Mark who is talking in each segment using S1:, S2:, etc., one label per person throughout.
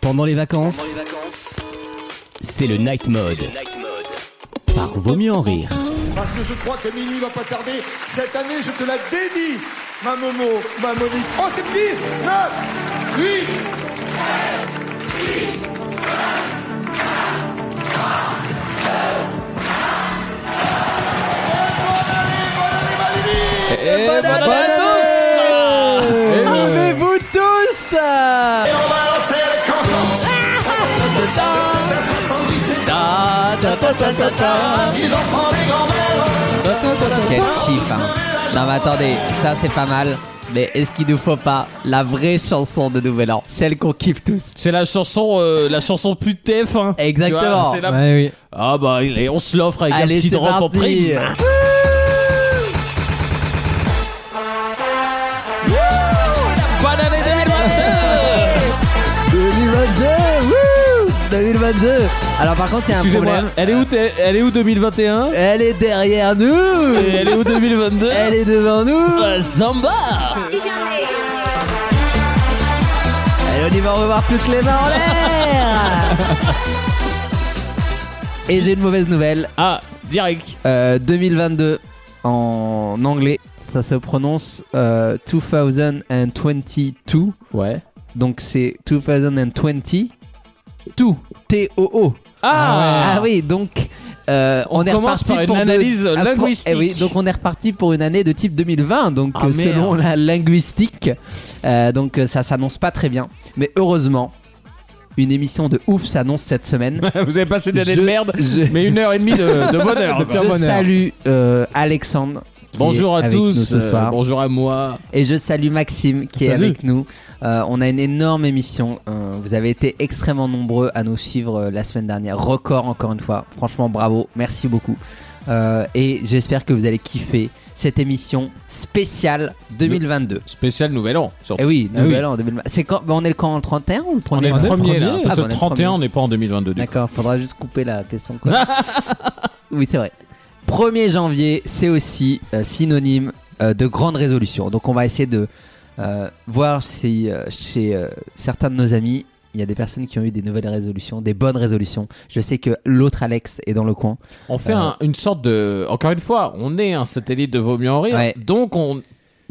S1: Pendant les vacances, c'est le night mode. Par Vaut mieux en rire.
S2: Parce que je crois que minuit va pas tarder. Cette année, je te la dédie, ma Momo, ma Monique. Oh, c'est 10, 9, 8.
S3: Et bonne année Aimez-vous tous
S2: Et on va lancer le canton. ah. C'est un 77 ans. Ils en prennent les grands-mères.
S3: Quel kiff hein. Non mais attendez, ça c'est pas mal, mais est-ce qu'il nous faut pas la vraie chanson de Nouvel An Celle qu'on kiffe tous
S4: C'est la chanson, euh, la chanson plus TF1.
S3: Exactement.
S4: hein. Tu vois, c'est la- Ah bah allez, on se l'offre avec
S3: Allez,
S4: un petit
S3: c'est
S4: drop en
S3: parti.
S4: prime. Bonne année 2022
S3: 2022 wouh 2022 Alors par contre il y a un
S4: Excusez-moi,
S3: problème.
S4: elle est où t'es- elle est où 2021
S3: Elle est derrière nous
S4: Et elle est où 2022
S3: Elle est devant nous
S4: Euh, Zamba
S3: Allez, on y va revoir toutes les mains en l'air Et j'ai une mauvaise nouvelle.
S4: Ah, direct.
S3: Euh, 2022 en anglais, ça se prononce euh, 2022.
S4: Ouais.
S3: Donc c'est 2020. Tout. T-O-O.
S4: Ah,
S3: Ah oui, donc euh, on, est
S4: commence
S3: reparti
S4: par une
S3: pour de-
S4: analyse
S3: ah, pour-
S4: linguistique.
S3: eh oui, donc on est reparti pour une année de type 2020, donc
S4: Ah,
S3: euh, selon
S4: merde.
S3: la linguistique. Euh, donc euh, ça s'annonce pas très bien, mais heureusement, une émission de ouf s'annonce cette semaine.
S4: Vous avez passé une année
S3: Je-
S4: de merde,
S3: je-
S4: mais une heure et demie de, de bonheur. quoi.
S3: je salue euh, Alexandre. qui
S4: Bonjour
S3: est
S4: à
S3: avec
S4: tous,
S3: nous ce
S4: euh,
S3: soir.
S4: bonjour à moi.
S3: Et je salue Maxime qui est
S5: Salut.
S3: avec nous. Euh, on a une énorme émission. Euh, vous avez été extrêmement nombreux à nous suivre euh, la semaine dernière. Record encore une fois. Franchement, bravo. Merci beaucoup. Euh, et j'espère que vous allez kiffer cette émission spéciale 2022.
S4: Spécial Nouvel An, surtout.
S3: Et Eh oui,
S5: Ah
S3: nouvel an 2022. C'est quand bah, On est le quand le 31 ou le
S4: on
S3: premier
S4: est le
S5: on est le
S4: premier là,
S5: premier.
S3: Ah,
S4: parce
S3: bah,
S4: que
S3: on est le
S4: 31
S3: premier.
S4: on n'est pas en 2022 du coup.
S3: D'accord, faudra juste couper la question. Quoi. oui, c'est vrai. 1er janvier, c'est aussi euh, synonyme euh, de grande résolution. Donc on va essayer de euh, voir si euh, chez euh, certains de nos amis, il y a des personnes qui ont eu des nouvelles résolutions, des bonnes résolutions. Je sais que l'autre Alex est dans le coin.
S4: On fait
S3: Euh,
S4: un- une sorte de. Encore une fois, on est un satellite de Vaut mieux en rire.
S3: Ouais.
S4: Donc on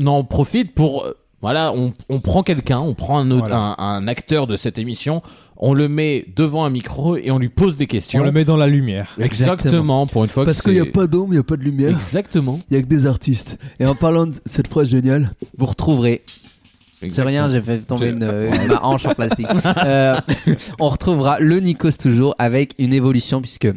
S4: en profite pour. euh, Voilà, on, on prend quelqu'un, on prend un, autre-
S5: Voilà.
S4: un- un acteur de cette émission, on le met devant un micro et on lui pose des questions.
S5: On le met dans la lumière.
S4: Exactement,
S3: Exactement.
S4: pour une fois que
S3: y
S4: c'est-
S3: d'ombre, il n'y a pas de lumière.
S4: Exactement.
S3: Il n'y a que des artistes. Et en parlant de cette phrase géniale, vous retrouverez. C'est rien, j'ai fait tomber
S4: C'est-
S3: une, une- ma hanche en plastique. Euh, on retrouvera le Nikos toujours avec une évolution puisque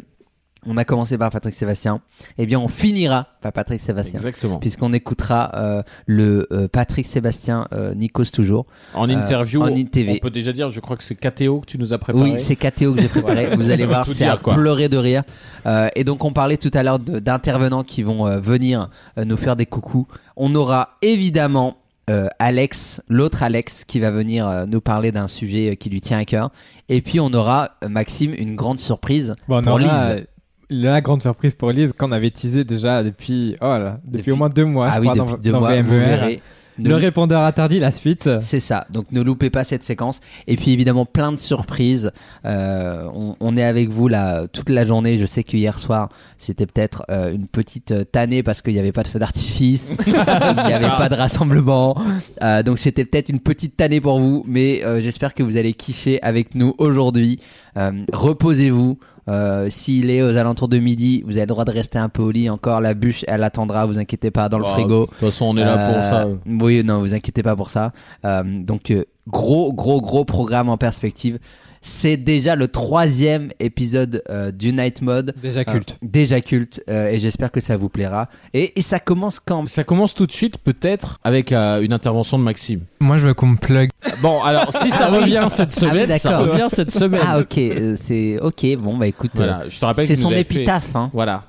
S3: on a commencé par Patrick Sébastien. Eh bien, on finira par Patrick Sébastien.
S4: Exactement.
S3: Puisqu'on écoutera euh, le euh, Patrick Sébastien euh, Nikos toujours.
S4: En
S3: Euh,
S4: interview,
S3: en
S4: on-
S3: ITV.
S4: on peut déjà dire, je crois que c'est KTO que tu nous as préparé.
S3: Oui, c'est KTO que j'ai préparé. Vous allez
S4: Ça veut
S3: voir,
S4: tout
S3: c'est
S4: dire,
S3: à
S4: quoi.
S3: pleurer de rire. Euh, et donc, on parlait tout à l'heure de- d'intervenants qui vont euh, venir euh, nous faire des coucous. On aura évidemment euh, Alex, l'autre Alex, qui va venir euh, nous parler d'un sujet euh, qui lui tient à cœur. Et puis, on aura euh, Maxime, une grande surprise
S5: Bon, on
S3: pour
S5: aura,
S3: Lise.
S5: euh, La grande surprise pour Lise qu'on avait teasé déjà depuis, oh là, depuis,
S3: Depuis-
S5: au moins deux mois.
S3: ah
S5: je
S3: oui,
S5: crois,
S3: depuis
S5: dans,
S3: deux
S5: dans
S3: mois, vous
S5: VMER.
S3: verrez. Ne
S5: Le
S3: lou-
S5: répondeur interdit, la suite.
S3: C'est ça, donc ne loupez pas cette séquence. Et puis évidemment, plein de surprises. Euh, on, on est avec vous là toute la journée. Je sais que hier soir, c'était peut-être euh, une petite euh, tannée parce qu'il n'y avait pas de feu d'artifice, il n'y avait pas de rassemblement. Euh, donc c'était peut-être une petite tannée pour vous, mais euh, j'espère que vous allez kiffer avec nous aujourd'hui. Euh, Reposez-vous. Euh, S'il est aux alentours de midi, vous avez le droit de rester un peu au lit encore. La bûche, elle attendra, vous inquiétez pas, dans le
S4: Bah,
S3: frigo.
S4: De toute façon, on est là pour
S3: Euh,
S4: ça.
S3: Oui, non, vous inquiétez pas pour ça. Euh, donc, euh, gros, gros, gros programme en perspective. C'est déjà le troisième épisode euh, du Night Mode.
S5: Déjà culte.
S3: Euh, déjà culte. euh, et j'espère que ça vous plaira. Et, et ça commence quand
S4: Ça commence tout de suite, peut-être, avec euh, une intervention de Maxime.
S6: Moi, je veux qu'on me plug.
S4: Bon, alors si
S3: Ah
S4: ça
S3: oui.
S4: revient cette
S3: Ah oui,
S4: semaine, ça
S3: d'accord.
S4: revient cette semaine.
S3: Ah, ok. euh, c'est ok. Bon, bah écoute. euh,
S4: Voilà, je te rappelle
S3: c'est
S4: que nous
S3: son
S4: avait fait-
S3: épitaphe, hein.
S4: Voilà.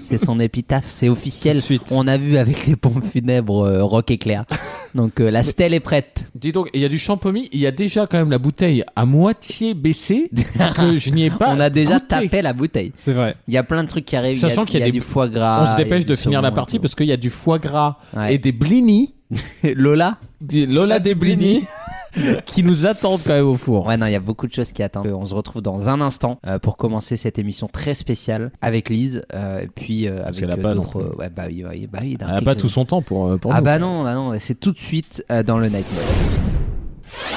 S3: c'est son épitaphe, c'est officiel.
S5: Tout de suite.
S3: On a vu avec les pompes funèbres euh, Rock Éclair. Donc euh, la stèle est prête.
S4: Dis donc, il y a du champomis, il y a déjà quand même la bouteille à moitié baissée que je n'y ai pas.
S3: On a déjà
S4: goûté.
S3: tapé la bouteille.
S5: C'est vrai.
S3: Il y a plein de trucs qui arrivent.
S4: Sachant
S3: il y a, il y a
S4: des-
S3: du foie gras.
S4: On se
S3: il y a
S4: dépêche
S3: du
S4: de finir la
S3: saumon et
S4: partie
S3: tout.
S4: parce qu'il y a du foie gras
S3: Ouais.
S4: et des blini,
S3: Lola
S4: des Lola des blini qui nous attendent quand même au four.
S3: Ouais, non, il y a beaucoup de choses qui attendent. Euh, On se retrouve dans un instant euh, pour commencer cette émission très spéciale avec Lise, euh, et puis euh, avec
S4: qu'elle a
S3: euh,
S4: pas
S3: d'autres. ouais, bah oui, ouais, bah oui. dans
S4: Elle a pas
S3: quelques-
S4: tout son temps pour, euh, pour
S3: Ah
S4: nous.
S3: bah non, bah non, c'est tout de suite euh, dans le Night Mode.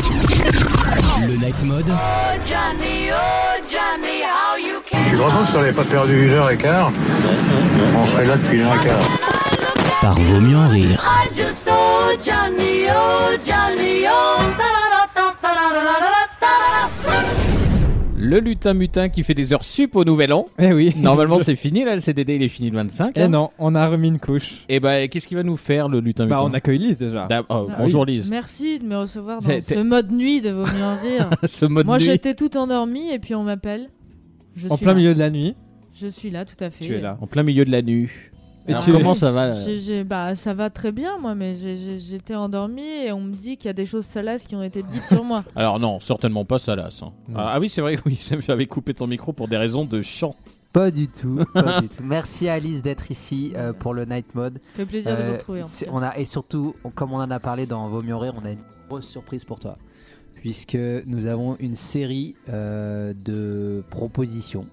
S1: Le Night Mode,
S6: Johnny, oh Johnny, how you can
S7: Je suis content que ça n'avait pas perdu une heure et quart. On serait là depuis une heure et quart.
S1: par Vaut mieux en rire.
S6: I just oh Johnny, oh Johnny, oh da da da da da da da da da da.
S4: Le lutin mutin qui fait des heures sup au nouvel an.
S5: Eh oui.
S4: Normalement, c'est fini là, le CDD il est fini le 25.
S5: Eh non, on a remis une couche.
S4: Et bah, qu'est-ce qu'il va nous faire le lutin
S5: Bah,
S4: mutin
S5: on accueille Lise déjà.
S4: D'ab-
S8: Ah
S4: oh, Bonjour Lise.
S8: Merci de me recevoir dans
S4: C'est- t'es-
S8: ce mode nuit de vos mieux en rire.
S4: Ce mode
S8: Moi
S4: nuit.
S8: j'étais tout endormie et puis on m'appelle. Je
S5: En
S8: suis
S5: plein
S8: là.
S5: milieu de la nuit.
S8: Je suis là, tout à fait.
S5: Tu es là.
S4: En plein milieu de la nuit.
S5: Et
S4: Alors,
S5: tu
S4: comment ça va là
S8: J'ai- j'ai- bah, ça va très bien moi, mais j'ai- j'ai- j'étais endormie et on me dit qu'il y a des choses salaces qui ont été dites sur moi.
S4: Alors non, certainement pas Salas. hein.
S5: Non.
S4: Ah, ah oui, c'est vrai, oui, ça m'avait coupé ton micro pour des raisons de chant.
S3: Pas du tout, pas du tout. Merci Alice d'être ici euh, pour le Night Mode.
S8: Fait plaisir de
S3: Euh,
S8: vous retrouver. en tout
S3: c'est-
S8: cas.
S3: on a, et surtout, on- comme on en a parlé dans Vaut mieux rire, on a une grosse surprise pour toi. Puisque nous avons une série euh, de propositions.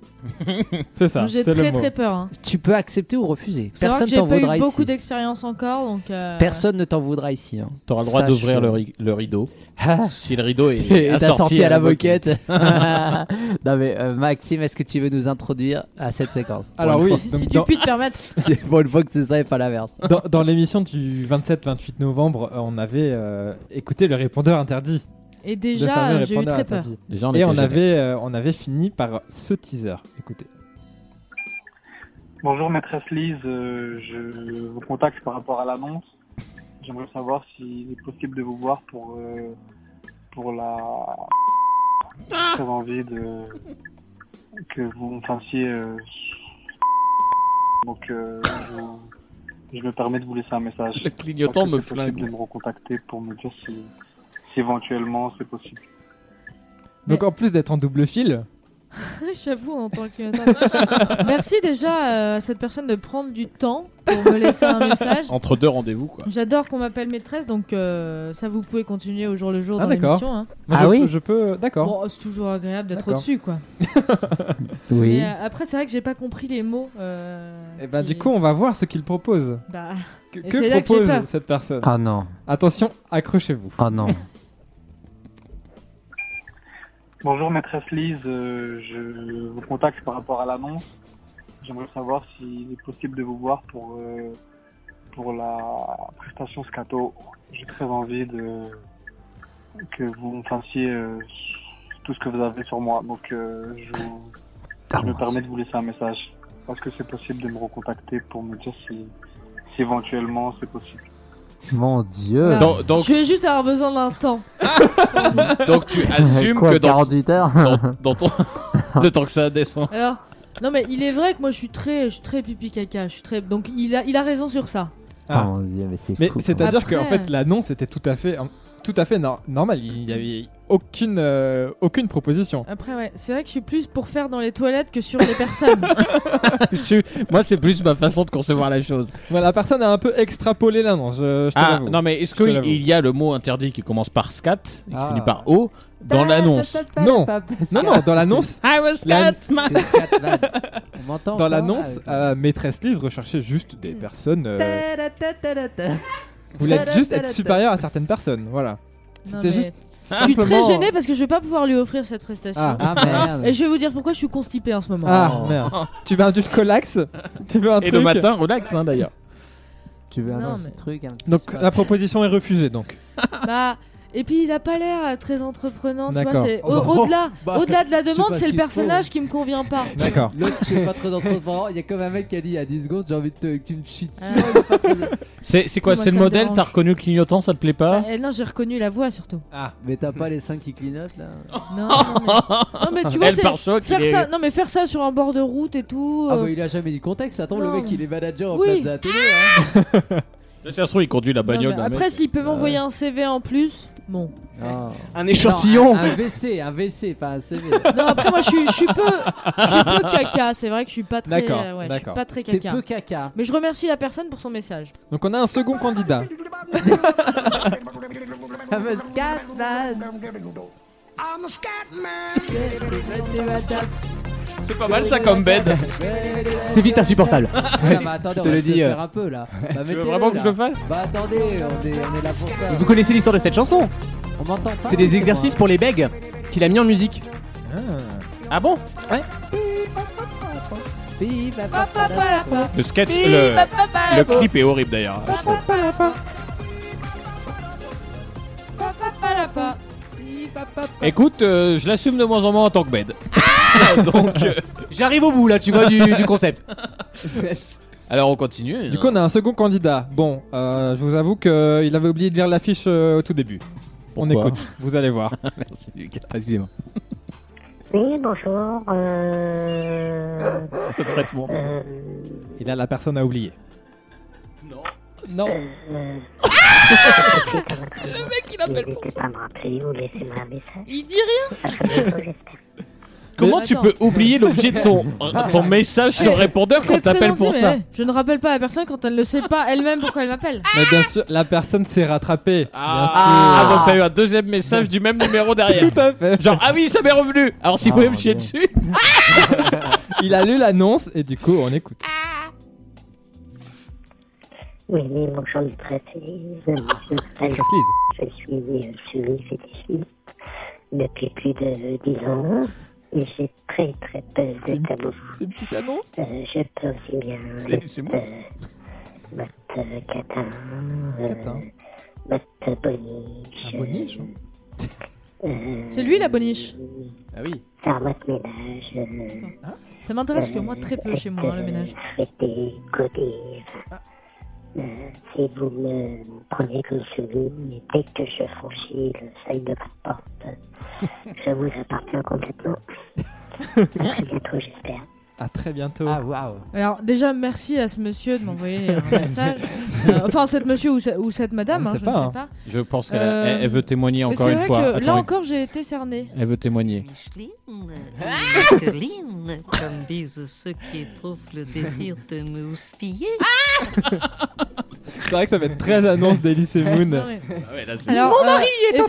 S5: C'est ça.
S8: Donc, J'ai
S5: C'est le
S8: très
S5: mot.
S8: très peur. hein.
S3: Tu peux accepter ou refuser.
S8: Faut savoir
S3: Personne
S8: que
S3: t'en
S8: J'ai
S3: voudra
S8: pas eu beaucoup
S3: ici.
S8: d'expérience encore, donc. euh,
S3: Personne ne t'en voudra ici. hein.
S4: T'auras le droit
S3: Sache-le.
S4: d'ouvrir le, ri- le rideau.
S3: Ah,
S4: Si le rideau est,
S3: Et t'as
S4: assorti
S3: sorti à la moquette.
S4: moquette.
S3: non mais euh, Maxime, est-ce que tu veux nous introduire à cette séquence
S5: Alors
S4: Pour
S5: oui,
S4: une
S8: Si,
S5: donc
S8: si tu
S5: dans,
S8: puis te permettre.
S3: C'est pour une fois que c'est ça et pas l'inverse.
S5: dans- dans l'émission du 27-28 novembre, euh, on avait euh, écouté le répondeur interdit.
S8: Et
S5: Le
S8: déjà,
S5: fameux
S8: euh, j'ai eu
S5: répondeur
S8: très peur.
S5: interdit.
S4: Déjà, on
S5: Et
S4: était
S5: on
S4: gênés.
S5: avait, euh, on avait fini par ce teaser. Écoutez.
S9: Bonjour maîtresse Lise, Euh, je vous contacte par rapport à l'annonce. J'aimerais savoir s'il est possible de vous voir pour, euh, pour la...
S4: Ah.
S9: J'ai très envie de... que vous me fassiez... euh, Donc euh, je... je me permets de vous laisser un message.
S4: Le
S9: Est-ce que
S4: clignotant me
S9: c'est possible de
S4: flingue.
S9: me recontacter pour me dire si, si éventuellement c'est possible.
S5: Donc en plus d'être en double fil,
S8: J'avoue, en tant que attends. Merci déjà euh, à cette personne de prendre du temps pour me laisser un message.
S4: Entre deux rendez-vous, quoi.
S8: J'adore qu'on m'appelle maîtresse, donc euh, ça vous pouvez continuer au jour le jour
S5: Ah,
S8: dans
S5: d'accord.
S8: l'émission. hein.
S5: moi,
S3: Ah
S5: je,
S3: oui
S5: je peux. D'accord.
S8: Bon, c'est toujours agréable d'être
S5: D'accord.
S8: au-dessus, quoi.
S3: Oui.
S8: Mais, euh, après, c'est vrai que j'ai pas compris les mots. euh,
S5: Et bah
S8: qui-
S5: du coup, on va voir ce qu'il propose.
S8: Bah,
S5: Que,
S8: Et
S5: que
S8: c'est là que j'ai
S5: propose
S8: peur.
S5: cette personne
S3: Ah non,
S5: Attention, accrochez-vous.
S3: ah non.
S9: Bonjour maîtresse Lise, Euh, je vous contacte par rapport à l'annonce. J'aimerais savoir s'il est possible de vous voir pour, euh, pour la prestation Scato. J'ai très envie de, que vous me fassiez euh, tout ce que vous avez sur moi. Donc euh, je, vous- je me permets de vous laisser un message. Est-ce que c'est possible de me recontacter pour me dire si, si éventuellement c'est possible
S3: Mon dieu.
S8: Voilà.
S4: Donc, donc,
S8: Bah, je vais juste avoir besoin d'un temps.
S4: donc tu assumes
S3: Quoi,
S4: que dans,
S3: 48 heures
S4: dans, dans ton. Le temps que ça descend.
S8: Alors, non, mais il est vrai que moi, je suis très, je suis très pipi caca. Je suis très, donc il a, il a raison sur ça.
S5: Ah.
S3: Oh mon dieu, mais c'est
S5: Mais
S3: fou. quoi.
S5: c'est-à-dire
S8: Après-
S5: qu'en fait, l'annonce était tout à fait, tout à fait nor- normale. Il n'y avait aucune, euh, aucune proposition.
S8: Après, ouais, c'est vrai que je suis plus pour faire dans les toilettes que sur les personnes.
S4: Je suis- Moi, c'est plus ma façon de concevoir la chose.
S5: Voilà, la personne a un peu extrapolé l'annonce. Je, je te
S4: Ah,
S5: l'avoue.
S4: non, mais est-ce
S5: Je te l'avoue.
S4: qu'il y a le mot interdit qui commence par scat et qui
S3: Ah.
S4: finit par o dans l'annonce
S5: Non. non, non, dans l'annonce,
S4: I was
S5: La-
S3: C'est Scatman. On m'entend
S5: dans
S3: encore, là,
S5: l'annonce,
S3: avec-
S5: euh, maîtresse Lise recherchait juste des personnes. euh, voulait juste être supérieure à certaines personnes. Voilà.
S8: Non,
S5: C'était
S8: mais
S5: juste.
S8: Je suis très
S5: simplement-
S8: gênée parce que je vais pas pouvoir lui offrir cette prestation.
S5: Ah.
S3: Ah merde.
S8: Et je vais vous dire pourquoi je suis constipée en ce moment.
S5: Ah merde. Tu veux un duc colax Tu veux un
S4: Et
S5: truc
S4: le matin, relax, hein, d'ailleurs.
S3: Tu veux un
S8: Non,
S3: autre
S8: mais-
S3: truc un petit
S5: Donc
S3: space.
S5: la proposition est refusée donc.
S8: Bah, et puis il a pas l'air euh, très entreprenant. tu vois,
S5: D'accord.
S8: c'est- au-
S3: Oh, bah,
S8: Au-delà
S3: bah,
S8: au-delà de la
S3: sais
S8: demande,
S3: pas
S8: c'est
S3: ce
S8: le
S3: qu'il
S8: personnage qui me convient pas.
S5: D'accord.
S3: L'autre, je sais pas très entreprendre. Il y a comme un mec qui a dit il y a 10 secondes j'ai envie de te- que tu me cheats dessus.
S8: Ah.
S3: Il est pas très-
S4: C'est c'est quoi
S8: Moi,
S4: C'est le
S8: ça me
S4: modèle
S8: dérange.
S4: T'as reconnu le clignotant Ça te plaît pas Ah.
S8: Ah, et non, j'ai reconnu la voix surtout.
S3: Mais t'as pas les seins qui clignotent là
S8: Non, non, mais, non, mais tu vois,
S4: Elle
S8: c'est
S4: par choc.
S8: faire
S4: il est-
S8: ça. Non, mais faire ça sur un bord de route et tout.
S3: Ah
S8: euh,
S3: bah il a jamais dit contexte. Attends, le
S8: Non.
S3: mec il est manager en place
S8: Oui.
S3: de la télé. hein.
S4: Ça se trouve, il conduit la
S8: non,
S4: bagnole.
S8: mais
S4: d'un mec.
S8: après, s'il peut m'envoyer un CV en plus, bon.
S3: Non.
S1: Un échantillon
S3: Non, un, un VC, un VC, pas un CV.
S8: Non, après, moi, je suis, je suis peu, je suis peu caca. C'est vrai que je suis pas très,
S5: D'accord,
S8: euh, ouais, je suis
S5: d'accord.
S8: pas très
S3: T'es
S8: caca.
S3: peu caca.
S8: Mais je remercie la personne pour son message.
S5: Donc on a un second candidat.
S3: Ah,
S8: fameuse Catman.
S4: C'est pas mal ça comme bed.
S3: C'est vite insupportable.
S5: Ah, bah, attendez,
S3: Je
S5: on
S3: te
S5: va
S3: le
S5: se
S3: dis, euh,
S5: faire un peu là. Bah,
S4: Tu veux
S5: mettez-le,
S4: vraiment que
S5: là.
S4: je le fasse
S5: Bah attendez, on est, on est là pour ça.
S3: Vous connaissez l'histoire de cette chanson
S5: On m'entend pas
S3: C'est des exercices pour les bègues qu'il a mis en musique.
S4: Ah bon
S3: euh.
S4: Le sketch, le, le clip est horrible d'ailleurs. Écoute, euh, je l'assume de moins en moins en tant que bed. Donc, euh,
S3: J'arrive au bout là, tu vois, du, du concept.
S4: alors on continue.
S5: Du coup, on a un second candidat. Bon, euh, je vous avoue qu'il avait oublié de lire l'affiche euh, au tout début. on
S4: Pourquoi
S5: écoute, vous allez voir.
S3: Merci Luc. Excusez-moi.
S10: Oui, bonjour. Euh,
S4: ce traitement.
S10: euh,
S5: Et là, la personne a oublié.
S4: Non.
S10: euh,
S6: Le mec, il appelle pour
S10: N'hésitez pas à me rappeler ou laissez-moi un message.
S6: Il dit rien.
S4: Comment
S8: Mais
S4: tu
S8: attends.
S4: peux oublier l'objet de ton, ton message
S6: Eh,
S4: sur répondeur quand
S8: C'est très
S4: t'appelles
S8: gentil,
S4: pour
S8: mais,
S4: ça
S8: eh, Je ne rappelle pas à la personne quand elle ne sait pas elle-même pourquoi elle m'appelle.
S5: Mais bien sûr, la personne s'est rattrapée.
S4: Ah,
S3: Ah.
S4: Ah, donc t'as eu un deuxième message du même numéro derrière. Ah,
S5: Bien sûr. Tout à fait.
S4: Genre, ah oui, ça m'est revenu. Alors si vous pouvez me chier
S5: non.
S4: dessus.
S5: Il a lu l'annonce et du coup, on écoute.
S10: Oui, bonjour, maîtresse. Je m'appelle-
S5: Casse-lise.
S10: je suis euh, suivi fétichiste depuis plus de 10 ans. Et j'ai très très peur
S5: C'est-
S10: de tabou.
S5: C'est une petite annonce.
S10: Euh, je peux aussi bien
S4: Mais c'est moi.
S10: mettre euh, catin,
S5: Catin.
S10: mettre euh, boniche,
S5: Un boniche, hein.
S10: euh,
S8: C'est lui la boniche.
S3: Ah oui.
S10: faire votre ménage, euh,
S5: Ah.
S8: Ça m'intéresse que moi très peu chez moi hein, le ménage.
S10: Arrêtez, codez. Euh, si vous me prenez comme celui, dès que je franchis le seuil de votre porte, je vous appartiens complètement. À très bientôt, j'espère.
S8: Ah,
S5: À très bientôt.
S3: waouh.
S8: Alors déjà merci à ce monsieur de m'envoyer un message. Euh, enfin cette monsieur ou, ce- ou cette madame,
S5: On
S8: hein,
S5: sait
S8: je
S5: pas,
S8: ne
S5: hein.
S8: sais pas.
S4: Je pense
S8: qu'elle- Euh, elle- elle veut
S4: témoigner
S8: Mais c'est vrai que là encore j'ai été cerné.
S4: Elle veut témoigner.
S11: Micheline, Ah, comme disent ceux qui éprouvent le désir de me houspiller.
S5: C'est vrai que ça va être très annonce d'Elysée Moon.
S8: Non, mais-
S4: Ah Alors, euh, ah,
S8: Mon mari est en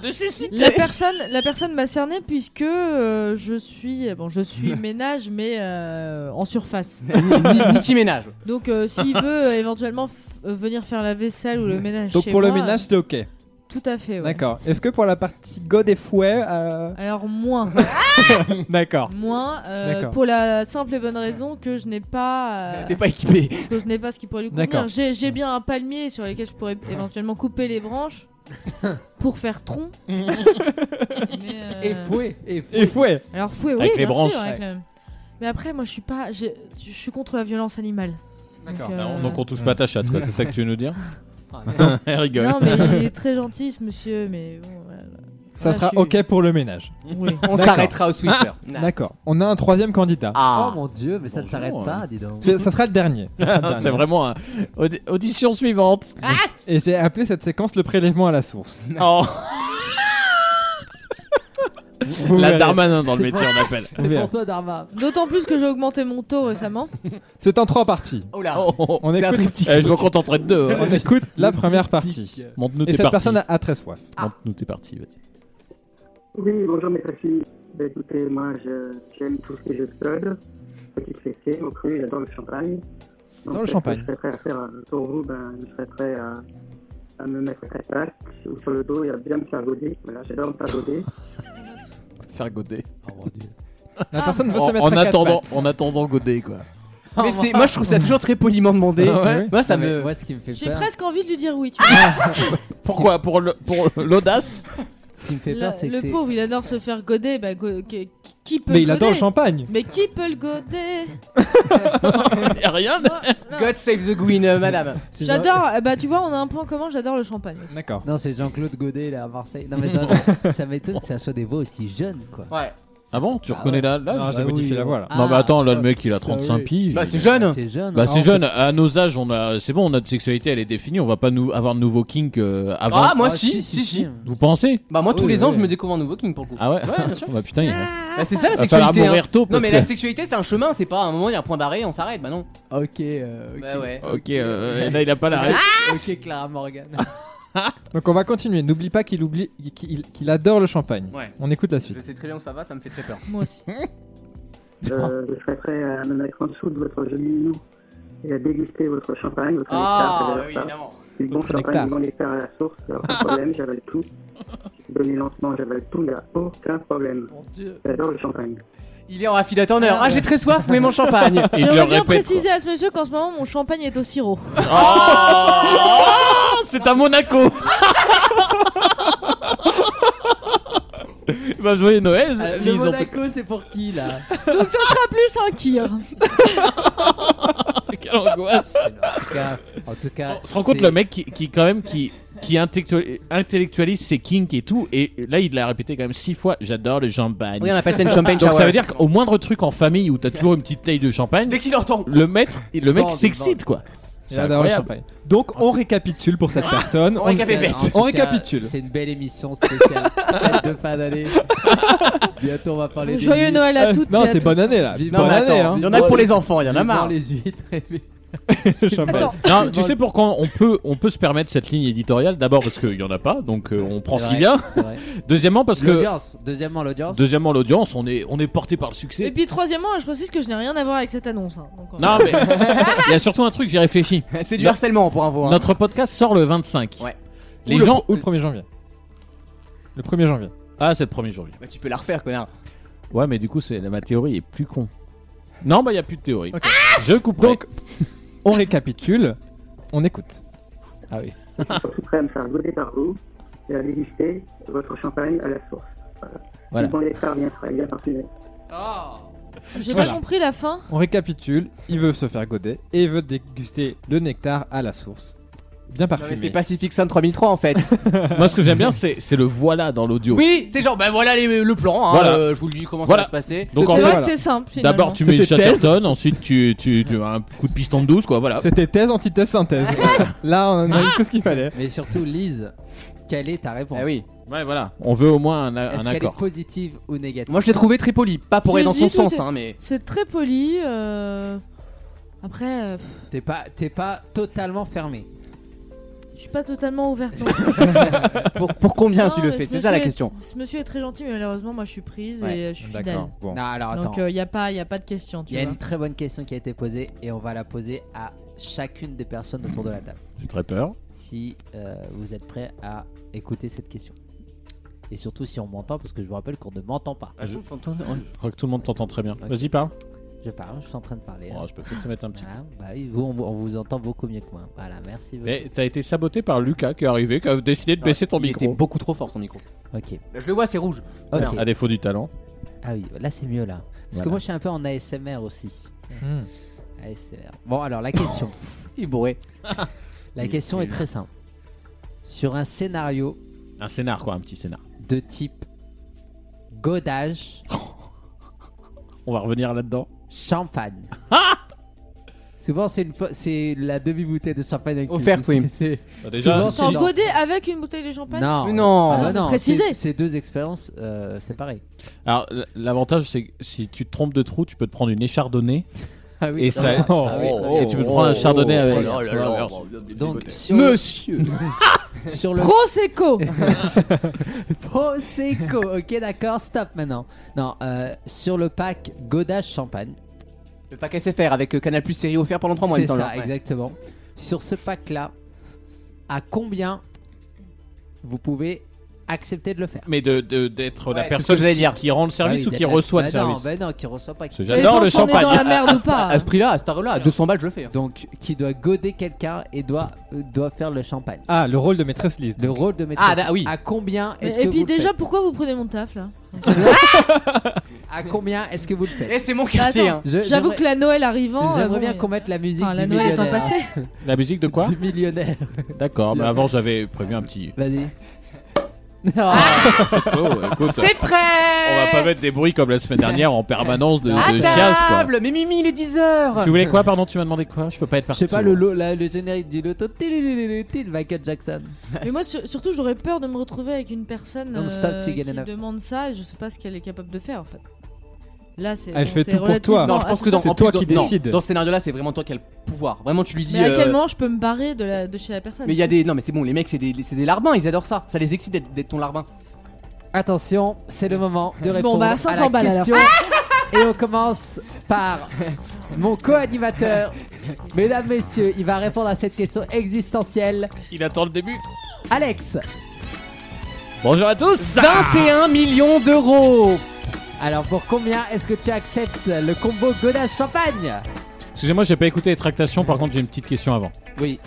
S4: de Cécile.
S8: euh, La personne, la personne m'a cerné puisque euh, je suis, bon, je suis ménage mais euh, en surface.
S3: Nicky Ménage.
S8: Donc euh, s'il veut euh, éventuellement f- euh, venir faire la vaisselle ou le ménage
S5: Donc
S8: chez
S5: pour le
S8: moi,
S5: ménage, c'est ok.
S8: tout à fait. ouais.
S5: D'accord. Est-ce que pour la partie God et fouet, euh,
S8: Alors moins,
S5: d'accord.
S8: moins euh,
S5: D'accord.
S8: pour la simple et bonne raison que je n'ai pas, euh,
S3: T'es pas équipé.
S8: que je n'ai pas ce qui pourrait lui convenir.
S5: D'accord.
S8: J'ai j'ai bien un palmier sur lequel je pourrais éventuellement couper les branches pour faire tronc. Mais, euh,
S3: fouet. Et
S5: Et fouet.
S8: Alors fouet, oui,
S4: Avec les
S8: bien sûr,
S4: branches.
S8: avec le- Mais après, moi, je suis pas, j'ai- je suis contre la violence animale.
S5: D'accord.
S8: Donc, euh,
S4: Donc Bah, on touche pas ta chatte, quoi. C'est ça que tu veux nous dire
S3: Ah,
S4: Elle rigole.
S8: non, mais il est très gentil, ce monsieur, mais bon. voilà.
S5: Ça
S8: Voilà,
S5: sera
S8: Ah, je suis-
S5: ok pour le ménage. Ah,
S8: Oui.
S3: On s'arrêtera au Swiffer.
S5: D'accord. On a un troisième candidat.
S3: Ah.
S5: Ah.
S8: Oh,
S3: mon dieu, mais ça
S4: ne s'arrête pas,
S3: dis donc.
S5: C'est- Oh, Ça sera le dernier. Ça sera le dernier.
S4: C'est vraiment un- Audi- audition suivante.
S5: Et j'ai appelé cette séquence le prélèvement à la source.
S4: Oh,
S5: Vous
S4: la
S5: verrez.
S4: Darmanin dans le métier, on appelle.
S5: Vous verrez.
S3: toi, Dharma.
S8: D'autant plus que j'ai augmenté mon taux récemment.
S5: C'est en trois parties.
S3: Oh là.
S4: Oh, oh, oh.
S5: On
S3: C'est un
S5: écoute,
S3: triptyque.
S4: Eh, je me contenterai de deux.
S5: on
S4: hein.
S5: écoute la première partie.
S4: Montre-nous
S5: Et
S4: tes
S5: cette
S4: parties.
S5: personne a, a très soif.
S4: Montre-nous tes parties, vas-y.
S10: Oui, bonjour, maîtresse. Bah, écoutez, moi, je- j'aime tout ce qui est jeu de solde. Petite fessée, au cru, j'adore le champagne.
S5: Dans le
S10: euh,
S5: champagne.
S10: Je serais prêt à faire un tour roux, ben, je serais prêt à, à me mettre à ta place ou sur le dos et à bien me faire goder. Voilà, j'adore Euh, me faire goder.
S3: Faire goder.
S11: Oh,
S5: La personne veut
S4: En,
S5: se mettre
S4: en
S5: à quatre
S4: attendant,
S5: pattes.
S4: en attendant Godet, quoi.
S3: Mais
S11: Oh,
S3: c'est, moi je trouve ça toujours très poliment demandé.
S5: Ah Ouais.
S3: Moi ça me.
S5: ce qui me fait
S8: J'ai presque envie de lui dire oui. tu vois.
S3: Ah,
S4: Pourquoi Pour le- pour l'audace
S5: Ce qui me fait
S8: Le- le pauvre, il adore se faire goder. Bah, go- que- qui peut
S5: Mais
S8: le
S5: il adore le
S8: goder
S5: champagne.
S8: Mais qui peut le goder
S4: Y a rien
S8: Moi, non.
S3: God save the Queen, euh, madame.
S8: J'adore, euh, bah tu vois, on a un point commun, j'adore le champagne.
S5: D'accord.
S11: Non, c'est Jean-Claude Godet là à Marseille. Non, mais ça, ça m'étonne que ça soit des voix aussi jeunes quoi. Ah
S3: Ouais.
S4: Ah bon Tu reconnais la l'âge
S5: Non, j'ai
S11: oui,
S5: modifié la
S11: on-
S5: voix là.
S4: Non, mais attends, là, le
S5: Ah,
S4: mec, il a
S5: ça,
S4: 35
S5: oui.
S4: piges.
S3: Bah c'est jeune.
S11: C'est jeune. hein.
S4: Bah, c'est
S5: Alors,
S4: jeune, à nos âges, on a, c'est bon, notre sexualité elle est définie, on va pas nous avoir de nouveaux kinks euh, avant.
S3: Ah moi
S11: Ah,
S3: si,
S11: si,
S3: si,
S11: si,
S3: si.
S4: Vous pensez
S3: Bah moi
S11: Ah
S3: tous
S11: oui,
S3: les ans
S11: oui.
S3: je me découvre un nouveau king pour le coup.
S4: Ah ouais,
S3: Ouais, bien sûr.
S4: Bah putain, il va-
S3: Bah c'est ça la
S4: va falloir
S3: sexualité. hein.
S4: mourir tôt
S3: Non
S4: parce
S3: mais
S4: que.
S3: la sexualité c'est un chemin, c'est pas à un moment il y a un point d'arrêt, on s'arrête, bah non.
S11: Ok.
S3: Bah ouais. Ah
S4: Ok, euh, et là euh, il a pas la.
S11: Ok Clara Morgan.
S5: Donc on va continuer. N'oublie pas qu'il oublie, qu'il qu'il adore le champagne.
S11: Ouais.
S5: On écoute la suite.
S11: Je sais très bien où ça va, ça me fait très peur.
S8: Moi aussi.
S12: Euh, je souhaiterais euh, me mettre en dessous de votre joli nom et à déguster votre champagne, votre
S11: Ah,
S12: nectar.
S11: oui,
S12: ça.
S11: évidemment.
S12: Du bon
S11: Votre
S12: champagne,
S11: nectar.
S12: du bon nectar à la source, aucun problème, j'avale tout. Si tu donnes lentement, j'avale tout, il n'y a aucun problème. J'adore le champagne.
S11: Il est en affilateur. Ah, j'ai très soif, mais mon champagne.
S8: J'aimerais bien préciser à ce monsieur qu'en ce moment mon champagne est au sirop.
S4: Oh, c'est à Monaco. bah joyeux Noël.
S3: Ah,
S4: ils
S3: Le
S4: ont fait-
S3: Monaco, c'est pour qui là
S8: Donc ce sera plus un kir.
S4: Quelle angoisse.
S3: En tout cas,
S4: Tu te rends compte
S3: c'est-
S4: le mec qui, qui, quand même qui qui intellectua- intellectualise ses kinks et tout et là il l'a répété quand même six fois j'adore le champagne.
S11: Oui, on appelle ça une champagne
S4: Donc ça
S11: shower.
S4: veut dire qu'au moindre truc en famille où t'as toujours une petite taille de champagne. Dès
S11: qu'il entend.
S4: Le maître le mec
S5: Bande,
S4: s'excite
S5: bande.
S4: quoi. C'est
S5: J'adore le
S4: incroyable.
S5: champagne. Donc on récapitule pour
S4: Ah
S3: Ah,
S5: cette personne.
S3: En tout cas, en tout
S5: On
S3: cas,
S5: récapitule.
S3: C'est une belle émission spéciale fête de fin d'année. Bientôt, on va parler. des
S8: Joyeux
S3: huîtres.
S8: Noël à toutes
S5: Non,
S8: et à
S5: c'est
S8: tous.
S5: bonne année là.
S3: Vivement
S5: Bonne
S3: les-
S5: année.
S3: attends,
S5: hein.
S3: il y en a pour les enfants, il y en a
S5: Vivement
S3: marre.
S5: les
S3: huîtres.
S5: le champagne.
S8: Attends.
S4: Non, tu sais pourquoi on peut, on peut se permettre cette ligne éditoriale D'abord parce qu'il n'y en a pas, donc euh, on prend
S3: C'est
S4: ce qui
S3: vrai,
S4: vient.
S3: c'est vrai.
S4: Deuxièmement parce que.
S3: L'audience. Deuxièmement, l'audience.
S4: Deuxièmement l'audience, on est, on est porté par le succès.
S8: Et puis troisièmement, je précise que je n'ai rien à voir avec cette annonce. hein. Donc, euh,
S4: Non mais il y a surtout un truc, j'y réfléchis.
S11: C'est du
S4: No-
S11: harcèlement pour un veau. hein.
S4: Notre podcast sort le 25.
S11: Ouais.
S4: Les
S5: Ou le-
S4: gens.
S5: ou le 1er janvier. Le 1er janvier.
S4: Ah, c'est le 1er janvier.
S11: Bah, tu peux la refaire, connard.
S4: Ouais, mais du coup, c'est ma théorie est plus con. Non, bah il y a plus de théorie. Je coupe donc.
S5: On récapitule. On écoute.
S4: Ah oui.
S12: Je suis prêt à me faire goûter par vous et à déguster votre champagne à la source.
S5: Voilà.
S12: Du bon nectar bien frais, bien parfumé.
S8: J'ai
S5: Voilà.
S8: pas compris la fin.
S5: On récapitule. Il veut se faire goder et il veut déguster le nectar à la source. Bien
S11: Non,
S5: parfumé.
S11: mais c'est Pacific Sun 3003 en fait.
S4: Moi, ce que j'aime bien, c'est c'est le voilà dans l'audio.
S11: oui, c'est genre, bah voilà les- le plan. hein,
S4: Voilà.
S11: euh, je vous le dis comment
S4: Voilà.
S11: ça va se passer.
S4: Donc en
S8: C'est vrai que
S4: fait,
S8: c'est simple. finalement.
S4: d'abord tu mets une
S5: C'était thèse.
S4: Chatterton, ensuite tu, tu, tu as un coup de piston de 12 quoi, voilà.
S5: C'était thèse, antithèse, synthèse. Là, on a eu
S8: Ah.
S5: tout ce qu'il fallait.
S3: Mais surtout, Lise, quelle est ta réponse
S11: Eh oui.
S4: Ouais, voilà. On veut au moins un, un
S3: Est-ce qu'elle est
S4: accord.
S3: positive ou négative
S11: Moi je l'ai trouvé très poli, pas pour aller dans son
S8: Jésus,
S11: sens,
S8: tout est-
S11: hein, mais.
S8: C'est très poli. euh, Après, euh, pff,
S3: T'es pas, t'es pas totalement fermé.
S8: je suis pas totalement ouverte. non
S11: Pour, pour combien
S8: Non,
S11: tu le
S8: mais
S11: fais
S8: ce
S11: C'est ça la
S8: monsieur est-
S11: question.
S8: Ce monsieur est très gentil, mais malheureusement, moi, je suis prise
S11: Ouais,
S8: et euh, je suis fidèle.
S5: Bon.
S3: Non, alors attends.
S8: Donc, il n'y a, pas- y a pas de question. Tu
S3: Il y a
S8: vois.
S3: une très bonne question qui a été posée et on va la poser à chacune des personnes autour de la table.
S4: J'ai très peur.
S3: Si euh, vous êtes prêts à écouter cette question. Et surtout si on m'entend, parce que je vous rappelle qu'on ne m'entend pas.
S4: Ah, je... je crois que tout le monde t'entend très bien. Vas-y, parle.
S3: Je parle, je suis en train de parler. hein.
S4: Oh, je peux peut-être te mettre un petit.
S3: Voilà, bah oui, vous, on, on vous entend beaucoup mieux que moi. Voilà, merci beaucoup.
S4: Mais t'as été saboté par Lucas qui est arrivé, qui a décidé
S3: Ah,
S4: de baisser ton
S11: Il était
S4: micro.
S11: beaucoup trop fort son micro.
S3: Ok,
S11: Je le vois, c'est rouge.
S3: ok.
S11: Merde.
S4: À défaut du talent.
S3: Ah oui, là c'est mieux là. Parce que
S4: Voilà.
S3: moi je suis un peu en ASMR aussi.
S5: Hmm.
S3: ASMR. Bon, alors la question.
S11: Il est bourré.
S3: la question est très simple. Sur un scénario
S4: Un scénar quoi, un petit scénar.
S3: de type godage,
S4: On va revenir là-dedans.
S3: champagne. Souvent, c'est une fa- c'est la demi-bouteille de champagne avec
S11: Offerte, oui.
S3: C'est-
S4: Bah, déjà,
S3: Souvent,
S4: si-
S8: T'en
S3: Non.
S8: godet avec une bouteille de champagne
S3: Non,
S11: Mais non.
S3: Ah bah
S8: Ah,
S3: non,
S8: précisez.
S3: c'est- Ces deux expériences, euh, c'est pareil.
S4: Alors, l- l'avantage, c'est que si tu te trompes de trou, tu peux te prendre une échardonnée.
S3: Ah
S4: Et ça- et tu peux te prendre un chardonnay avec.
S3: Oh Donc, sur,
S11: Monsieur
S3: sur le
S8: Prosecco
S3: Prosecco, ok, d'accord, stop maintenant. Non, euh, sur le pack Godage Champagne.
S11: Le pack SFR avec euh, Canal Plus série offert pendant 3 mois. il
S3: C'est
S11: me semble.
S3: ça,
S11: Ouais.
S3: exactement. Sur ce pack-là, à combien vous pouvez accepter de le faire
S4: Mais de- de- d'être
S11: Ouais,
S4: la
S11: c'est
S4: personne
S11: ce que j'allais
S4: qui-
S11: dire.
S4: qui, rend le service
S3: Ah oui,
S4: ou qui
S3: d'être-
S4: reçoit
S3: bah
S4: le
S3: non,
S4: service.
S3: bah non, qui reçoit pas.
S4: C'est
S3: qui-
S8: Les
S4: J'adore
S8: gens
S4: le
S8: sont nés
S4: champagne.
S8: dans la merde ou pas
S11: À ce prix-là, à cette heure-là, à 200 balles, je le fais. hein.
S3: hein. Donc, qui doit goder quelqu'un et doit, euh, doit faire le champagne.
S5: Ah, le rôle de maîtresse Lise.
S3: Le rôle de maîtresse.
S11: bah oui.
S3: À combien
S8: Mais-
S3: est-ce que
S8: Et puis
S3: vous le
S8: déjà,
S3: faites
S8: pourquoi vous prenez mon taf là
S3: À combien est-ce que vous le faites
S11: Eh, c'est mon quartier.
S8: Attends.
S11: hein.
S3: Je-
S8: J'avoue
S3: j'aimerais-
S8: que la Noël arrivant. euh,
S3: J'aimerais
S8: bon,
S3: bien
S8: mais-
S3: qu'on mette la musique
S8: Enfin, la
S3: du
S8: Noël étant
S3: millionnaire.
S8: passée.
S4: La musique de quoi
S3: Du millionnaire.
S4: D'accord, mais avant j'avais prévu un petit.
S3: Vas-y. Non.
S4: Oh, écoute,
S11: Ah. C'est
S4: on va pas
S11: prêt
S4: mettre des bruits comme la semaine dernière en permanence de,
S11: À
S4: de chiasse, quoi.
S11: table Mais Mimi, il est 10h
S4: Tu voulais quoi, pardon Tu m'as demandé quoi Je peux pas être
S3: Je
S4: parti.
S3: sais pas, le, lo- la- le générique du loto. Tililililitil, Michael Jackson.
S8: Mais moi, sur- surtout, j'aurais peur de me retrouver avec une personne
S3: Non,
S8: euh,
S3: stop, c'est
S8: qui
S3: good enough.
S8: demande ça et je sais pas ce qu'elle est capable de faire en fait. Là, c'est.
S5: Elle
S8: bon,
S5: fait
S8: c'est
S5: tout pour toi.
S8: relativement-
S11: Non, je pense que dans,
S5: C'est
S11: en plus,
S5: toi qui
S11: dans- non,
S5: décides.
S11: dans ce scénario-là, c'est vraiment toi qui as le pouvoir. Vraiment, tu lui dis.
S8: Mais à quel
S11: euh,
S8: moment je peux me barrer de, la- de chez la personne
S11: mais il y a des. Non, mais c'est bon, les mecs, c'est des, c'est des larbins, ils adorent ça. Ça les excite d'être d'être ton larbin.
S3: Attention, c'est le moment de
S11: Bon,
S3: répondre
S11: bah,
S3: à
S11: 500
S3: la
S11: balles,
S3: question.
S11: alors.
S3: Et on commence par mon co-animateur. Mesdames, messieurs, il va répondre à cette question existentielle.
S4: Il attend le début.
S3: Alex,
S4: Bonjour à tous
S3: 21 millions d'euros. Alors pour combien est-ce que tu acceptes le combo Godache Champagne
S4: Excusez-moi, j'ai pas écouté les tractations, par contre j'ai une petite question avant.
S3: Oui.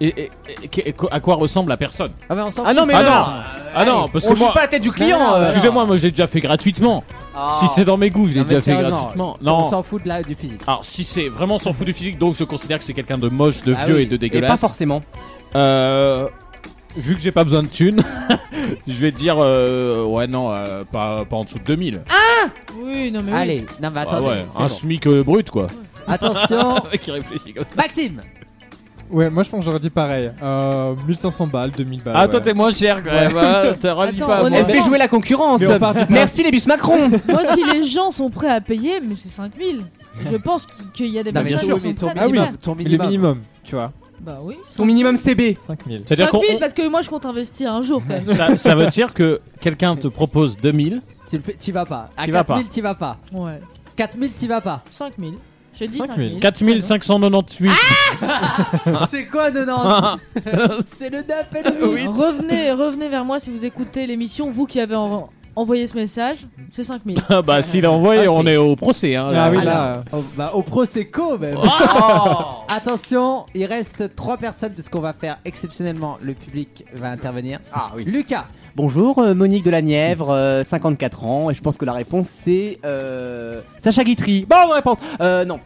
S4: Et, et- et- et- et co- à quoi ressemble la personne
S3: Ah, mais on s'en
S11: Ah non,
S3: fout.
S11: mais
S4: Ah
S11: non,
S4: non
S11: non.
S4: Ah non, parce
S11: On
S4: que
S11: juge
S4: moi...
S11: pas la tête du
S4: Non,
S11: client,
S4: non,
S11: euh.
S4: Excusez-moi, moi j'ai déjà fait gratuitement.
S11: Ah.
S4: Si c'est dans mes goûts, je l'ai
S3: Non, mais
S4: déjà fait
S3: sérieusement,
S4: gratuitement.
S3: On
S4: Non.
S3: s'en fout de la, du physique.
S4: Alors si c'est vraiment on s'en fout du physique, donc je considère que c'est quelqu'un de moche, de
S3: Ah
S4: vieux
S3: oui,
S4: et de
S3: et
S4: dégueulasse.
S3: pas forcément.
S4: Euh, vu que j'ai pas besoin de thunes, je vais dire euh, ouais non, euh, pas, pas en dessous de 2000.
S8: Ah Oui, non mais oui.
S3: Allez, non mais
S4: Ah
S3: Bah, attendez.
S4: ouais,
S3: c'est
S4: un
S3: bon.
S4: smic euh, brut quoi.
S3: Attention.
S4: qui réfléchit comme ça.
S3: Maxime
S5: Ouais, moi je pense que j'aurais dit pareil. Euh, 1500 balles, 2000 balles.
S4: Ah,
S5: ouais.
S4: toi, t'es moins cher, quand même, hein. T'as remis Attends, pas à moi.
S11: Elle fait jouer la concurrence.
S5: Mais on part du principe-
S11: Merci les bus Macron.
S8: Moi, si les gens sont prêts à payer, mais c'est 5000. Je pense qu'il qu'il y a des
S5: Non, mais
S8: personnes
S5: bien sûr, Ah
S8: qui sont
S5: mais ton
S8: prêtes à
S5: minimum,
S8: payer.
S3: ton
S5: Mais le minimum, tu vois.
S8: Bah oui.
S11: Ton minimum CB.
S5: 5000.
S4: C'est-à-dire qu'on
S8: 5000 parce que moi je compte investir un jour quand même.
S4: ça, ça veut dire que quelqu'un te propose 2000.
S3: Tu le fais- T'y vas pas. À
S4: T'y vas pas.
S3: 4000, t'y vas pas.
S8: Ouais.
S3: 4000, t'y vas pas.
S8: 5000. J'ai dit 5000.
S4: 4598.
S3: C'est quoi 90 C'est le 9 et le 8.
S8: Revenez, revenez vers moi si vous écoutez l'émission, vous qui avez en- envoyé ce message, c'est 5000.
S4: Ah bah s'il a envoyé, on est au procès. Hein, là.
S3: Alors, au- bah, au Prosecco même. Oh. Attention, il reste 3 personnes puisqu'on va faire exceptionnellement le public va intervenir. Ah oui. Lucas,
S11: Bonjour, euh, Monique de la Nièvre, euh, 54 ans, et je pense que la réponse c'est euh, Sacha Guitry. Bon, réponse. Euh, non.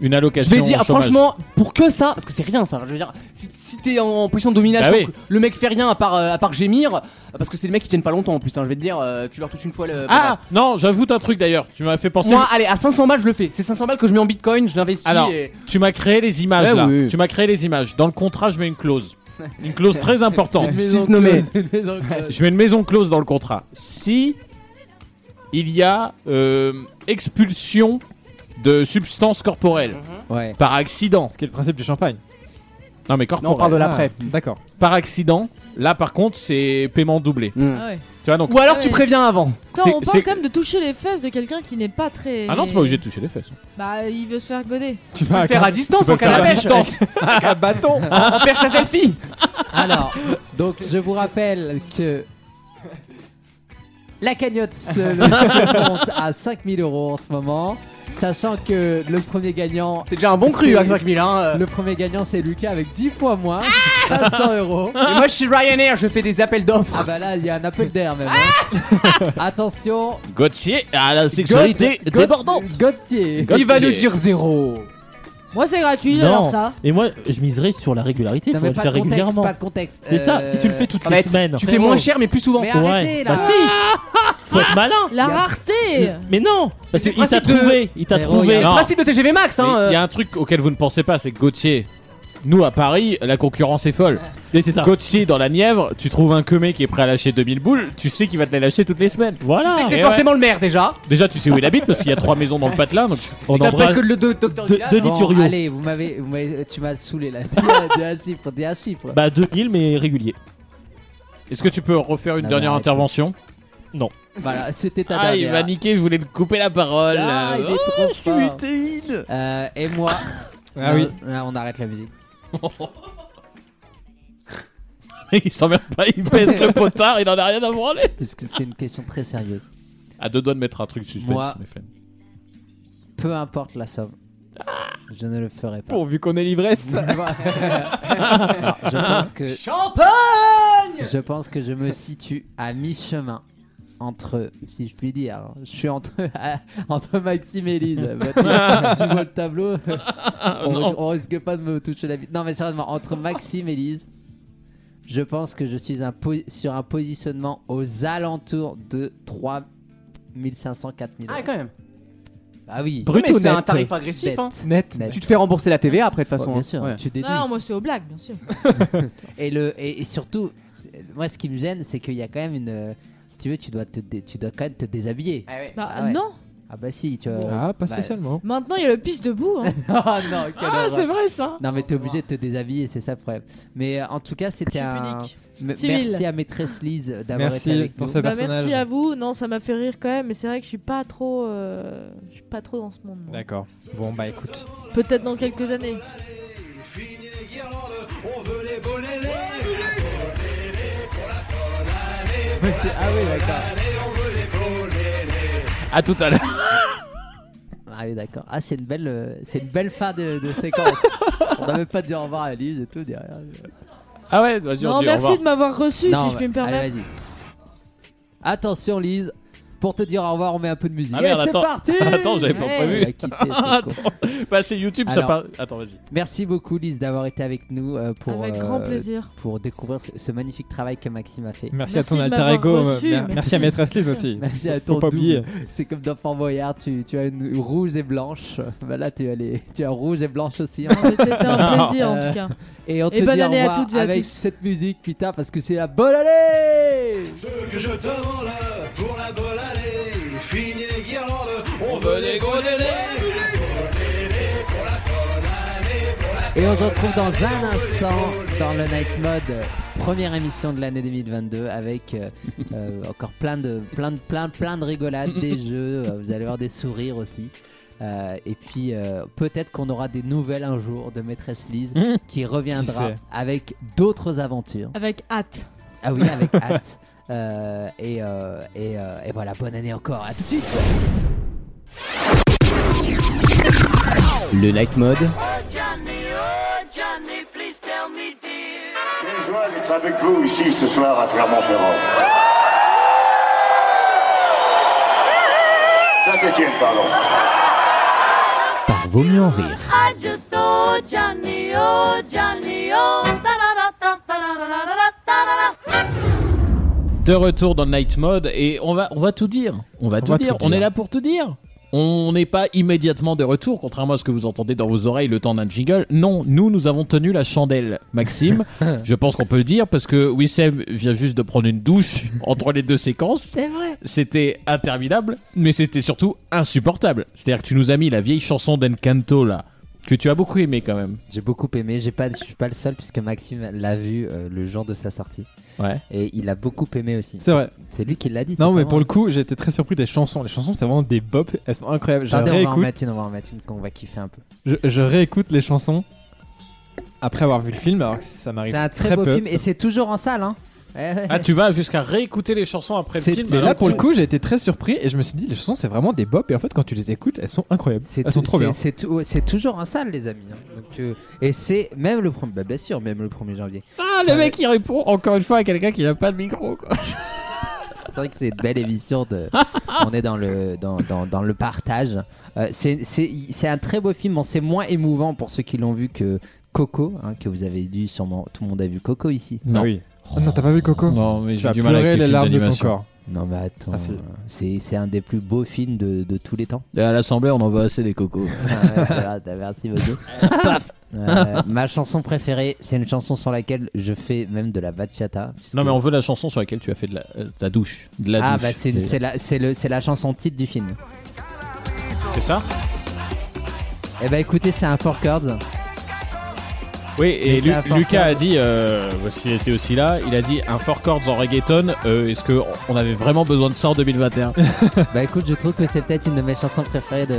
S4: Une allocation.
S11: Je vais dire,
S4: chômage.
S11: franchement, pour que ça, parce que c'est rien ça, je veux dire, si, si t'es en, en position de domination,
S4: Bah oui.
S11: que le mec fait rien à part, euh, à part gémir, euh, parce que c'est des mecs qui tiennent pas longtemps en plus, hein, je vais te dire, euh, tu leur touches une fois le.
S4: Ah non, j'avoue t'as un truc d'ailleurs. Tu m'as fait penser.
S11: Moi, allez, à 500 balles, je le fais. C'est 500 balles que je mets en bitcoin, je l'investis.
S4: Alors,
S11: et-
S4: tu m'as créé les images
S11: Ouais,
S4: là.
S11: oui, oui.
S4: Tu m'as créé les images. Dans le contrat, je mets une clause. Une clause très importante. Je mets une maison close dans le contrat. Si il y a euh, expulsion de substances corporelles
S11: Mhm.
S3: Ouais.
S4: par accident.
S5: Ce qui est le principe du champagne.
S4: Non mais corporel.
S5: Ah, D'accord.
S4: Par accident. Là par contre c'est paiement doublé.
S8: Ah ouais.
S4: Tu vois donc.
S11: Mm. Ou alors tu
S8: Ouais.
S11: préviens avant.
S8: Attends,
S4: C'est-
S8: on
S4: c'est-
S8: parle quand même de toucher les fesses de quelqu'un qui n'est pas très.
S4: Ah non t'es pas obligé de toucher les fesses.
S8: Bah, il veut se faire goder.
S5: Tu
S11: peux le faire à distance, en canne à pêche.
S5: à bâton.
S11: En perche à selfie.
S3: Alors, donc je vous rappelle que la cagnotte se, se monte à 5000 euros en ce moment, sachant que le premier gagnant.
S11: C'est déjà un bon cru,
S3: c'est-
S11: hein, 5000. Hein, euh. Ah
S3: Le premier gagnant c'est Lucas avec 10 fois moins, 500 euros.
S11: Et moi, je suis Ryanair, je fais des appels d'offres. Ah
S3: Ah bah là, il y a un appel d'air même. hein. Attention,
S4: Gauthier à la
S3: sexualité God- God-
S4: débordante.
S3: Gauthier.
S11: Il va
S4: Gauthier.
S11: nous dire zéro.
S8: Moi, c'est gratuit, alors ça.
S13: Et moi, je miserais sur la régularité. Il
S3: Non,
S13: faudrait
S3: mais
S13: le
S3: pas de
S13: faire
S3: contexte,
S13: régulièrement.
S3: pas de contexte.
S13: C'est ça, si tu le fais toutes les
S11: mais Ah bah, tu-
S13: semaines.
S11: Tu fais moins cher, mais plus souvent.
S3: Mais arrêtez là.
S13: Bah si Faut être malin
S8: La rareté
S13: Mais non Parce
S11: C'est le
S13: qu'il t'a
S11: principe de-
S13: trouvé Il t'a
S3: Frérot, il y
S13: trouvé
S3: a-
S4: Non.
S11: Principe de TGV Max,
S4: Mais
S11: hein.
S4: Il y
S11: euh.
S4: a un truc auquel vous ne pensez pas, c'est que Gauthier. Nous à Paris, la concurrence est folle.
S13: Mais c'est ça.
S4: Gauthier dans la Nièvre, tu trouves un comé qui est prêt à lâcher 2000 boules, tu sais qu'il va te les lâcher toutes les semaines.
S11: Tu sais
S13: Voilà
S11: que c'est
S4: Et
S11: forcément le maire déjà.
S4: Déjà, tu sais où il habite parce qu'il y a trois maisons dans le patelin. Donc...
S13: On
S11: Ça peut être
S13: embrasse
S11: que le do- docteur
S13: De-
S11: Village.
S13: Denis
S3: Bon,
S13: Thuriot.
S3: allez, vous m'avez, vous m'avez- tu m'as saoulé là. Dis un- dis un chiffre, dis un chiffre.
S13: Bah 2000 mais régulier.
S4: Est-ce que tu peux refaire une
S3: Non,
S4: dernière
S3: mais arrête.
S4: intervention
S3: Voilà, c'était ta
S4: Ah, il
S3: dernière.
S4: m'a niqué, je voulais lui couper la parole. euh. Oh,
S3: Ah, il est trop fort.
S4: Protéine
S3: Euh, et moi.
S5: Ah
S3: Non,
S5: oui.
S3: là, on arrête la musique.
S4: Il s'emmerde pas, il pèse le potard, il en a rien à branler.
S3: Parce que c'est une question très sérieuse.
S4: À deux doigts de mettre un truc suspense,
S3: Moi.
S4: mais flemme.
S3: Peu importe la somme, je ne le ferai pas.
S5: Pourvu qu'on ait l'ivresse.
S3: Non, je pense que
S11: Champagne
S3: je pense que je me situe à mi-chemin entre, si je puis dire, je suis entre entre Maxime et Elise. Bah, tu, vois- tu vois le tableau on,
S4: non.
S3: on risque pas de me toucher la vie. Non mais sérieusement, entre Maxime et Elise, je pense que je suis un po- sur un positionnement aux alentours de 3500 4000 euros.
S11: Ah, quand même. Bah
S3: Ah oui.
S5: Brut
S11: mais
S5: ou
S11: c'est un
S5: net
S11: tarif agressif, hein.
S5: Net.
S3: Net.
S11: Tu te fais rembourser la TVA après, de toute
S3: Ouais,
S11: façon.
S3: bien
S11: hein.
S3: sûr,
S11: Ouais.
S3: tu déduis.
S8: Non, non, moi c'est aux blagues, bien sûr.
S3: Et, le, et, et surtout, euh, moi ce qui me gêne, c'est qu'il y a quand même une. euh, Si tu veux, tu dois, te dé- tu dois quand même te déshabiller.
S11: Ah ouais.
S8: Bah
S3: Ah ouais.
S8: non
S3: Ah bah si, tu vois.
S5: Ah, pas spécialement.
S8: Maintenant, il y a le pisse debout. hein.
S3: Ah non, quelle
S8: Ah,
S3: horreur.
S8: c'est vrai, ça.
S3: Non mais t'es obligé de te déshabiller, c'est ça le problème. Mais euh, en tout cas, c'était un.
S8: punique.
S3: M-
S8: Civil.
S3: Merci à maîtresse Lise d'avoir
S5: Merci
S3: été avec
S5: pour
S3: nous.
S5: ce
S8: Bah, merci à vous. Non, ça m'a fait rire quand même, mais c'est vrai que je suis pas trop, euh, je suis pas trop dans ce monde. moi.
S5: D'accord. Bon, bah écoute.
S8: Peut-être dans quelques années.
S3: ah oui, d'accord.
S4: À tout à l'heure.
S3: Ah oui, d'accord. Ah, c'est une belle, euh, c'est une belle fin de, de séquence. On n'avait pas dit au revoir à Lise et tout derrière.
S4: Ah ouais, vas-y, on
S8: Non,
S4: dit au
S8: merci
S4: revoir.
S8: de m'avoir reçu,
S3: Non,
S8: si je
S3: bah,
S8: puis me permettre.
S3: allez, vas-y. Attention, Lise. Pour te dire au revoir, on met un peu de musique.
S4: Ah merde,
S3: Et c'est
S4: attends.
S3: parti
S4: Attends, j'avais pas
S3: Ouais.
S4: prévu.
S3: On va quitter, c'est con.
S4: Bah, c'est YouTube, ça
S3: Alors,
S4: part. Attends, vas-y.
S3: Merci beaucoup, Lise, d'avoir été avec nous euh, pour
S8: Avec grand plaisir.
S3: pour découvrir ce, ce magnifique travail que Maxime a fait.
S5: Merci à Merci ton de alter m'avoir ego, euh, reçu, mer- merci. merci à Maîtresse Lise aussi.
S3: merci
S5: Faut
S3: à ton
S5: pas oublier.
S3: double. C'est comme dans Fort Boyard, tu, tu as une rouge et blanche. Bah là, tu as les, tu as rouge et blanche aussi. hein.
S8: mais c'était un plaisir, en
S3: Euh,
S8: tout cas.
S3: Et on
S8: Et
S3: te
S8: bonne
S3: dit au
S8: année à
S3: revoir
S8: toutes et à
S3: avec
S8: tous.
S3: cette musique, putain, parce que c'est la bonne année.
S2: que je demande pour la bonne année. Fini les guirlandes, on veut des gros
S3: Et on se retrouve dans un instant dans le Night Mode, première émission de l'année 2022 avec euh, euh, encore plein de plein de plein plein de rigolades, des jeux. euh, Vous allez voir des sourires aussi. Euh, et puis euh, peut-être qu'on aura des nouvelles un jour de maîtresse Lise qui reviendra
S11: Mmh. Qui sait
S3: avec d'autres aventures.
S8: Avec hâte.
S3: Ah oui, avec hâte. Euh, et, euh, et, euh, et voilà, bonne année encore. À tout de suite.
S1: Le night mode.
S7: Quelle joie d'être avec vous ici ce soir à Clermont-Ferrand. Saint-Étienne, pardon.
S1: Par Vaut mieux en rire.
S6: I just oh Johnny, oh Johnny, oh da da da da da da da da da da da.
S4: De retour dans Night Mode et on va, on va tout dire. On va, tout,
S5: va
S4: dire.
S5: tout
S4: On
S5: dire.
S4: est là pour tout dire. On n'est pas immédiatement de retour, contrairement à ce que vous entendez dans vos oreilles le temps d'un jingle. Non, nous, nous avons tenu la chandelle, Maxime. Je pense qu'on peut le dire parce que Wissem vient juste de prendre une douche entre les deux séquences.
S8: C'est vrai.
S4: C'était interminable, mais c'était surtout insupportable. C'est-à-dire que tu nous as mis la vieille chanson d'Encanto là, que tu as beaucoup aimé quand même.
S3: J'ai beaucoup aimé. J'ai pas, je suis pas le seul puisque Maxime l'a vu euh, le jour de sa sortie.
S4: Ouais.
S3: Et il a beaucoup aimé aussi.
S5: C'est vrai.
S3: C'est lui qui l'a dit. c'est
S5: Non, mais
S3: pas
S5: pour
S3: moi.
S5: le coup, j'ai été très surpris des chansons. Les chansons, c'est vraiment des bops. Elles sont incroyables. Je
S3: Attendez, on va en
S5: réécoute,
S3: mettre une, on va en mettre une qu'on va kiffer un peu.
S5: je, je réécoute les chansons après avoir vu le film, alors que ça m'arrive
S3: C'est un très,
S5: très
S3: beau
S5: peu.
S3: film et c'est toujours en salle. Hein. Ouais, ouais.
S4: Ah, tu vas jusqu'à réécouter les chansons après le
S5: C'est-
S4: film.
S5: mais
S4: alors
S5: là, pour
S4: que
S5: le coup, j'ai été très surpris et je me suis dit, les chansons, c'est vraiment des bops. Et en fait, quand tu les écoutes, elles sont incroyables.
S3: C'est
S5: Elles sont
S3: tout-
S5: trop
S3: c'est-
S5: bien.
S3: C'est tout- ouais, c'est toujours en salle, les amis. hein. Donc, euh, et c'est même le premier. Bah, bien sûr, même le 1er janvier.
S4: Ah,
S3: Ça
S4: le mec il répond encore une fois à quelqu'un qui n'a pas de micro. Quoi.
S3: C'est vrai que c'est une belle émission. De... On est dans le, dans, dans- dans le partage. Euh, c'est- c'est c'est un très beau film. Bon, c'est moins émouvant pour ceux qui l'ont vu que Coco, hein, que vous avez dû sûrement. Tout le monde a vu Coco ici.
S5: Ah oui. Ah non, t'as pas vu Coco
S4: Non, mais
S5: Tu vas pleurer les larmes de ton corps.
S3: Non, mais attends.
S5: Ah, si.
S3: c'est c'est un des plus beaux films de, de tous les temps.
S4: à l'assemblée, on en voit assez des cocos.
S3: Ouais, voilà, Euh, ah, t'as- merci beaucoup. Euh, ma chanson préférée, c'est une chanson sur laquelle je fais même de la bachata. puisque-
S4: non, mais on veut la chanson sur laquelle tu as fait de la, euh, ta douche. De la
S3: ah
S4: douche.
S3: bah c'est une- c'est la, c'est le- c'est la chanson titre du film.
S4: C'est ça
S3: Eh bah écoutez, c'est un four chords.
S4: Oui, et
S3: Mais c'est
S4: Lu-
S3: un four
S4: Lucas a
S3: chords.
S4: dit, euh, parce qu'il était aussi là, il a dit un four chords en reggaeton, euh, est-ce que on avait vraiment besoin de ça en 2021
S3: bah écoute, je trouve que c'est peut-être une de mes chansons préférées de,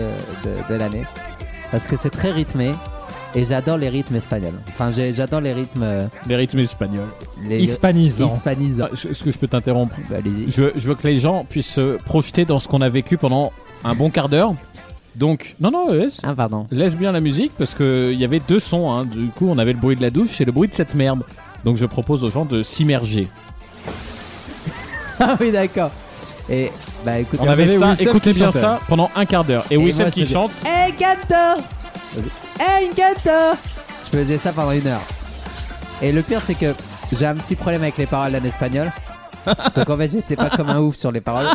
S3: de- de l'année. Parce que c'est très rythmé. Et j'adore les rythmes espagnols. Enfin, j'ai- j'adore les rythmes. euh,
S4: Les rythmes espagnols.
S3: Les...
S5: Hispanisants.
S3: Hispanisants.
S4: Ah, je- Est-ce que je peux t'interrompre
S3: Bah, allez-y.
S4: je, veux- je veux que les gens puissent se projeter dans ce qu'on a vécu pendant un bon quart d'heure. Donc, non, non, laisse,
S3: Ah, pardon.
S4: laisse bien la musique parce qu'il y avait deux sons. hein. Du coup, on avait le bruit de la douche et le bruit de cette merde. Donc, je propose aux gens de s'immerger.
S3: ah oui, d'accord. Et bah écoute,
S4: On avait ça,
S5: Wissem
S4: écoutez
S5: qui
S4: bien
S5: chantait.
S4: ça pendant un quart d'heure. Et,
S3: Et
S4: Wissem
S3: moi, je
S4: qui
S3: faisais-
S4: chante.
S3: Hey, gâteau Hey, gâteau Je faisais ça pendant une heure. Et le pire, c'est que j'ai un petit problème avec les paroles en espagnol. Donc en fait, j'étais pas comme un ouf sur les paroles.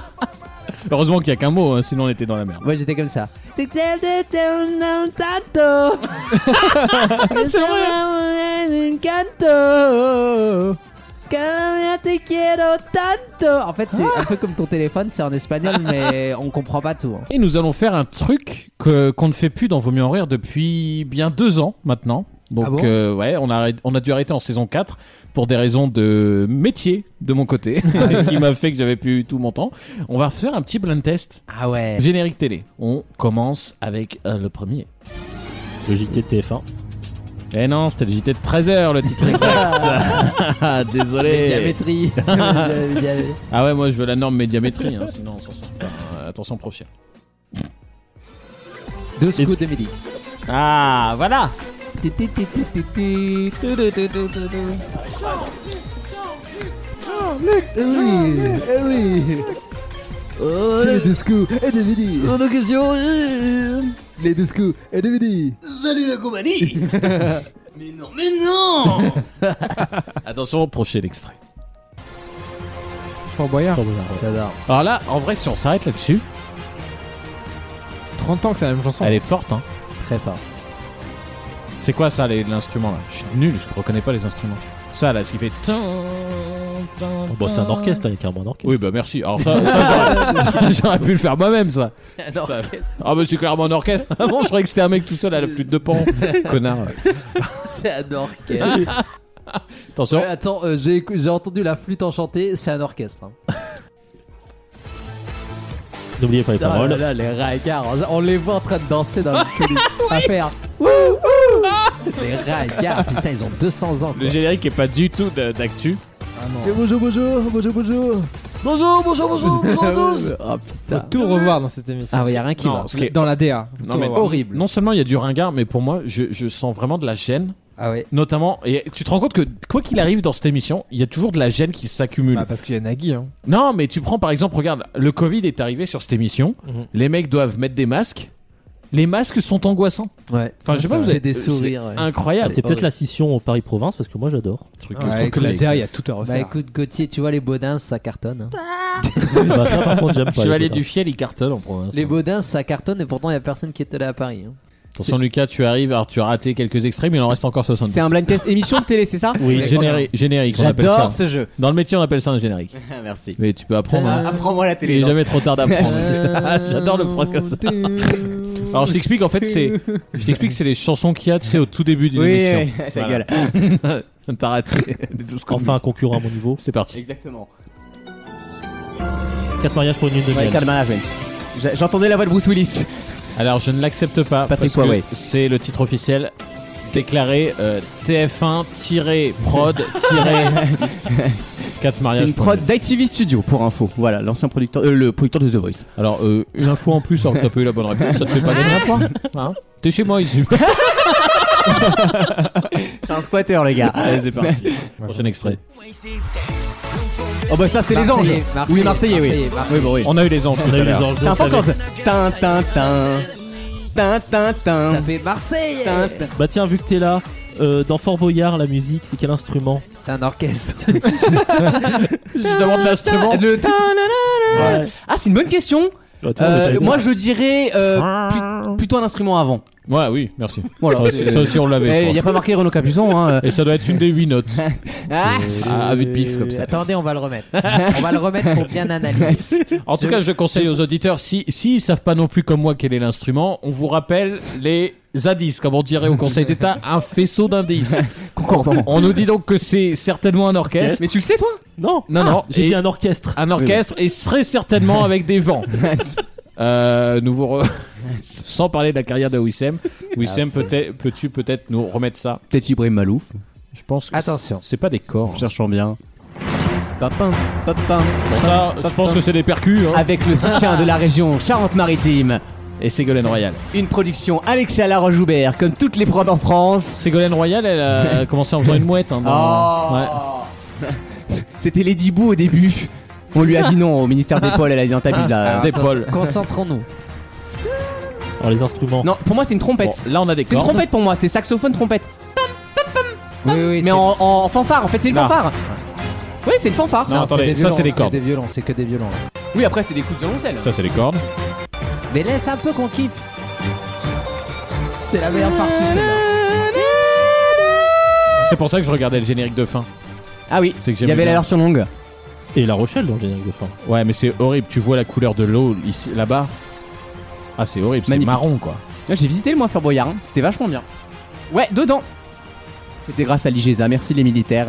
S4: Heureusement qu'il n'y a qu'un mot, hein, sinon on était dans la merde.
S3: Moi, j'étais comme ça. C'est
S11: Cariño, te quiero tanto. En fait, c'est un peu comme ton téléphone, c'est en espagnol, mais on comprend pas tout. hein.
S4: Et nous allons faire un truc que- qu'on ne fait plus dans Vaut mieux en rire depuis bien deux ans maintenant. Donc,
S11: Ah bon
S4: euh, ouais, on a, arrêt- on a dû arrêter en saison 4 pour des raisons de métier de mon côté, qui m'a fait que j'avais plus tout mon temps. On va faire un petit blind test.
S11: Ah ouais.
S4: Générique télé. On commence avec euh, le premier. Le JT de TF1. Eh non, c'était le JT de 13h, le titre exact. Désolé.
S11: Médiamétrie. Médiamétrie.
S4: ah ouais, moi je veux la norme médiamétrie, hein, sinon on s'en sort pas. Euh, attention prochain.
S11: Deux scouts de midi.
S4: Ah, voilà
S11: Eh oui, eh oui. Oh,
S6: C'est les deux
S11: scouts et DVD. Oh, nos questions. euh, Les deux scouts et DVD.
S6: Salut la compagnie Mais non, mais non
S4: Attention, prochain extrait.
S5: Fort Boyard.
S11: J'adore.
S4: Alors là, en vrai, si on s'arrête là-dessus,
S5: 30 ans que c'est la même chanson.
S4: elle est forte, hein.
S11: Très fort.
S4: C'est quoi ça, les- l'instrument là Je suis nul, je reconnais pas les instruments. Ça là, ce qui fait. Tin, tin,
S14: Bon, Oh, bah, c'est un
S4: tin.
S14: orchestre, là, il y a carrément un orchestre.
S4: Oui, bah merci. Alors ça, ça, j'aurais- j'aurais pu le faire moi-même, ça.
S11: Un
S4: Ça-
S11: orchestre.
S4: Ah, bah c'est clairement un orchestre. Ah bon, je croyais que c'était un mec tout seul à la flûte de pan. Connard.
S11: C'est un orchestre.
S4: Attention.
S11: Ouais, attends, euh, j'ai écou- j'ai entendu la flûte enchantée, c'est un orchestre. hein.
S14: N'oubliez pas les
S11: Ah
S14: paroles.
S11: là là, les ragards, on les voit en train de danser dans le
S3: Ah
S11: public. À faire. Wouhou les ragards, putain, ils ont 200 ans.
S4: Le générique est pas du tout de- d'actu.
S5: Ah
S11: Et bonjour, bonjour, bonjour, bonjour. Bonjour, bonjour, bonjour, bonjour à tous. Oh
S5: Faut
S11: putain.
S5: tout revoir dans cette émission.
S11: Ah ouais, y a rien qui
S4: Non,
S11: va.
S4: ce qui est-
S5: Dans la DA. Faut
S4: Non,
S5: tout
S4: mais
S5: revoir.
S11: horrible.
S4: Non seulement il y a du ringard, mais pour moi, je, je sens vraiment de la gêne.
S11: Ah ouais.
S4: Notamment, et tu te rends compte que quoi qu'il arrive dans cette émission, il y a toujours de la gêne qui s'accumule.
S5: Bah, parce qu'il y a Nagui. Hein.
S4: Non, mais tu prends par exemple, regarde, le Covid est arrivé sur cette émission.
S5: Mhm.
S4: Les mecs doivent mettre des masques. Les masques sont angoissants.
S11: Ouais.
S4: Enfin, je sais pas, vous
S11: C'est
S4: avez
S11: des sourires. ouais.
S4: Incroyable.
S14: C'est peut-être la scission au Paris-Province parce que moi j'adore.
S5: Ouais, je trouve que la DA, il y a tout à
S11: Bah
S5: refaire.
S11: écoute, Gauthier, tu vois, les Baudins, ça cartonne. hein.
S3: Ah.
S14: Bah, ça, par contre, j'aime pas.
S4: Chevalier
S14: les
S4: du Fiel, il cartonne en province.
S11: Les Baudins, ça cartonne et pourtant, il y a personne qui est allé à Paris. hein.
S4: Attention, Lucas, tu arrives. Alors, tu as raté quelques extraits, mais il en reste encore 70.
S3: C'est un blind test émission de télé, c'est ça
S4: Oui, générique, générique on appelle ça.
S3: J'adore ce jeu.
S4: Dans le métier, on appelle ça un générique.
S3: Merci. Euh,
S4: Mais tu peux apprendre. hein.
S3: Apprends-moi la
S4: Il
S3: télé.
S4: est
S3: genre.
S4: jamais trop tard d'apprendre. J'adore le prendre comme ça. Alors je t'explique en fait c'est je t'explique c'est les chansons qu'il y a tu sais au tout début d'une
S3: Oui,
S4: émission.
S3: oui, ta
S4: gueule. T'as raté les 12
S14: Enfin, un concurrent à mon niveau.
S4: C'est parti.
S3: Exactement.
S14: 4 mariages pour une lune de
S3: Ouais,
S14: miel.
S3: Card Management. J'a- J'entendais la voix de Bruce Willis.
S4: Alors je ne l'accepte pas
S3: Patrick
S4: parce
S3: Poivet.
S4: que c'est le titre officiel déclaré euh, TF1-prod- 4 mariages
S3: C'est une
S4: pour
S3: prod d'ITV Studio pour info. Voilà, l'ancien producteur, euh, le producteur de The Voice.
S4: Alors, euh, une info en plus, alors que t'as pas eu la bonne réponse, ça te fait pas gagner un point. Hein T'es chez moi ici.
S3: C'est un squatter, les gars.
S4: Allez, c'est parti. Prochain extrait.
S3: Oh bah ça, c'est les anges.
S11: Marseillais,
S3: Ou les Marseillais, oui.
S11: Marseillais, Marseillais.
S3: Oui, bah oui.
S4: On a eu les anges. tout à l'heure.
S3: C'est un fort quand. Tin, tin, tin. Tin, tin, tin.
S11: Ça fait Marseille.
S3: Tin, tin.
S14: Bah tiens, vu que t'es là, euh, dans Fort Boyard, la musique, c'est quel instrument
S11: C'est un orchestre.
S4: Je demande l'instrument.
S3: Le tin, nan, nan, nan.
S14: Ouais.
S3: Ah, c'est une bonne question.
S14: Bah, tu vois,
S3: Euh,
S14: j'avais-
S3: moi, je dirais euh, plut- plutôt un instrument avant.
S4: Ouais, oui, merci.
S3: Voilà.
S4: Ça aussi- ça aussi, on l'avait.
S3: Il
S4: je
S3: n'y a
S4: pense.
S3: pas marqué Renaud Capuçon. Hein.
S4: Et ça doit être une des 8 notes.
S3: Ah,
S4: Ah, à vue de pif comme ça.
S11: Attendez, on va le remettre. on va le remettre pour bien analyser.
S4: En tout cas, je conseille aux auditeurs, si, si ils savent pas non plus comme moi quel est l'instrument, on vous rappelle les indices, comme on dirait au Conseil d'État, un faisceau d'indices.
S3: concordant.
S4: On nous dit donc que c'est certainement un orchestre.
S3: Mais tu le sais, toi
S14: Non,
S4: Non,
S5: Ah,
S3: Ah,
S4: non,
S14: j'ai
S4: et-
S14: dit un orchestre.
S4: un orchestre et très certainement avec des vents. Euh, nous vous re- Sans parler de la carrière de Wissem. Wissem, peut-être- peux-tu peut-être nous remettre ça
S3: Peut-être Ibrahim Malouf.
S4: Je pense que
S11: Attention.
S4: c'est pas des corps. hein.
S3: Cherchons bien. Papin, papin.
S4: Bon, ça, je pense que c'est des percus. hein.
S3: Avec le soutien de la région Charente-Maritime,
S4: Et Ségolène Royal.
S3: une production Alexia Laroche-Joubert, comme toutes les prods en France.
S4: Ségolène Royal, elle a commencé en faisant une mouette. hein, dans- Ouais.
S3: Oh. C'était Lady Boo au début. On lui a dit non au ministère des Pôles, elle a dit non, t'abuses là.
S11: Alors,
S4: Des
S11: attends,
S4: pôles.
S11: Concentrons-nous.
S5: Oh,
S14: Alors les instruments.
S3: Non, pour moi c'est une trompette.
S4: Bon, là, on a des
S3: C'est une
S4: cordes.
S3: trompette pour moi, c'est saxophone trompette.
S11: Oui, oui,
S3: Mais
S11: c'est-
S3: en, en fanfare, en fait c'est une
S4: Non.
S3: fanfare. Oui, c'est une fanfare.
S4: Non,
S11: Non,
S4: attendez,
S11: des
S4: ça,
S11: violons,
S4: c'est des cordes.
S11: C'est des violons, c'est que des violons. là.
S3: Oui, après c'est des coups de violoncelle.
S4: Ça, c'est les cordes.
S11: Mais laisse un peu qu'on kiffe. C'est la meilleure partie, celle-là.
S4: C'est pour ça que je regardais le générique de fin.
S12: Ah oui,
S4: C'est que
S12: il y
S4: j'aimais
S12: avait la
S4: bien.
S12: version longue.
S15: Et La Rochelle dans le générique de fin.
S4: Ouais, mais c'est horrible. Tu vois la couleur de l'eau ici, là-bas. Ah, c'est horrible. C'est
S12: Magnifique.
S4: marron, quoi.
S12: Ouais, J'ai visité le moins Fort Boyard, hein. c'était vachement bien. Ouais, dedans C'était grâce à l'IGESA, merci les militaires.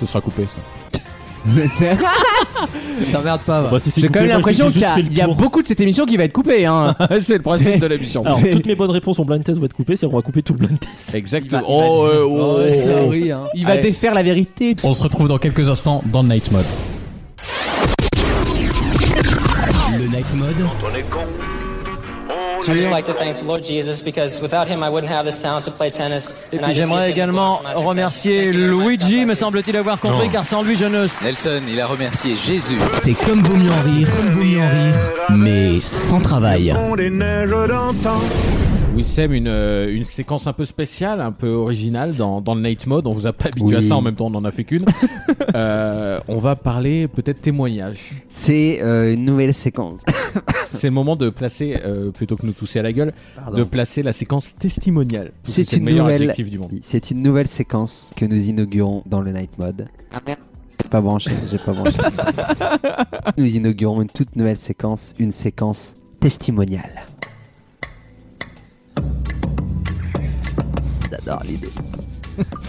S4: Ce sera coupé, ça. Ah,
S3: T'emmerdes pas.
S15: Bah, si c'est
S12: J'ai quand
S15: coupé,
S12: même
S15: moi, je dis que
S12: l'impression
S15: j'ai
S12: qu'il y,
S15: juste
S12: a-
S15: fait le
S12: il y a
S15: tour.
S12: beaucoup de cette émission qui va être coupée. Hein.
S4: c'est le principe de l'émission.
S15: Alors,
S12: C'est-
S15: toutes mes bonnes réponses au blind test vont être coupées, c'est on va couper tout le blind test.
S4: Exactement. Oh, euh, oh, oh, oh.
S15: hein.
S12: Il va
S15: Allez.
S12: défaire la vérité.
S16: On se retrouve dans quelques instants dans le Night Mode.
S1: Le Night Mode.
S17: I just like to thank the Lord Jesus because without him I wouldn't have this talent to play tennis.
S18: Et
S17: And I
S18: puis
S17: just need
S18: j'aimerais
S17: him to
S18: également
S17: bless my success.
S18: remercier Luigi, me semble-t-il avoir compris, car sans lui je ne.
S1: Nelson, il a remercié Jésus.
S18: C'est comme vaut mieux en rire.
S1: Mais sans travail.
S4: Wissem, une, euh, une séquence un peu spéciale, un peu originale dans, dans le Night Mode. On vous a pas habitué à
S3: Oui.
S4: ça en même temps, on en a fait qu'une. Euh, on va parler peut-être témoignage.
S3: C'est euh, une nouvelle séquence.
S4: C'est le moment de placer, euh, plutôt que nous tousser à la gueule,
S3: Pardon.
S4: de placer la séquence testimoniale. Parce que
S3: C'est une
S4: le meilleur
S3: nouvelle.
S4: adjectif du monde.
S3: C'est une nouvelle séquence que nous inaugurons dans le Night Mode. Ah merde. J'ai pas branché. J'ai pas branché. nous inaugurons une toute nouvelle séquence, une séquence testimoniale. J'adore l'idée.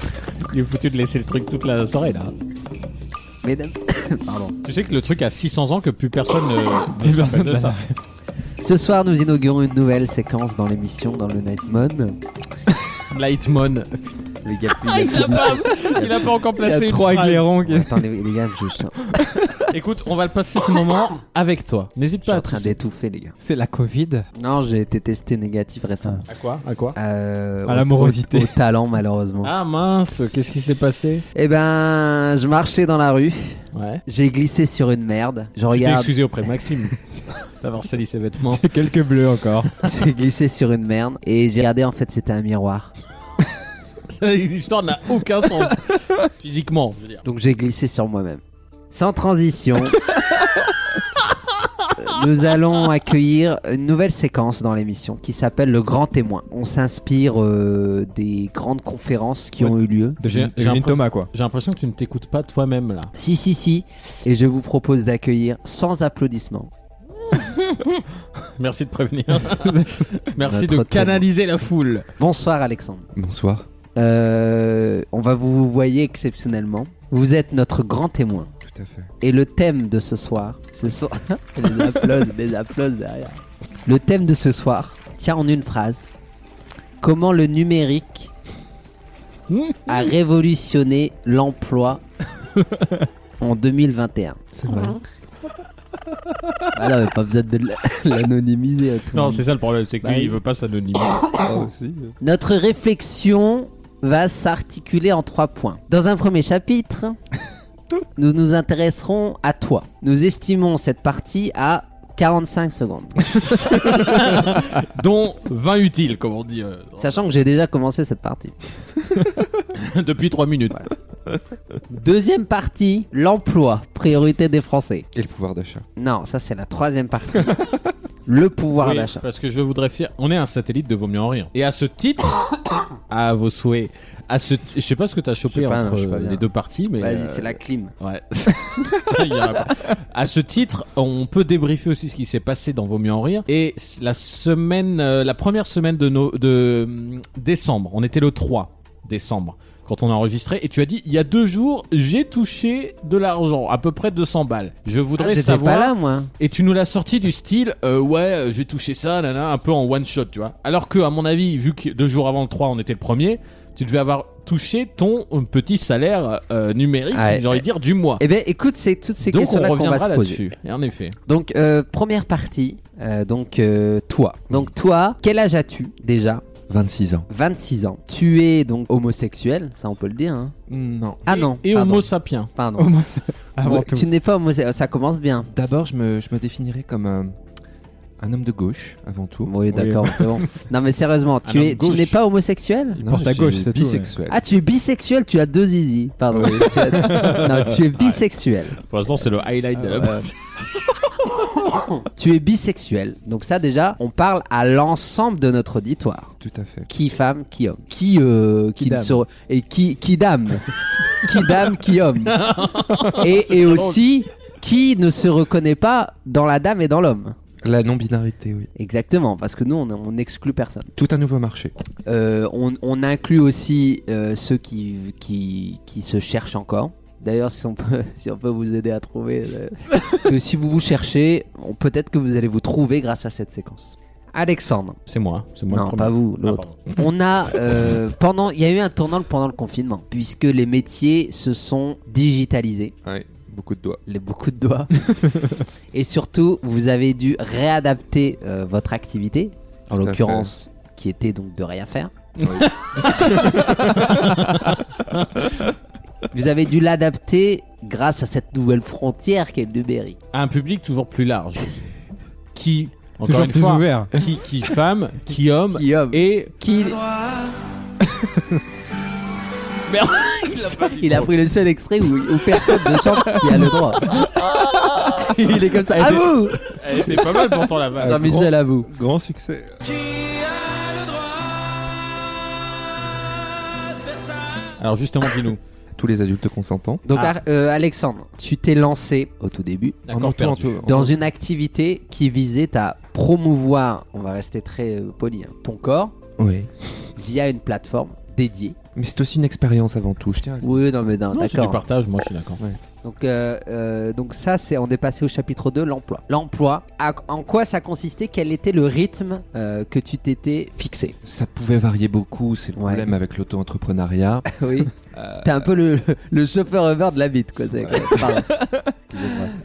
S4: Il est foutu de laisser le truc toute la soirée là.
S3: Mesdames, pardon.
S4: Tu sais que le truc a 600 ans que plus personne ne. ne se
S3: personne
S4: rappelle de
S3: n'a-
S4: ça.
S3: Ce soir, nous inaugurons une nouvelle séquence dans l'émission, dans le Night Mode.
S4: Lightmon.
S3: Les gars,
S4: Ah, il a pas- il a pas encore placé une phrase.
S3: Attends, les, les gars, je suis
S4: Écoute, on va le passer ce moment avec toi. N'hésite pas
S3: en
S4: à
S3: train
S4: tousser.
S3: d'étouffer, les gars.
S5: C'est la Covid. Ah.
S3: Non, j'ai été testé négatif récemment.
S4: À quoi À quoi
S3: Euh,
S5: À
S3: au-
S5: l'amorosité.
S3: Au, au talent, malheureusement.
S4: Ah mince, qu'est-ce qui s'est passé
S3: Eh ben, je marchais dans la rue.
S4: Ouais.
S3: J'ai glissé sur une merde. Je
S4: Je t'ai
S3: regarde.
S4: excusé auprès de Maxime d'avoir sali ses vêtements.
S5: C'est quelques bleus encore.
S3: J'ai glissé sur une merde et j'ai regardé en fait c'était un miroir.
S4: L'histoire n'a aucun sens. Physiquement, je veux dire.
S3: Donc j'ai glissé sur moi-même. Sans transition. Nous allons accueillir une nouvelle séquence dans l'émission qui s'appelle Le Grand Témoin. On s'inspire euh, des grandes conférences qui ont eu lieu.
S4: l'impres- J'ai l'impression que tu ne t'écoutes pas toi-même là.
S3: Si, si, si. Et je vous propose d'accueillir sans applaudissements.
S4: Merci de prévenir. Merci
S3: Notre
S4: de
S3: témoin.
S4: canaliser la foule.
S3: Bonsoir Alexandre.
S19: Bonsoir.
S3: Euh, on va vous voyer exceptionnellement. Vous êtes notre grand témoin.
S19: Tout à fait.
S3: Et le thème de ce soir, ce soir, les applaudes, les applaudes derrière. Le thème de ce soir tient en une phrase. Comment le numérique a révolutionné l'emploi en 2021. C'est
S19: vrai.
S3: Ah non, mais pas besoin de l- l'anonymiser à tout. le
S4: Non,
S3: monde.
S4: c'est ça le problème, c'est que
S3: Bah
S4: lui,
S3: oui.
S4: il veut pas s'anonymiser.
S3: Ah, Notre réflexion va s'articuler en trois points. Dans un premier chapitre, nous nous intéresserons à toi. Nous estimons cette partie à 45 secondes.
S4: Dont 20 utiles, comme on dit, euh,
S3: Sachant que j'ai déjà commencé cette partie.
S4: depuis 3 minutes.
S3: Deuxième partie, l'emploi, priorité des Français.
S19: Et le pouvoir d'achat.
S3: Non, ça c'est la troisième partie. le pouvoir
S4: Oui,
S3: d'achat.
S4: Parce que je voudrais fier. On est un satellite de Vaut mieux en rire. Et à ce titre, à vos souhaits, à ce, t- je sais pas ce que t'as chopé
S3: pas,
S4: entre
S3: non, je sais pas
S4: euh,
S3: bien.
S4: les deux parties, mais
S3: Vas-y,
S4: euh,
S3: c'est la clim.
S4: Ouais. Il y en a pas. à ce titre, on peut débriefer aussi ce qui s'est passé dans Vaut mieux en rire. Et s- la semaine, euh, la première semaine de, no- de hum, décembre, on était le 3 décembre. Quand on a enregistré, et tu as dit, il y a deux jours, j'ai touché de l'argent, à peu près 200 balles. Je voudrais
S3: Ah, j'étais
S4: savoir.
S3: pas là, moi.
S4: Et tu nous l'as sorti du style, euh, ouais, euh, j'ai touché ça, nana, un peu en one shot, tu vois. Alors que, à mon avis, vu que deux jours avant le 3, on était le premier, tu devais avoir touché ton euh, petit salaire euh, numérique,
S3: Ouais.
S4: j'ai envie de dire, du mois.
S3: Eh bien, écoute, c'est toutes ces
S4: Donc on
S3: questions-là qu'on va
S4: reviendra
S3: se poser.
S4: là-dessus. Et en effet.
S3: Donc, euh, première partie, euh, donc euh, toi. Donc, toi, quel âge as-tu déjà
S19: 26 ans.
S3: 26 ans. Tu es donc homosexuel, ça on peut le dire. hein.
S19: Non.
S3: Ah non.
S4: Et
S3: pardon.
S4: homo sapiens.
S3: Pardon.
S19: Homo-
S5: avant
S3: Ouais,
S5: tout.
S3: Tu n'es pas homosexuel, ça commence bien.
S19: D'abord, je me, je me définirais comme euh, un homme de gauche, avant tout.
S3: Oui, d'accord, c'est bon. Non, mais sérieusement,
S19: Un
S3: tu
S19: homme
S3: es, tu
S19: gauche.
S3: n'es pas homosexuel
S19: Non, porte à je gauche, suis c'est tout, ouais. bisexuel.
S3: Ah, tu es bisexuel, tu as deux zizi. Pardon.
S4: Oui.
S3: Tu as- Non, tu es bisexuel.
S4: Pour l'instant, c'est le highlight de la
S3: Ouais.
S4: partie.
S3: tu es bisexuel. Donc ça déjà, on parle à l'ensemble de notre auditoire.
S19: Tout à fait.
S3: Qui femme, qui homme, qui euh, qui,
S19: Qui dame.
S3: sur- et qui qui dame, qui dame, qui homme. et et aussi qui ne se reconnaît pas dans la dame et dans l'homme.
S19: La non-binarité, oui.
S3: Exactement, parce que nous on, on exclut personne.
S19: Tout un nouveau marché.
S3: Euh, on, on inclut aussi euh, ceux qui, qui, qui se cherchent encore. D'ailleurs, si on peut, si on peut vous aider à trouver, euh, que si vous vous cherchez, on- peut-être que vous allez vous trouver grâce à cette séquence. Alexandre.
S4: C'est moi, c'est moi le
S3: Non,
S4: premier.
S3: pas vous,
S4: Ah,
S3: l'autre. on a euh, pendant, il y a eu un tournant pendant le confinement, puisque les métiers se sont digitalisés.
S19: Ouais, beaucoup de doigts.
S3: Les beaucoup de doigts. Et surtout, vous avez dû réadapter euh, votre activité, en
S19: Tout à
S3: l'occurrence, qui était donc de rien faire.
S19: Oui.
S3: vous avez dû l'adapter grâce à cette nouvelle frontière qu'est le Berry.
S4: À un public toujours plus large. qui, encore
S3: Toujours
S4: une
S3: plus
S4: fois,
S3: ouvert.
S4: Qui, qui femme, qui homme, et
S3: qui.
S4: Merde,
S3: Il a pris le seul extrait où, où personne ne chante qui a le droit.
S17: Uh,
S3: Il est comme ça.
S4: Elle
S3: À
S4: était-
S3: vous
S4: elle était pas mal pourtant, la vanne.
S3: Eh, Jean-Michel, à vous.
S19: Grand succès.
S4: Alors justement, dis-nous.
S19: Tous les adultes consentants.
S3: Donc, Ar- euh, Alexandre, tu t'es lancé au tout début
S19: Ah. D'accord, En tout, en perdu. tout, en tout.
S3: dans une activité qui visait à promouvoir, on va rester très euh, poli, hein, ton corps
S19: Oui.
S3: via une plateforme dédiée.
S19: Mais c'est aussi une expérience avant tout, je tiens à le-
S3: Oui, non, mais non,
S19: Non, c'est
S3: d'accord.
S19: du partage, moi, je suis
S4: d'accord.
S3: Donc, euh, euh, donc ça, c'est on est passé au chapitre 2, l'emploi. L'emploi, à- en quoi ça consistait Quel était le rythme euh, que tu t'étais fixé
S19: Ça pouvait varier beaucoup, c'est le problème avec l'auto-entrepreneuriat.
S3: Oui. T'es un peu le, le chauffeur Uber de la bite, quoi. c'est- Pardon.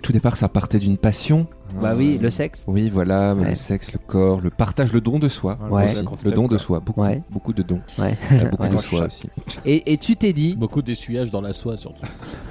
S19: Tout départ, ça partait d'une passion.
S3: Bah oui, le sexe.
S19: Oui, voilà, bah,
S3: Ouais.
S19: le sexe, le corps, le partage, le don de soi.
S3: Ouais.
S19: aussi. Le don de soi, beaucoup, beaucoup de dons. Euh, Beaucoup
S3: Ouais.
S19: de soi aussi.
S3: Et, et tu t'es dit.
S4: Beaucoup d'essuyage dans la soie surtout.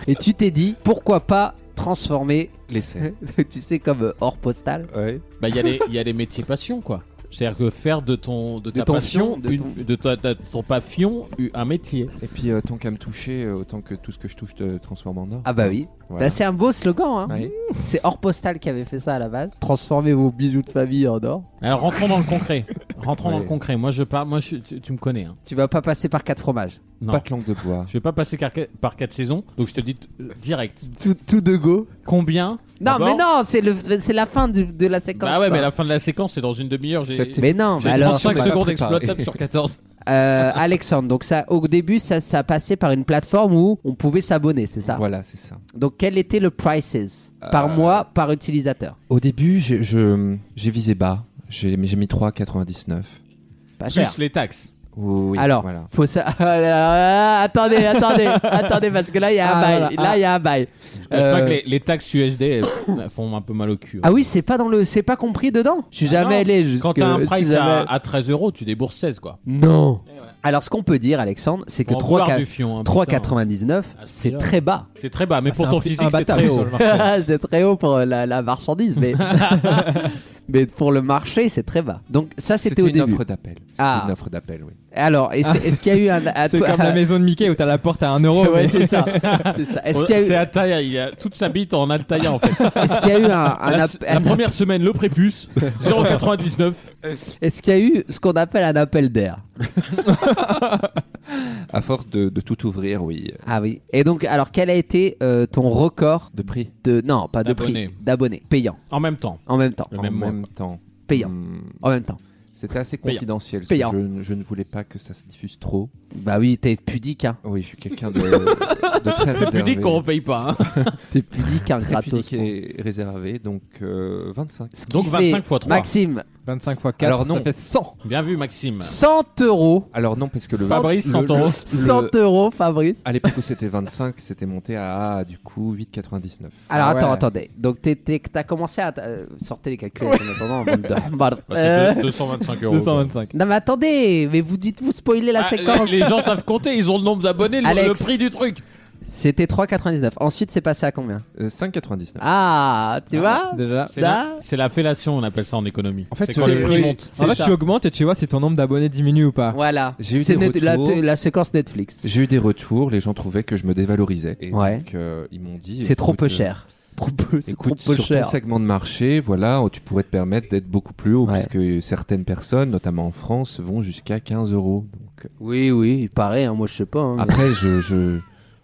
S3: Et tu t'es dit, pourquoi pas transformer
S19: l'essai
S3: Tu sais, comme euh, hors postal.
S4: Bah, il y, a les- il y a les métiers passion, quoi. C'est-à-dire que faire de ton de ta
S19: ton
S4: passion,
S19: fion, de
S4: une- de ta- ta- ton passion, eu un métier.
S19: Et puis, euh, tant qu'à me toucher, euh, autant que tout ce que je touche te transforme en or.
S3: Ah bah oui.
S19: Voilà.
S3: Bah, c'est un beau slogan. Hein.
S19: Ouais.
S3: C'est hors postal qui avait fait ça à la base. Transformer vos bijoux de famille en or.
S4: Alors rentrons dans le concret. Rentrons dans le
S3: Ouais.
S4: concret. Moi je parle, moi je- tu, tu me connais. hein.
S3: Tu vas pas passer par quatre fromages.
S4: Non.
S19: Pas de langue de bois.
S4: Je vais pas passer car- par quatre saisons, donc je te le dis t- euh, direct.
S3: Tout, de go.
S4: Combien
S3: Non, mais
S4: D'abord
S3: non, c'est le, c'est la fin du- de la séquence.
S4: Bah ouais,
S3: ça.
S4: mais la fin de la séquence c'est dans une demi-heure. j'ai-
S3: C'était- Mais non,
S4: c'est
S3: mais alors- on
S4: 35
S3: l'a pas
S4: secondes
S3: préparé.
S4: exploitables sur 14.
S3: Euh, Alexandre, donc ça, au début, ça, ça passait par une plateforme où on pouvait s'abonner, c'est ça
S19: Voilà, c'est ça. Euh,
S3: Donc quel était le prices par mois, par utilisateur
S19: Au début, j'ai je- j'ai visé bas. J'ai j'ai mis 3,99.
S3: Pas cher.
S4: Plus les taxes.
S19: Oui,
S3: Alors,
S19: voilà.
S3: faut ça. Ah, attendez, attendez, attendez, parce que là, il y a un
S11: Ah,
S3: bail.
S11: voilà,
S3: là, il y a un bail.
S4: Je cache pas
S3: Euh,
S4: que les, les taxes USD elles, elles font un peu mal au cul. hein.
S3: Ah oui, c'est pas dans le, c'est pas compris dedans. Je suis
S4: Ah
S3: jamais
S4: non,
S3: allé jusque.
S4: Quand t'as un
S3: je suis
S4: price
S3: jamais
S4: à,
S3: allé.
S4: à 13 euros, tu débourses 16 quoi. Eh
S3: Non. Alors, ce qu'on peut dire, Alexandre, c'est que
S4: Faut en boire
S3: 3,4-
S4: du fion, hein,
S3: 3,99,
S4: Ah,
S3: c'est
S4: là.
S3: très bas. Ah,
S4: C'est très bas, mais pour ton physique c'est
S3: Imbattable.
S4: très haut.
S3: c'est très haut pour la, la marchandise, mais, mais pour le marché, c'est très bas. Donc ça, c'était au
S19: une
S3: début.
S19: offre d'appel. C'était
S3: Ah.
S19: une offre d'appel, oui.
S3: Alors, est-ce
S5: Ah,
S3: est-ce qu'il y a eu un... à
S5: C'est
S3: toi-
S5: comme la maison de Mickey où t'as la porte à 1 euro.
S3: Ouais,
S5: mais-
S3: c'est ça. C'est ça. Est-ce qu'il y a eu-
S4: Oh, C'est Altaïa, il a toute sa bite en Altaïa en fait.
S3: Est-ce qu'il y a eu un- un
S4: la,
S3: app-
S4: la
S3: un
S4: première semaine le prépuce 0,99.
S3: Est-ce qu'il y a eu ce qu'on appelle un appel d'air
S19: À force de, de tout ouvrir, oui.
S3: Ah oui. Et donc, alors, quel a été euh, ton record
S19: de prix
S3: de Non, pas de
S19: D'abonnés.
S3: prix. D'abonnés. Payants.
S4: En même temps.
S3: En même temps.
S19: En
S3: En
S19: même
S3: même
S19: temps.
S3: Payant.
S19: Hmm.
S3: En même temps.
S19: C'était assez
S3: Payant.
S19: confidentiel. parce que
S3: Payant.
S19: Je, ne- je ne voulais pas que ça se diffuse trop.
S3: Bah oui, t'es pudique, hein.
S19: Oui, je suis quelqu'un de, de très
S4: T'es
S19: réservé.
S4: pudique qu'on repaye pas, hein.
S3: T'es pudique, hein,
S19: Très
S3: gratos,
S19: pudique et réservé, donc euh, 25.
S3: qui Donc fait 25 fois trois. Maxime.
S19: 25 fois
S5: 4,
S19: Alors
S5: ça
S19: non.
S5: fait 100.
S4: Bien vu Maxime.
S3: 100 euros.
S19: Alors non, parce que le...
S4: Fabrice, 100 euros.
S3: 100 euros, Fabrice.
S19: À l'époque où c'était 25, c'était monté à, du coup, 8,99.
S3: Alors attends, attendez. Donc t'es- t'es- t'as commencé à... euh, sortez les calculs en attendant. bande de hambards.
S4: Bah, c'est deux- 225 euros. 225.
S3: Non mais attendez, mais vous dites, vous spoilez la
S4: Ah,
S3: séquence.
S4: Les, les gens savent compter, ils ont le nombre d'abonnés, le,
S3: Alex.
S4: le prix du truc.
S3: C'était 3,99. Ensuite, c'est passé à combien
S19: Euh, 5,99.
S3: Ah, tu vois
S4: C'est
S3: Là-
S4: la, c'est la fellation, on appelle ça en économie. En
S5: En fait,
S4: c'est quand les prix
S5: oui.
S4: montent.
S5: En fait, tu augmentes et tu vois si ton nombre d'abonnés diminue ou pas.
S3: Voilà.
S19: J'ai eu
S3: C'est
S19: des
S3: net- la-
S19: retours.
S3: la séquence Netflix.
S19: J'ai eu des retours, les gens trouvaient que je me dévalorisais. Et
S3: Ouais.
S19: donc, euh, ils m'ont dit...
S3: C'est trop
S19: écoute,
S3: peu
S19: euh,
S3: cher.
S11: trop peu, c'est trop
S19: Écoute,
S11: peu
S19: sur
S11: cher.
S19: ton segment de marché, voilà, oh, tu pourrais te permettre d'être beaucoup plus haut,
S11: Ouais.
S19: parce que certaines personnes, notamment en France, vont jusqu'à 15 euros. Donc...
S3: Oui, oui, il paraît, hein, moi je sais pas. hein, mais-
S19: Après, je, je,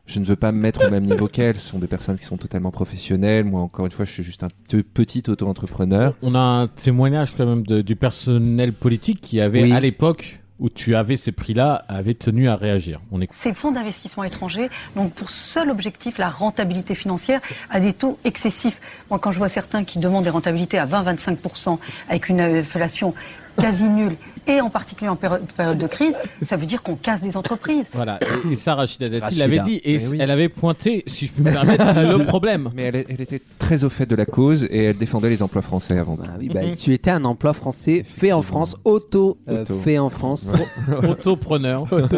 S19: je ne veux pas me mettre au même niveau qu'elles. Ce sont des personnes qui sont totalement professionnelles. Moi, encore une fois, je suis juste un p- petit auto-entrepreneur.
S4: On a un témoignage quand même de- du personnel politique qui avait,
S19: Oui.
S4: à l'époque où tu avais ces prix-là, avait tenu à réagir. On écoute.
S20: Ces fonds d'investissement étrangers, donc pour seul objectif la rentabilité financière à des taux excessifs. Moi, quand je vois certains qui demandent des rentabilités à 20-25% avec une inflation quasi nulle, et en particulier en péri- période de crise, ça veut dire qu'on casse des entreprises.
S4: Voilà, et, et ça, Rachida Dati
S19: Rachida.
S4: l'avait dit, et
S19: Mais
S4: c-
S19: oui.
S4: elle avait pointé, si je peux me permettre, le problème.
S19: Mais elle, elle était très au fait de la cause et elle défendait les emplois français avant. tout.
S3: Oui, bah, tu étais un emploi français fait en France, auto, euh,
S19: Auto.
S3: fait en France.
S19: Ouais.
S4: Autopreneur.
S3: Auto,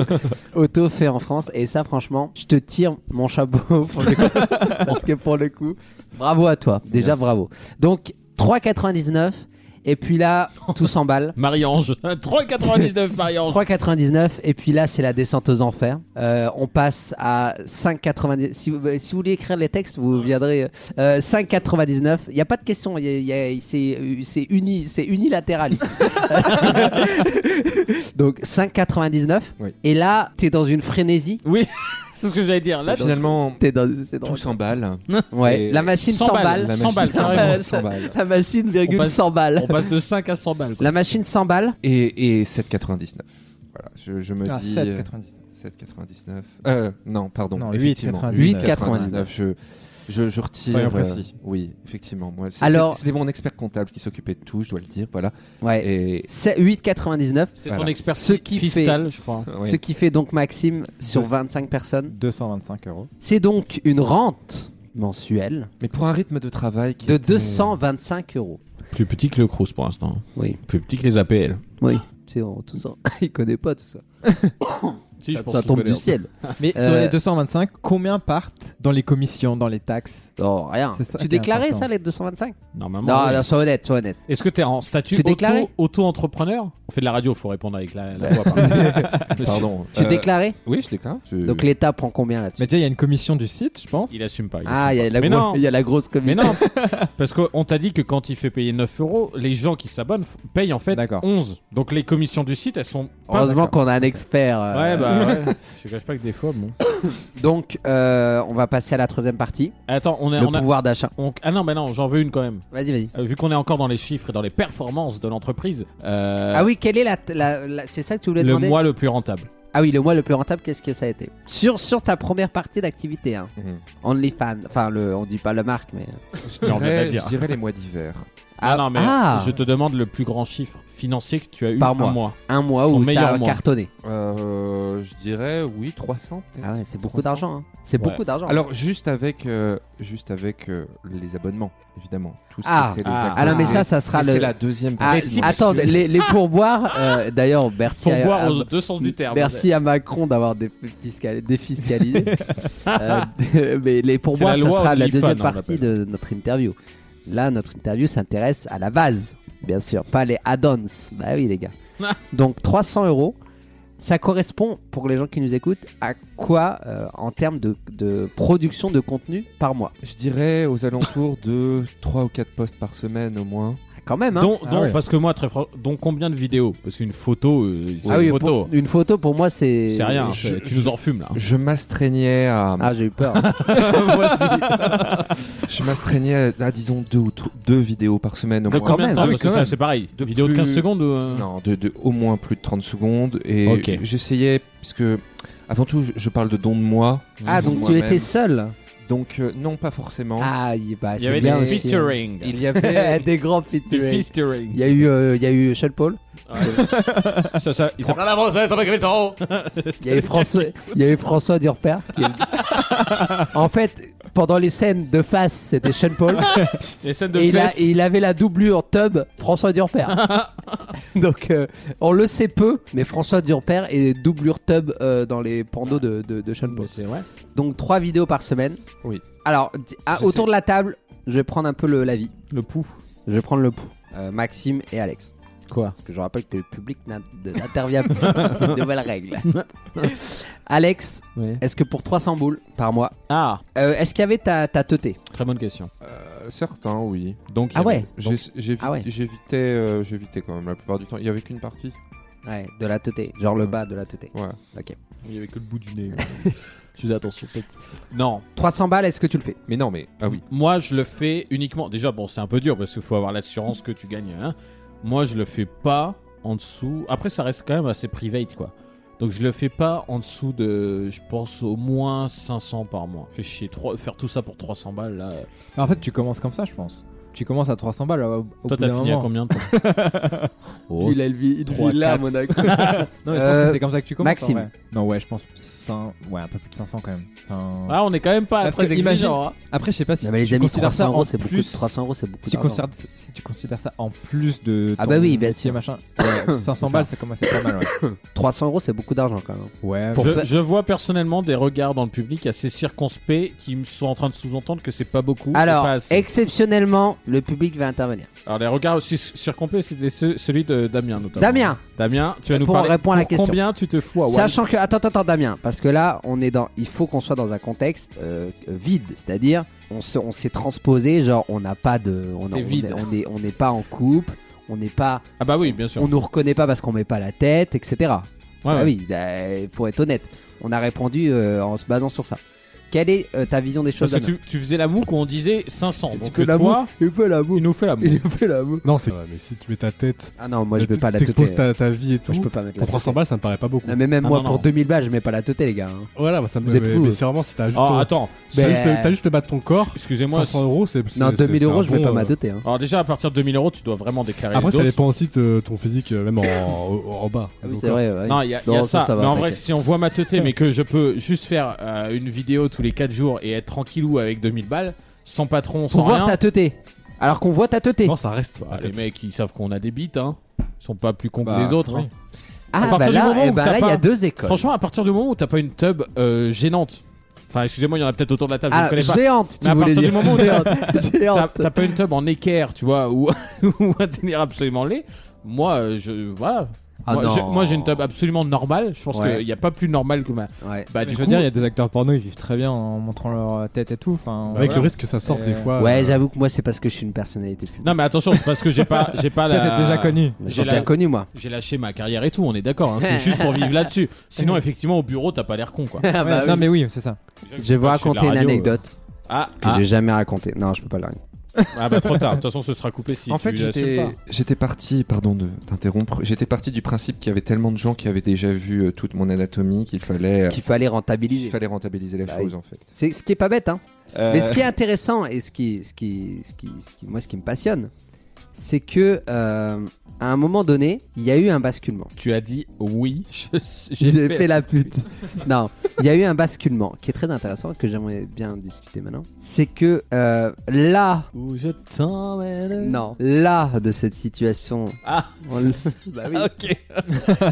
S3: auto fait en France. Et ça, franchement, je te tire mon chapeau pour le coup. parce que pour le coup, bravo à toi. Déjà,
S4: Merci.
S3: bravo. Donc, 3,99. Et puis là, tout s'emballe.
S4: Marie-Ange, 3,99 Marie-Ange.
S3: 3,99 et puis là c'est la descente aux enfers. Euh, on passe à 5,99. Si vous, euh, si vous voulez écrire les textes, vous viendrez euh, 5,99. Il n'y a pas de question. il y a- il y a- c'est euh, c'est uni, c'est unilatéral. ici. Donc 5,99.
S19: Oui.
S3: Et là t'es dans une frénésie.
S4: Oui, c'est ce que j'allais dire. Là,
S19: Finalement,
S3: t'es dans, Ah, c'est
S19: tout s'emballe.
S3: Ouais,
S19: Et-
S3: la machine
S4: Cent balles,
S3: s'emballe.
S4: cent balles, carrément, cent balles.
S3: La machine
S4: On
S3: virgule
S4: passe-
S3: 100 balles.
S4: On passe de 5 à 100 balles.
S3: La machine 100 balles.
S19: Et, et 7,99. Voilà, je, je me
S5: Ah,
S19: dis.
S5: 7,99.
S19: 7,99. Euh, non, pardon.
S5: Non,
S19: effectivement,
S5: 8,99.
S19: 8,99. Je, je, je retire.
S5: Soyons
S19: euh,
S5: précis.
S19: oui, effectivement. Moi, c'est-
S3: Alors-
S19: c'est- C'était mon expert comptable qui s'occupait de tout, je dois le dire. Voilà.
S3: Ouais.
S19: Et.
S3: C'est 8,99.
S19: C'est ton Voilà. expert
S3: ce qui
S4: fiscal,
S3: fait,
S4: je crois.
S19: Oui.
S3: Ce qui fait donc Maxime sur
S5: Deux-
S3: 25 personnes.
S5: 225 euros.
S3: C'est donc une rente mensuelle
S19: Mais pour un rythme de travail qui
S3: de
S19: était-
S3: 225 euros.
S4: Plus petit que le Crous pour l'instant.
S3: Oui.
S4: Plus petit que les APL.
S3: Oui. Tu sais, on- tout ça. Il connaît pas tout ça.
S4: Si,
S3: ça, ça tombe du ciel.
S5: Mais
S3: Euh,
S5: sur les 225, combien partent dans les commissions, dans les taxes
S3: Non, rien.
S5: C'est ça
S3: Tu
S5: qui est
S3: déclarais
S5: important.
S3: ça les 225
S4: Normalement.
S3: Non,
S4: oui.
S3: non, sois honnête, sois honnête.
S4: Est-ce que t'es en statut
S3: Tu déclarais
S4: auto- auto-entrepreneur On fait de la radio, faut répondre avec la, la voix. par exemple.
S19: Pardon.
S4: Euh,
S3: Tu déclarais
S19: Oui, je déclare. Je-
S3: Donc l'État prend combien là-dessus
S5: Mais déjà, il y a une commission du site, je pense.
S4: Il assume pas. il
S3: Ah, il y,
S4: assume
S3: a
S4: pas.
S3: la
S4: Mais
S3: gro-
S4: non,
S3: il y a la grosse
S4: Mais
S3: commission.
S4: non, parce qu'on t'a dit que quand il fait payer 9 euros, les gens qui s'abonnent f- payent en fait
S5: D'accord.
S4: 11. Donc les commissions du site, elles sont.
S5: Oh,
S4: pas-
S3: Heureusement qu'on a un expert. euh,
S4: Ouais, bah ouais. Je te cache pas que des fois, bon.
S3: Donc, euh, on va passer à la troisième partie.
S4: Attends, Euh, on est.
S3: le
S4: on a-
S3: pouvoir d'achat.
S4: on- Ah non, bah non, j'en veux une quand même.
S3: Vas-y, vas-y.
S4: Euh, vu qu'on est encore dans les chiffres et dans les performances de l'entreprise, euh,
S3: Ah oui, quelle est la, la- la- c'est ça que tu voulais
S4: le
S3: demander
S4: mois le plus rentable.
S3: Ah oui, le mois le plus rentable, qu'est-ce que ça a été sur, sur ta première partie d'activité, hein.
S19: Mhm.
S3: OnlyFans, enfin le, on dit pas la marque,
S4: euh,
S3: mais
S19: Je
S4: Non, on vient de
S19: dirais,
S4: le dire.
S19: je dirais les mois d'hiver.
S4: Ah, non, mais
S3: ah.
S4: je te demande le plus grand chiffre financier que tu as eu
S3: par
S4: un
S3: mois.
S4: mois.
S3: Un mois
S4: Ton
S3: où ça
S4: meilleur
S3: a
S4: mois.
S3: cartonné.
S19: Euh, je dirais, oui, 300 peut-être.
S3: Ah ouais, c'est beaucoup
S19: 300.
S3: d'argent. hein. C'est
S4: Ouais.
S3: beaucoup d'argent.
S19: Alors juste avec euh, juste avec euh, les abonnements évidemment tout ce
S3: Ah.
S19: qui était les
S4: Ah.
S19: abonnements.
S3: Ah non, mais ça, ça sera
S19: Et
S3: le-
S19: c'est la deuxième
S3: Ah,
S19: partie.
S3: attends, les, les pourboires, euh, d'ailleurs, merci
S4: Pour
S3: à-
S4: boire
S3: à-
S4: aux deux sens du terme.
S3: Merci à Macron d'avoir dé- fiscal- défiscalisé. Euh, d- mais les pourboires,
S4: C'est la
S3: ça
S4: loi
S3: sera la
S4: OnlyFans,
S3: deuxième
S4: on
S3: partie de notre interview. Là, notre interview s'intéresse à la base, bien sûr, pas les add-ons. Bah oui, les gars.
S4: Ah.
S3: Donc 300 euros, ça correspond, pour les gens qui nous écoutent, à quoi euh, en termes de, de production de contenu par mois
S19: Je dirais aux alentours de 3 ou 4 postes par semaine au moins.
S3: Quand même, hein
S4: Donc,
S5: Ah
S4: donc,
S5: ouais.
S4: parce que moi, très franchement, donc combien de vidéos Parce qu'une photo, euh, c'est
S3: Ah oui,
S4: une photo.
S3: pour- une photo pour moi, c'est.
S4: C'est rien,
S19: je-
S4: c'est- tu nous en fumes là.
S19: Je m'astreignais à
S3: Ah, j'ai eu peur. hein.
S19: je m'astreignais à, à, disons deux ou tro- deux vidéos par semaine au
S4: De
S19: moins.
S4: combien de
S3: même.
S4: temps
S3: Ah oui,
S4: Parce que
S19: quand
S4: ça,
S19: même.
S4: C'est pareil.
S19: De
S4: Vidéo de
S19: plus-
S4: 15 secondes ou, euh,
S19: Non, de, de au moins plus de 30 secondes et
S4: Ok.
S19: j'essayais puisque avant tout je, je parle de don de moi.
S3: ah,
S19: don de
S3: donc tu
S19: moi-même.
S3: étais seul
S19: donc euh, non pas forcément.
S3: Ah, y- bah,
S4: Il y
S3: c'est
S4: avait
S3: bien
S4: des
S3: aussi, hein.
S4: featuring.
S19: Il y avait
S3: des grands
S4: Des
S3: featuring.
S4: featuring.
S3: Il y a eu, euh, il y a eu Sean Paul,
S4: Ça, ça, il s'appelle-
S3: il y a eu François, il y a eu François Durper. qui est- en fait, pendant les scènes de face, c'était Sean Paul.
S4: les scènes de
S3: et, il a-
S4: fesses.
S3: et il avait la doublure tub François Durper. Donc, euh, on le sait peu, mais François Durper est doublure tub euh, dans les pandeaux de, de, de Sean Paul.
S4: Mais c'est vrai.
S3: Donc, trois vidéos par semaine.
S19: Oui.
S3: Alors, di- à-
S19: Je
S3: autour
S19: sais.
S3: de la table, je vais prendre un peu le, la vie.
S4: Le pouls.
S3: Je vais prendre le pouls. Euh, Maxime et Alex.
S11: Quoi
S3: Parce que je rappelle que le public n'a- de- n'intervient plus dans cette nouvelle règle. Alex,
S11: Ouais.
S3: est-ce que pour 300 boules par mois, euh,
S4: ah.
S3: est-ce qu'il y avait ta, ta teuté
S4: Très bonne question.
S19: certains, Hein, oui. Donc,
S3: Ah ouais.
S19: J'ai-
S3: Donc-
S19: j'ai-
S3: Ah ouais.
S19: J'évitais euh, j'évitais quand même la plupart du temps. Il n'y avait qu'une partie.
S3: Ouais, de la teuté, genre le bas de la teuté.
S19: Ouais.
S3: Ok.
S4: Il n'y avait que le bout du nez. Tu faisais attention, peut-être. Non.
S3: 300 balles, est-ce que tu le fais
S19: Mais non, mais. Ah oui.
S4: Moi, je le fais uniquement. Déjà, bon, c'est un peu dur parce qu'il faut avoir l'assurance que tu gagnes. hein. Moi, je le fais pas en dessous. Après, ça reste quand même assez private, quoi. Donc, je le fais pas en dessous de. Je pense au moins 500 par mois. Fais chier. trois- Faire tout ça pour 300 balles, là. euh.
S5: Mais En fait, tu commences comme ça, je pense. Tu commences à 300 balles. Au, au
S4: Toi,
S5: bout
S4: t'as
S5: d'un
S4: fini à
S5: moment.
S4: combien, toi
S5: Oh.
S4: Lui, il a le vi- il
S5: Trois,
S4: vit là, à
S5: quatre.
S4: Monaco.
S5: non, mais je pense
S4: Euh,
S5: que c'est comme ça que tu commences. en
S4: Maxime.
S5: vrai. Non, ouais, je pense 5, ouais, un peu plus de 500 quand même. Enfin-
S4: Ah, on est quand même pas
S5: Parce
S4: très
S5: que imagine-
S4: exigeant, hein.
S5: Après, je sais pas si
S3: Non, mais les
S5: tu
S3: amis,
S5: considères
S3: 300
S5: ça
S3: euros,
S5: en
S3: c'est beaucoup
S5: plus-
S3: de 300 euros, c'est beaucoup
S5: si tu,
S3: d'argent.
S5: considères- si tu considères ça en plus de.
S3: Ah bah
S5: ton
S3: oui, bien
S5: métier,
S3: sûr.
S5: Machin, ouais, 500 balles, ça commence à être pas mal, ouais.
S3: 300 euros, c'est beaucoup d'argent quand même.
S5: Ouais.
S3: Pour
S4: je,
S3: fa-
S4: je vois personnellement des regards dans le public assez circonspects qui me sont en train de sous-entendre que c'est pas beaucoup. et
S3: Alors,
S4: pas assez.
S3: exceptionnellement, le public va intervenir.
S4: Alors les regards aussi circonspects, c'était ce- celui de Damien notamment.
S3: Damien
S4: Damien, tu vas nous
S3: Pour
S4: parler.
S3: répondre à la
S4: pour
S3: question.
S4: Combien tu te fous à Wall
S3: Sachant que attends attends, attends Damien parce que là on est dans il faut qu'on soit dans un contexte euh, vide c'est-à-dire on se- on s'est transposé genre on n'a pas de on
S4: T'es
S3: on
S4: vide.
S3: est- on est on n'est pas en couple on n'est pas
S4: Ah bah oui, bien sûr.
S3: on nous reconnaît pas parce qu'on met pas la tête etc ah
S4: ouais.
S3: oui euh, faut être honnête on a répondu euh, en se basant sur ça quelle est euh, ta vision des choses
S4: Parce que
S3: Damien
S4: tu, tu faisais la moue qu'on disait 500. Donc
S3: que
S4: que
S3: la
S4: toi,
S3: moue- il fait la moue.
S4: il nous fait la moue.
S3: Il fait la moue.
S21: Non, c'est. Ah Ouais, mais si tu mets ta tête.
S3: Ah non, moi, je vais pas la
S21: T'exposes
S3: teuter.
S21: ta, ta vie et tout.
S3: je peux pas mettre la
S21: Pour 300
S3: teuter.
S21: balles, ça me paraît pas beaucoup.
S3: Ah Non, mais
S4: Ah,
S3: même moi pour 2000 balles je mets pas la teuté les gars hein.
S21: Voilà, bah, ça me
S3: Vous êtes
S21: mais,
S3: fous,
S21: mais
S3: eux.
S21: c'est vraiment si t'as juste.
S4: Oh, attends.
S21: t'as
S4: Mais-
S21: juste, le- t'as juste le bas de ton corps.
S4: Excusez-moi.
S21: 500 euros, c'est.
S3: Non,
S21: c'est-
S3: 2000
S21: c'est un
S3: euros, je mets
S21: bon,
S3: pas ma
S21: euh,
S3: doté, hein.
S4: Alors déjà à partir de 2000 euros, tu dois vraiment déclarer.
S21: Après,
S4: le
S21: ça
S4: dos.
S21: dépend aussi de ton physique, euh, même en, en, en bas.
S3: Ah oui,
S21: Donc, hein. euh,
S3: c'est vrai, ouais.
S4: Non, il y a, il y a
S3: Non,
S4: ça.
S3: ça, ça va,
S4: mais en vrai,
S3: t'inquiète.
S4: si on voit ma teuté, mais que je peux juste faire euh, une vidéo tous les 4 jours et être tranquillou avec 2000 balles, sans patron,
S3: pour
S4: sans
S3: voir
S4: rien.
S3: ta teuté alors qu'on voit ta teuté
S21: ça reste.
S4: Bah, les mecs, ils savent qu'on a des bites, hein. Ils sont pas plus cons
S3: Bah,
S4: que les autres.
S3: oui.
S4: hein.
S3: Ah,
S4: À partir
S3: bah
S4: du
S3: là,
S4: moment
S3: eh
S4: où
S3: bah
S4: t'as
S3: là, il y a deux écoles.
S4: Franchement, à partir du moment où t'as pas une tub euh, gênante. Enfin, excusez-moi, il y en a peut-être autour de la table, je
S3: Ah,
S4: ne connais pas.
S3: géante, si
S4: Mais à
S3: tu voulais
S4: partir du
S3: dire.
S4: moment où
S3: Géante.
S4: t'as- t'as
S3: Géante.
S4: t'as pas une tub en équerre, tu vois, ou, ou un délire absolument laid, moi, euh, je. Voilà.
S5: Ah
S4: moi,
S5: non.
S4: j'ai- moi, j'ai une tub absolument normale. Je pense
S5: Ouais.
S4: qu'il n'y a pas plus normal que ma. Bah,
S5: Mais
S4: du
S5: Ah, je
S4: coup,
S5: veux dire, il y a des acteurs porno, ils vivent très bien en montrant leur tête et tout. Enfin,
S21: Avec
S5: voilà.
S21: le risque que ça sorte
S5: Et-
S21: des fois.
S3: ouais,
S21: euh,
S3: j'avoue que moi, c'est parce que je suis une personnalité publique.
S4: Non mais attention, c'est parce que j'ai pas, j'ai pas
S5: Toi,
S4: la.
S5: t'es déjà connu.
S4: J'ai
S3: J'ai
S4: la-
S3: déjà connu, moi.
S4: J'ai lâché ma carrière et tout, on est d'accord. hein, c'est juste pour vivre là-dessus. Sinon, effectivement, au bureau, t'as pas l'air con, quoi.
S5: Ouais, non, mais oui, c'est ça.
S3: Je vais vous raconter une anecdote
S4: Ah,
S3: que
S4: ah.
S3: j'ai jamais racontée. Non, je peux pas la raconter.
S4: Ah bah trop tard. De toute façon, ce sera coupé si
S19: en
S4: tu
S19: fait,
S4: l'assumes
S19: j'étais-
S4: pas.
S19: j'étais parti, pardon de t'interrompre, j'étais parti du principe qu'il y avait tellement de gens qui avaient déjà vu euh, toute mon anatomie qu'il fallait.
S3: Qu'il fallait rentabiliser.
S19: Il fallait rentabiliser la
S3: Bah
S19: chose
S3: oui.
S19: en fait.
S3: C'est ce qui est pas bête, hein.
S19: Euh.
S3: Mais ce qui est intéressant et ce qui, ce qui, ce qui, ce qui- moi, ce qui me passionne, c'est que euh, à un moment donné, il y a eu un basculement.
S4: Tu as dit oui. je sais-
S3: J'ai fait, la pute. non, il y a eu un basculement qui est très intéressant que j'aimerais bien discuter maintenant. C'est que euh, là,
S4: Où je t'emmène.
S3: non, là de cette situation,
S4: Ah.
S3: on l-
S4: Bah oui. Ok.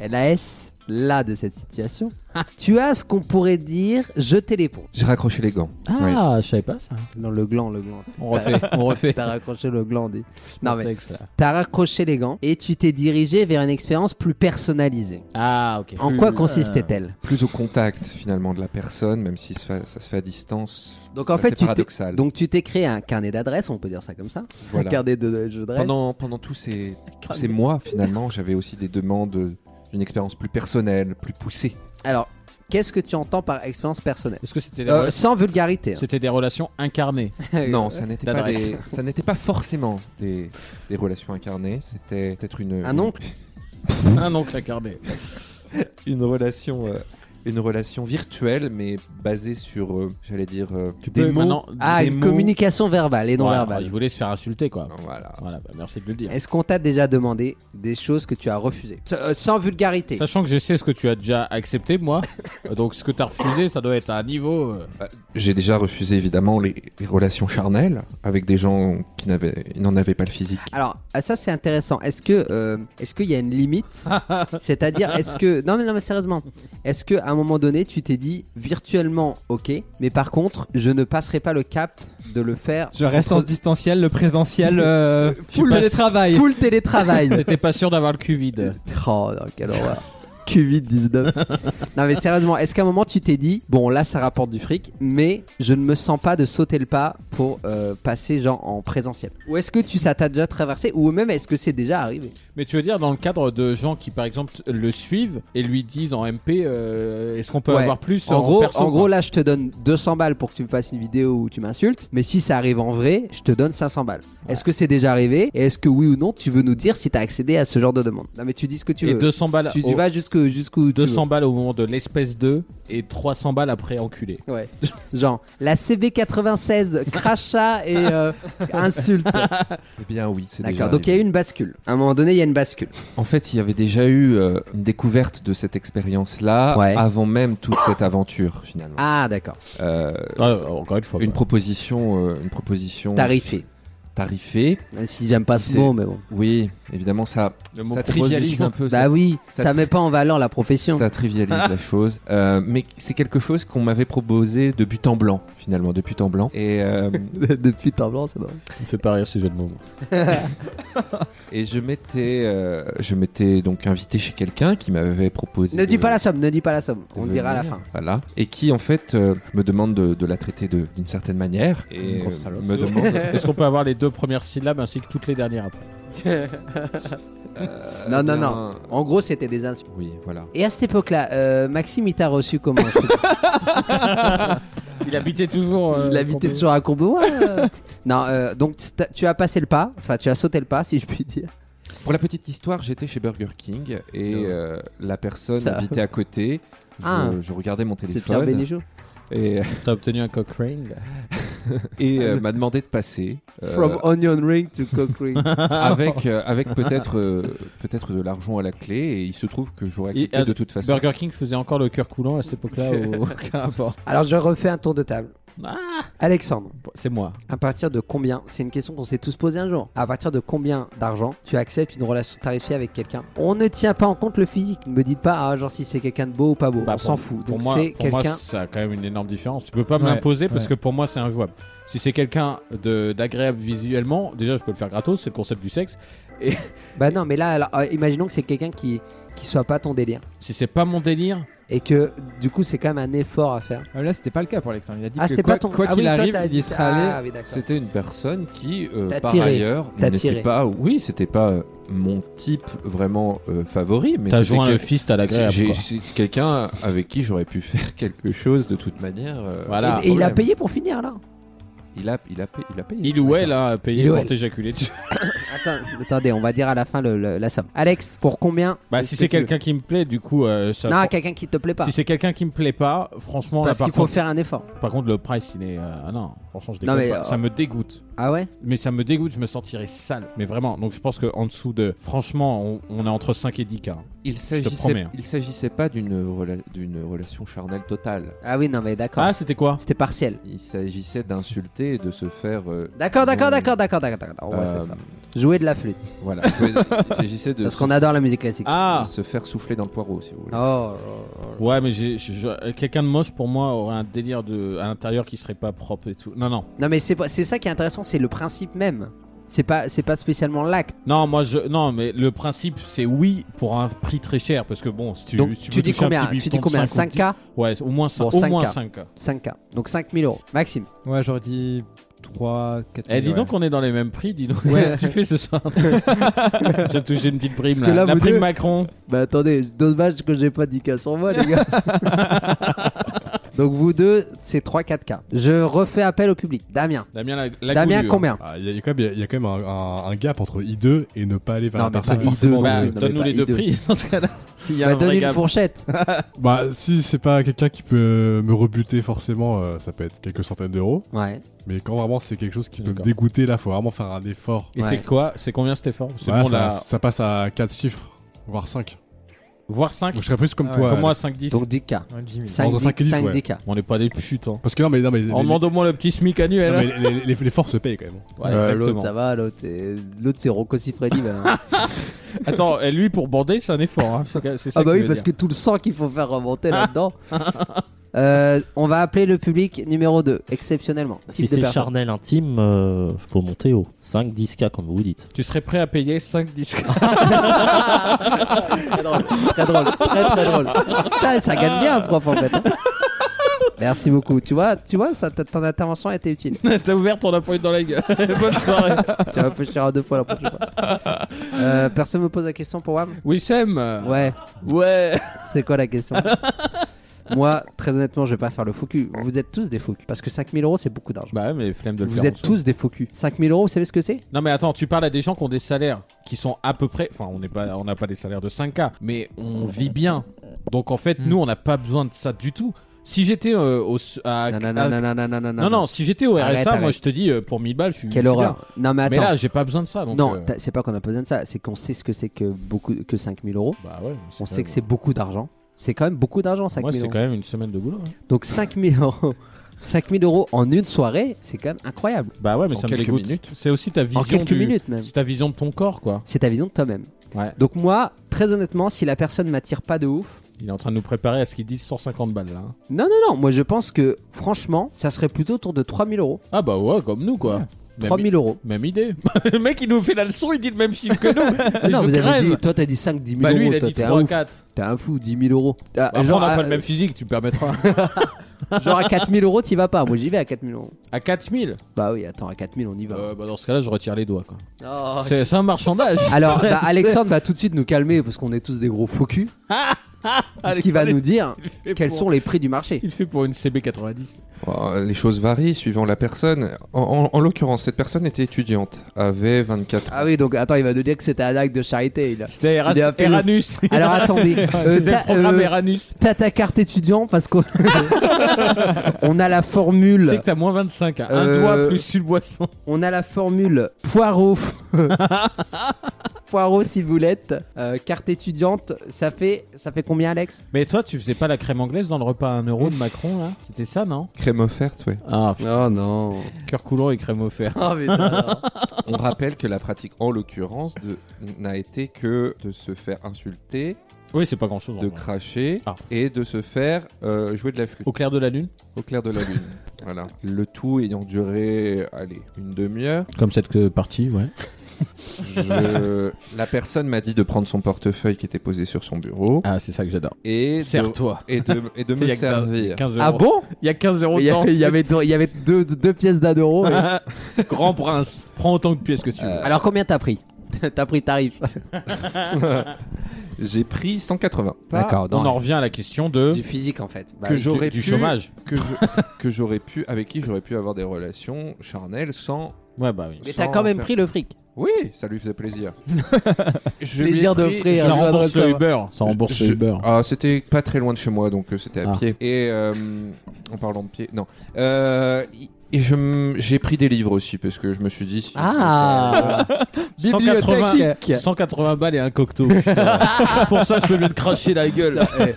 S3: LAS, là de cette situation,
S4: Ah.
S3: tu as ce qu'on pourrait dire jeter l'éponge.
S19: J'ai raccroché les gants.
S4: Ah, je savais pas ça.
S3: Non, le gland, le gland.
S4: On refait, on refait.
S3: T'as raccroché le gland. Des...
S4: mon
S3: Non, mais
S4: texte, là.
S3: t'as raccroché les gants et tu t'es dirigé vers une expérience plus personnalisée.
S4: Ah, ok.
S3: En quoi consistait-elle
S19: euh, Plus au contact finalement de la personne, même si ça, ça se fait à distance.
S3: Donc
S19: C'est
S3: en fait,
S19: assez
S3: tu t'es,
S19: paradoxal.
S3: donc tu t'es créé un carnet d'adresses, on peut dire ça comme ça.
S19: Voilà.
S3: Un carnet de- de- d'adresses.
S19: pendant pendant tous ces tous ces mois finalement, j'avais aussi des demandes euh, d'une expérience plus personnelle, plus poussée.
S3: Alors, qu'est-ce que tu entends par expérience personnelle
S4: Est-ce que c'était
S3: Euh, sans vulgarité. hein.
S4: C'était des relations incarnées.
S19: Non, ça n'était pas,
S4: D'adresse.
S19: des- ça n'était pas forcément des, des relations incarnées. C'était peut-être une
S3: Un
S19: une-
S3: oncle
S4: Un oncle incarné.
S19: une relation. euh, une relation virtuelle, mais basée sur, euh, j'allais dire, euh,
S4: peux
S19: des mots.
S4: maintenant-
S3: Ah,
S19: des
S3: une
S19: mots-
S3: communication verbale et non
S4: Voilà,
S3: verbale.
S4: Il voulait se faire insulter, quoi.
S19: Voilà.
S4: bah, merci de le dire.
S3: Est-ce qu'on t'a déjà demandé des choses que tu as refusées S- euh, Sans vulgarité.
S4: Sachant que je sais ce que tu as déjà accepté, moi. euh, donc ce que t'as refusé, ça doit être à un niveau. euh,
S19: J'ai déjà refusé évidemment les, les relations charnelles avec des gens qui n'avaient, ils n'en avaient pas le physique.
S3: Alors, ah, ça c'est intéressant. Est-ce que, euh, est-ce qu'il y a une limite C'est-à-dire, est-ce que, non mais non mais sérieusement, est-ce que à un moment donné, tu t'es dit virtuellement ok, mais par contre, je ne passerai pas le cap de le faire.
S5: Je reste en
S3: entre-
S5: distanciel, le présentiel, euh,
S3: Full
S5: full télétravail.
S3: Full télétravail.
S4: T'étais pas sûr d'avoir le cul vide.
S3: Oh, non, quelle horreur. Covid-19. non, mais sérieusement, est-ce qu'à un moment tu t'es dit, bon, là ça rapporte du fric, mais je ne me sens pas de sauter le pas pour euh, passer genre en présentiel Ou est-ce que tu ça t'a déjà traversé Ou même est-ce que c'est déjà arrivé
S4: Mais tu veux dire dans le cadre de gens qui par exemple le suivent et lui disent en MP euh, est-ce qu'on peut
S3: Ouais.
S4: avoir plus
S3: en,
S4: en,
S3: gros,
S4: perso,
S3: en gros,
S4: quoi
S3: là je te donne 200 balles pour que tu me fasses une vidéo où tu m'insultes, mais si ça arrive en vrai, je te donne 500 balles. Est-ce que c'est déjà arrivé Et est-ce que oui ou non tu veux nous dire si t'as accédé à ce genre de demande Non, mais tu dis ce que tu
S4: et
S3: veux.
S4: 200 balles
S3: Tu, tu
S4: au-
S3: vas jusqu'au. jusqu'où tu
S4: 200
S3: veux.
S4: balles au moment de l'espèce 2 et 300 balles après enculé.
S3: Ouais. Genre, la CB96, crachat et euh, insulte.
S19: Eh bien oui, c'est déjà
S3: D'accord, donc il y a eu une bascule. À un moment donné, il y a une bascule.
S19: En fait, il y avait déjà eu euh, une découverte de cette expérience-là
S3: Ouais.
S19: avant même toute cette aventure finalement.
S3: Ah, d'accord.
S19: Euh,
S4: Ah, encore une fois,
S19: une proposition, euh, une proposition
S3: Tarifée.
S19: tarifée.
S3: si j'aime pas ce mot, mais bon.
S19: Oui, évidemment, ça,
S3: Le
S19: ça trivialise un peu.
S3: Bah
S19: ça-
S3: oui, ça,
S19: tri-
S3: met pas en valeur la profession.
S19: Ça trivialise la chose. Euh, mais c'est quelque chose qu'on m'avait proposé de but en blanc, finalement, de but en blanc. Et, euh,
S3: Depuis temps blanc, c'est drôle.
S4: Ça me fait pas rire ces jeux de mots.
S19: et je m'étais euh, je m'étais donc invité chez quelqu'un qui m'avait proposé.
S3: Ne dis
S19: de-
S3: pas la somme, ne dis pas la somme.
S19: de
S3: On dira à la
S19: venir.
S3: fin.
S19: Voilà. Et qui, en fait, euh, me demande de, de la traiter de- d'une certaine manière. Et
S4: Une grosse
S19: euh,
S4: salope.
S19: me demande.
S4: Est-ce qu'on peut avoir les deux premières syllabes ainsi que toutes les dernières après
S3: non, non,
S19: bien-
S3: Euh, non. En gros, c'était des insultes.
S19: Oui, voilà.
S3: Et à cette époque-là, euh, Maxime, il t'a reçu comment
S4: Il habitait toujours. euh,
S3: Il habitait toujours à Courbevoie. euh. non, euh, donc t'as- tu as passé le pas, enfin tu as sauté le pas, si je puis dire.
S19: Pour la petite histoire, j'étais chez Burger King et euh, la personne
S3: Ça-
S19: habitait à côté. Je,
S3: Ah.
S19: je regardais mon téléphone.
S3: Pierre Bénichou
S19: Et, euh,
S4: T'as obtenu un cock ring
S19: et euh, m'a demandé de passer. euh,
S3: From onion ring to cock ring.
S19: avec euh, avec peut-être euh, peut-être de l'argent à la clé et il se trouve que j'aurais accepté
S4: Et, euh,
S19: de toute façon.
S4: Burger King faisait encore le cœur coulant à cette époque-là. au- oh, Aucun rapport. Ah.
S3: Alors je refais un tour de table. Alexandre,
S4: c'est moi.
S3: À partir de combien C'est une question qu'on s'est tous posée un jour. À partir de combien d'argent tu acceptes une relation tarifée avec quelqu'un On ne tient pas en compte le physique. Ne me dites pas ah, genre si c'est quelqu'un de beau ou pas beau. On
S4: Bah, pour-
S3: s'en fout.
S4: Pour
S3: Donc
S4: moi,
S3: c'est
S4: pour moi,
S3: quelqu'un.
S4: ça a quand même une énorme différence. Tu peux pas me
S3: Ouais,
S4: l'imposer parce
S3: ouais.
S4: que pour moi, c'est injouable. Si c'est quelqu'un de- d'agréable visuellement, déjà, je peux le faire gratos. C'est le concept du sexe. Et
S3: Bah non, mais là, alors, euh, imaginons que c'est quelqu'un qui qui soit pas ton délire.
S4: si c'est pas mon délire,
S3: Et que du coup, c'est quand même un effort à faire.
S5: Ah, Là, c'était pas le cas pour Alexandre. Il a dit
S3: Ah,
S5: que
S3: c'était
S5: quoi
S3: pas ton-
S5: quoi
S3: Ah oui,
S5: qu'il
S3: toi,
S5: arrive,
S3: t'as
S5: il
S3: dit-
S5: y serait
S3: Ah
S5: allé.
S3: oui, d'accord.
S19: C'était une personne qui, euh,
S3: T'as
S19: par
S3: tiré.
S19: ailleurs,
S3: T'as
S19: n'était
S3: tiré.
S19: pas. Oui, c'était pas euh, mon type vraiment euh, favori, mais
S4: T'as
S19: c'était
S4: joint le fist à l'agréable,
S19: j'ai-
S4: quoi.
S19: j'ai- C'est quelqu'un avec qui j'aurais pu faire quelque chose de toute manière. euh,
S4: Voilà.
S19: sans
S3: Et il a
S19: problème.
S3: payé pour finir là.
S19: Il a, il a, payé- il a payé.
S4: il ou elle a payé
S3: Il ou
S4: pour
S3: elle.
S4: t'éjaculer dessus. euh,
S3: Attends, attendez, on va dire à la fin le- le- la somme. Alex, pour combien
S4: Bah,
S3: est-ce
S4: si
S3: que
S4: c'est
S3: tu veux
S4: quelqu'un qui me plaît, du coup, euh, ça.
S3: Non, quelqu'un qui te plaît pas.
S4: Si c'est quelqu'un qui me plaît pas, franchement,
S3: Parce
S4: là, par
S3: qu'il faut
S4: contre-
S3: faire un effort.
S4: Par contre, le price, il est. euh, ah non, franchement, je
S3: Non,
S4: déconne
S3: mais,
S4: pas.
S3: euh,
S4: Ça me dégoûte.
S3: Ah ouais
S4: Mais ça me dégoûte, je me sentirais sale. Mais vraiment, donc je pense que en dessous de. Franchement, on, on est entre 5 et 10 cas. hein.
S19: Il
S4: Je te
S19: s'agissait,
S4: promets. hein.
S19: il s'agissait pas d'une rela- d'une relation charnelle totale.
S3: Ah oui, non, mais d'accord.
S4: Ah, c'était quoi
S3: C'était partiel.
S19: Il s'agissait d'insulter et de se faire. euh,
S3: D'accord, d'accord,
S19: disons,
S3: d'accord, d'accord, d'accord. d'accord. Ouais,
S19: euh,
S3: c'est ça. Jouer de la flûte.
S19: Voilà. Il s'agissait de.
S3: Parce qu'on adore la musique classique.
S4: Ah
S19: Se faire souffler dans le poireau, si vous voulez.
S3: Oh.
S4: Ouais, mais j'ai, j'ai- j'ai- quelqu'un de moche pour moi aurait un délire de, à l'intérieur qui serait pas propre et tout. Non, non.
S3: Non, mais c'est pas- c'est ça qui est intéressant, c'est le principe même. C'est pas, c'est pas spécialement l'acte.
S4: Non, moi je. Non, mais le principe c'est oui pour un prix très cher. Parce que bon, si tu.
S3: Donc,
S4: si
S3: tu
S4: peux
S3: dis
S4: toucher un
S3: combien-
S4: petit
S3: tu dis
S4: bifton de
S3: combien,
S4: 5 ou
S3: 5K?
S4: 10 Ouais, au moins 5.
S3: Bon,
S4: au moins
S3: 5K.
S4: 5K.
S3: 5K. Donc 5000 euros. Maxime.
S5: Ouais, j'aurais dit 3, 4
S4: Eh, dis donc, on est dans les mêmes prix, dis donc.
S5: Ouais.
S4: Qu'est-ce que tu fais ce soir J'ai touché une petite prime
S3: Parce que
S4: là.
S3: là,
S4: La
S3: vous
S4: prime
S3: deux-
S4: Macron.
S3: Bah attendez, dommage que j'ai pas dit cas sur moi, les gars. Ah, Donc vous deux, c'est 3-4K. Je refais appel au public. Damien.
S4: Damien, la, la
S3: Damien,
S4: goulue, hein.
S3: combien
S21: Ah, Il y, a- il y a quand même, il y a quand même un, un- un gap entre I2 et ne pas aller vers
S3: Non,
S21: la
S3: mais
S21: personne.
S3: pas
S21: forcément.
S3: I2,
S4: Bah,
S3: non, mais
S4: donne-nous
S3: pas
S4: les deux
S3: hideux.
S4: prix dans ce cas-là. S'il y a
S3: Bah,
S4: un vrai
S3: donne une
S4: gap.
S3: fourchette.
S21: Bah, si c'est pas quelqu'un qui peut me rebuter forcément, euh, ça peut être quelques centaines d'euros.
S3: Ouais.
S21: Mais quand vraiment c'est quelque chose qui peut me
S4: D'accord.
S21: dégoûter, là, faut vraiment faire un effort.
S4: Et c'est quoi C'est combien cet effort C'est
S21: Voilà,
S4: bon
S21: ça,
S4: là.
S21: ça passe à 4 chiffres, voire 5.
S4: Voire 5
S21: je serais plus comme toi.
S4: Comme moi,
S21: Alex.
S4: 5-10.
S3: Donc 10K.
S5: Ouais, 10 000.
S3: 5,
S21: Entre 5 et 10, ouais.
S4: On n'est pas des putes, hein.
S21: Parce que non, mais, non, mais,
S4: On
S21: mais-
S4: demande au moins le petit SMIC annuel.
S21: non, mais
S4: hein.
S21: les, les, les- les forces se payent quand même.
S4: Ouais,
S3: Euh,
S4: exactement.
S3: l'autre, ça va, l'autre, c'est, l'autre, c'est Rocco Siffredi. ben.
S4: Attends, euh, lui pour bander, c'est un effort. hein. C'est c'est ça
S3: Ah bah
S4: que
S3: oui,
S4: je veux
S3: parce
S4: dire. Ah.
S3: que tout le sang qu'il faut faire remonter là-dedans. Euh, on va appeler le public numéro 2, exceptionnellement.
S15: Si
S3: Type de
S15: c'est
S3: personne.
S15: charnel intime, euh, faut monter haut. 5, 10K, comme vous dites.
S4: Tu serais prêt à payer 5 disques
S3: Très drôle, très drôle, très très drôle. Putain, ça gagne bien, propre en fait. hein. Merci beaucoup. Tu vois, tu vois, ça, t- ton intervention a été utile.
S4: T'as ouvert ton appoint dans la gueule. Bonne soirée.
S3: tu vas réfléchir à deux fois la prochaine fois. Euh, personne me pose la question pour WAM
S4: Oui, Sam.
S3: Ouais.
S4: Ouais.
S3: C'est quoi la question Moi, très honnêtement, je vais pas faire le faux cul. Vous êtes tous des faux culs. Parce que 5000 euros, c'est beaucoup d'argent.
S4: Bah ouais, mais flemme de le
S3: Vous
S4: faire en
S3: êtes
S4: solo.
S3: tous des faux culs. 5000 euros, vous savez ce que c'est
S4: Non mais attends, tu parles à des gens qui ont des salaires qui sont à peu près, enfin on n'est pas, on n'a pas des salaires de 5K, mais on vit bien. Donc en fait, nous on n'a pas besoin de ça du tout. Si j'étais euh, au, s- à,
S3: Non, non,
S4: à-
S3: non, non, non, non, non, non, non.
S4: si j'étais au RSA,
S3: Arrête,
S4: moi
S3: arrête.
S4: je te dis euh, pour 1000 balles, je suis.
S3: Quelle
S4: je suis
S3: horreur.
S4: bien.
S3: Non, mais attends.
S4: là j'ai pas besoin de ça. Donc,
S3: non,
S4: euh,
S3: t'as- c'est pas qu'on a pas besoin de ça, c'est qu'on sait ce que c'est que beaucoup que 5000 euros.
S4: Bah ouais,
S3: on
S4: quand
S3: sait que
S4: même-
S3: c'est beaucoup d'argent. C'est quand même beaucoup d'argent, 5000
S4: moi c'est
S3: euros.
S4: quand même une semaine de boulot. hein.
S3: Donc 5000 euros. 5000 euros en une soirée, c'est quand même incroyable.
S4: Bah ouais, mais ça me dégoûte. C'est aussi ta vision.
S3: En quelques
S4: du-
S3: minutes même.
S4: C'est ta vision de ton corps quoi.
S3: C'est ta vision de toi-même.
S4: Ouais.
S3: Donc moi, très honnêtement, si la personne m'attire pas de ouf,
S4: Il est en train de nous préparer à ce qu'ils disent 150 balles là. hein.
S3: non, non, non, moi je pense que franchement, ça serait plutôt autour de 3000 euros.
S4: Ah bah ouais, comme nous quoi. Même
S3: 3000
S4: i-
S3: euros.
S4: Même idée. le mec il nous fait la leçon, il dit le même chiffre que nous.
S3: Ah non,
S4: Je
S3: vous avez
S4: crève.
S3: dit, toi t'as dit 5, 10 000
S4: Bah,
S3: euros.
S4: lui, il a
S3: toi,
S4: dit
S3: t'es un
S4: 3,
S3: ouf.
S4: 4.
S3: T'es un fou, 10 000 euros. Ah,
S4: Après, on n'a
S3: à-
S4: pas le même physique, tu me permettras.
S3: genre à 4000 euros, t'y vas pas. Moi j'y vais à 4000 euros.
S4: À 4000
S3: Bah oui, attends, à 4000 on y va.
S4: Euh, bah, dans ce cas-là, je retire les doigts. quoi.
S3: Oh,
S4: Ah, c'est c'est un marchandage.
S3: Alors, bah, Alexandre va tout de suite nous calmer parce qu'on est tous des gros faux culs. Parce qu'il va
S4: Alexandre,
S3: nous dire
S4: il fait
S3: quels
S4: pour-
S3: sont les prix du marché.
S4: Il fait pour une CB90.
S19: Oh, les choses varient suivant la personne. En, en- en l'occurrence, cette personne était étudiante, avait 24
S3: Ah oui, donc attends, il va nous dire que c'était un acte de charité. il a-
S4: C'était Eras-
S3: il a fait le-
S4: Eranus.
S3: Alors attendez, Euh,
S4: C'était le
S3: t'as-
S4: programme Eranus.
S3: T'as ta carte étudiant parce qu'on on a la formule.
S4: C'est que t'as moins 25. hein. Un
S3: Euh,
S4: doigt plus une boisson.
S3: On a la formule poireau. poireau ciboulette, euh, carte étudiante, ça fait ça fait combien Alex
S4: Mais toi, tu faisais pas la crème anglaise dans le repas à 1 euro de Macron là C'était ça, non
S19: crème offerte, ouais.
S4: Ah
S3: oh non.
S4: Cœur coulant et crème offerte.
S3: Oh, mais non.
S19: On rappelle que la pratique, en l'occurrence, de- n'a été que de se faire insulter.
S4: Oui, c'est pas grand chose.
S19: De cracher et de se faire euh, jouer de la flûte.
S4: Ah. Au clair de la lune
S19: Au clair de la lune. voilà. Le tout ayant duré, allez, une demi-heure.
S4: Comme cette euh, partie, ouais.
S19: Je- euh, La personne m'a dit de prendre son portefeuille qui était posé sur son bureau.
S4: Ah, c'est ça que j'adore.
S19: Et de-
S4: Serre-toi.
S19: Et de, et de
S4: Tu sais,
S19: me
S4: y a que t'as- y a
S19: servir.
S4: 15
S3: Ah
S4: euros.
S3: bon
S4: Il y a 15 euros
S3: Il y
S4: dedans.
S3: avait, il y avait deux, il y avait deux- deux pièces d'un
S19: Oh,
S3: euro. et-
S4: Grand prince, prends autant de pièces que tu veux.
S3: Euh, Alors combien t'as pris T'as pris tarif.
S19: J'ai pris 180. Pas-
S3: D'accord,
S4: Bah, on en revient à la question de
S3: du physique en fait. Bah,
S19: que
S3: du-
S19: j'aurais
S4: du
S19: pu-
S4: chômage.
S19: que je- que j'aurais pu avec qui j'aurais pu avoir des relations charnelles sans
S4: Ouais, bah oui.
S3: Mais
S19: sans
S3: t'as quand même
S19: faire-
S3: pris le fric.
S19: oui ça lui faisait plaisir Je lui ai
S3: Plaisir
S19: pris-
S3: d'offrir.
S4: Ça rembourse le Uber. Ça rembourse le
S19: Je-
S4: Uber.
S19: Ah, c'était pas très loin de chez moi, donc euh, c'était à
S4: Ah.
S19: pied. Et euh, en parlant de pied, non. Euh, y- et je m- j'ai pris des livres aussi parce que je me suis dit. si-
S3: Ah.
S5: Bibliothèque.
S4: 180, 180 balles et un cocteau. putain. Pour ça, je peux lui cracher la gueule.
S3: eh,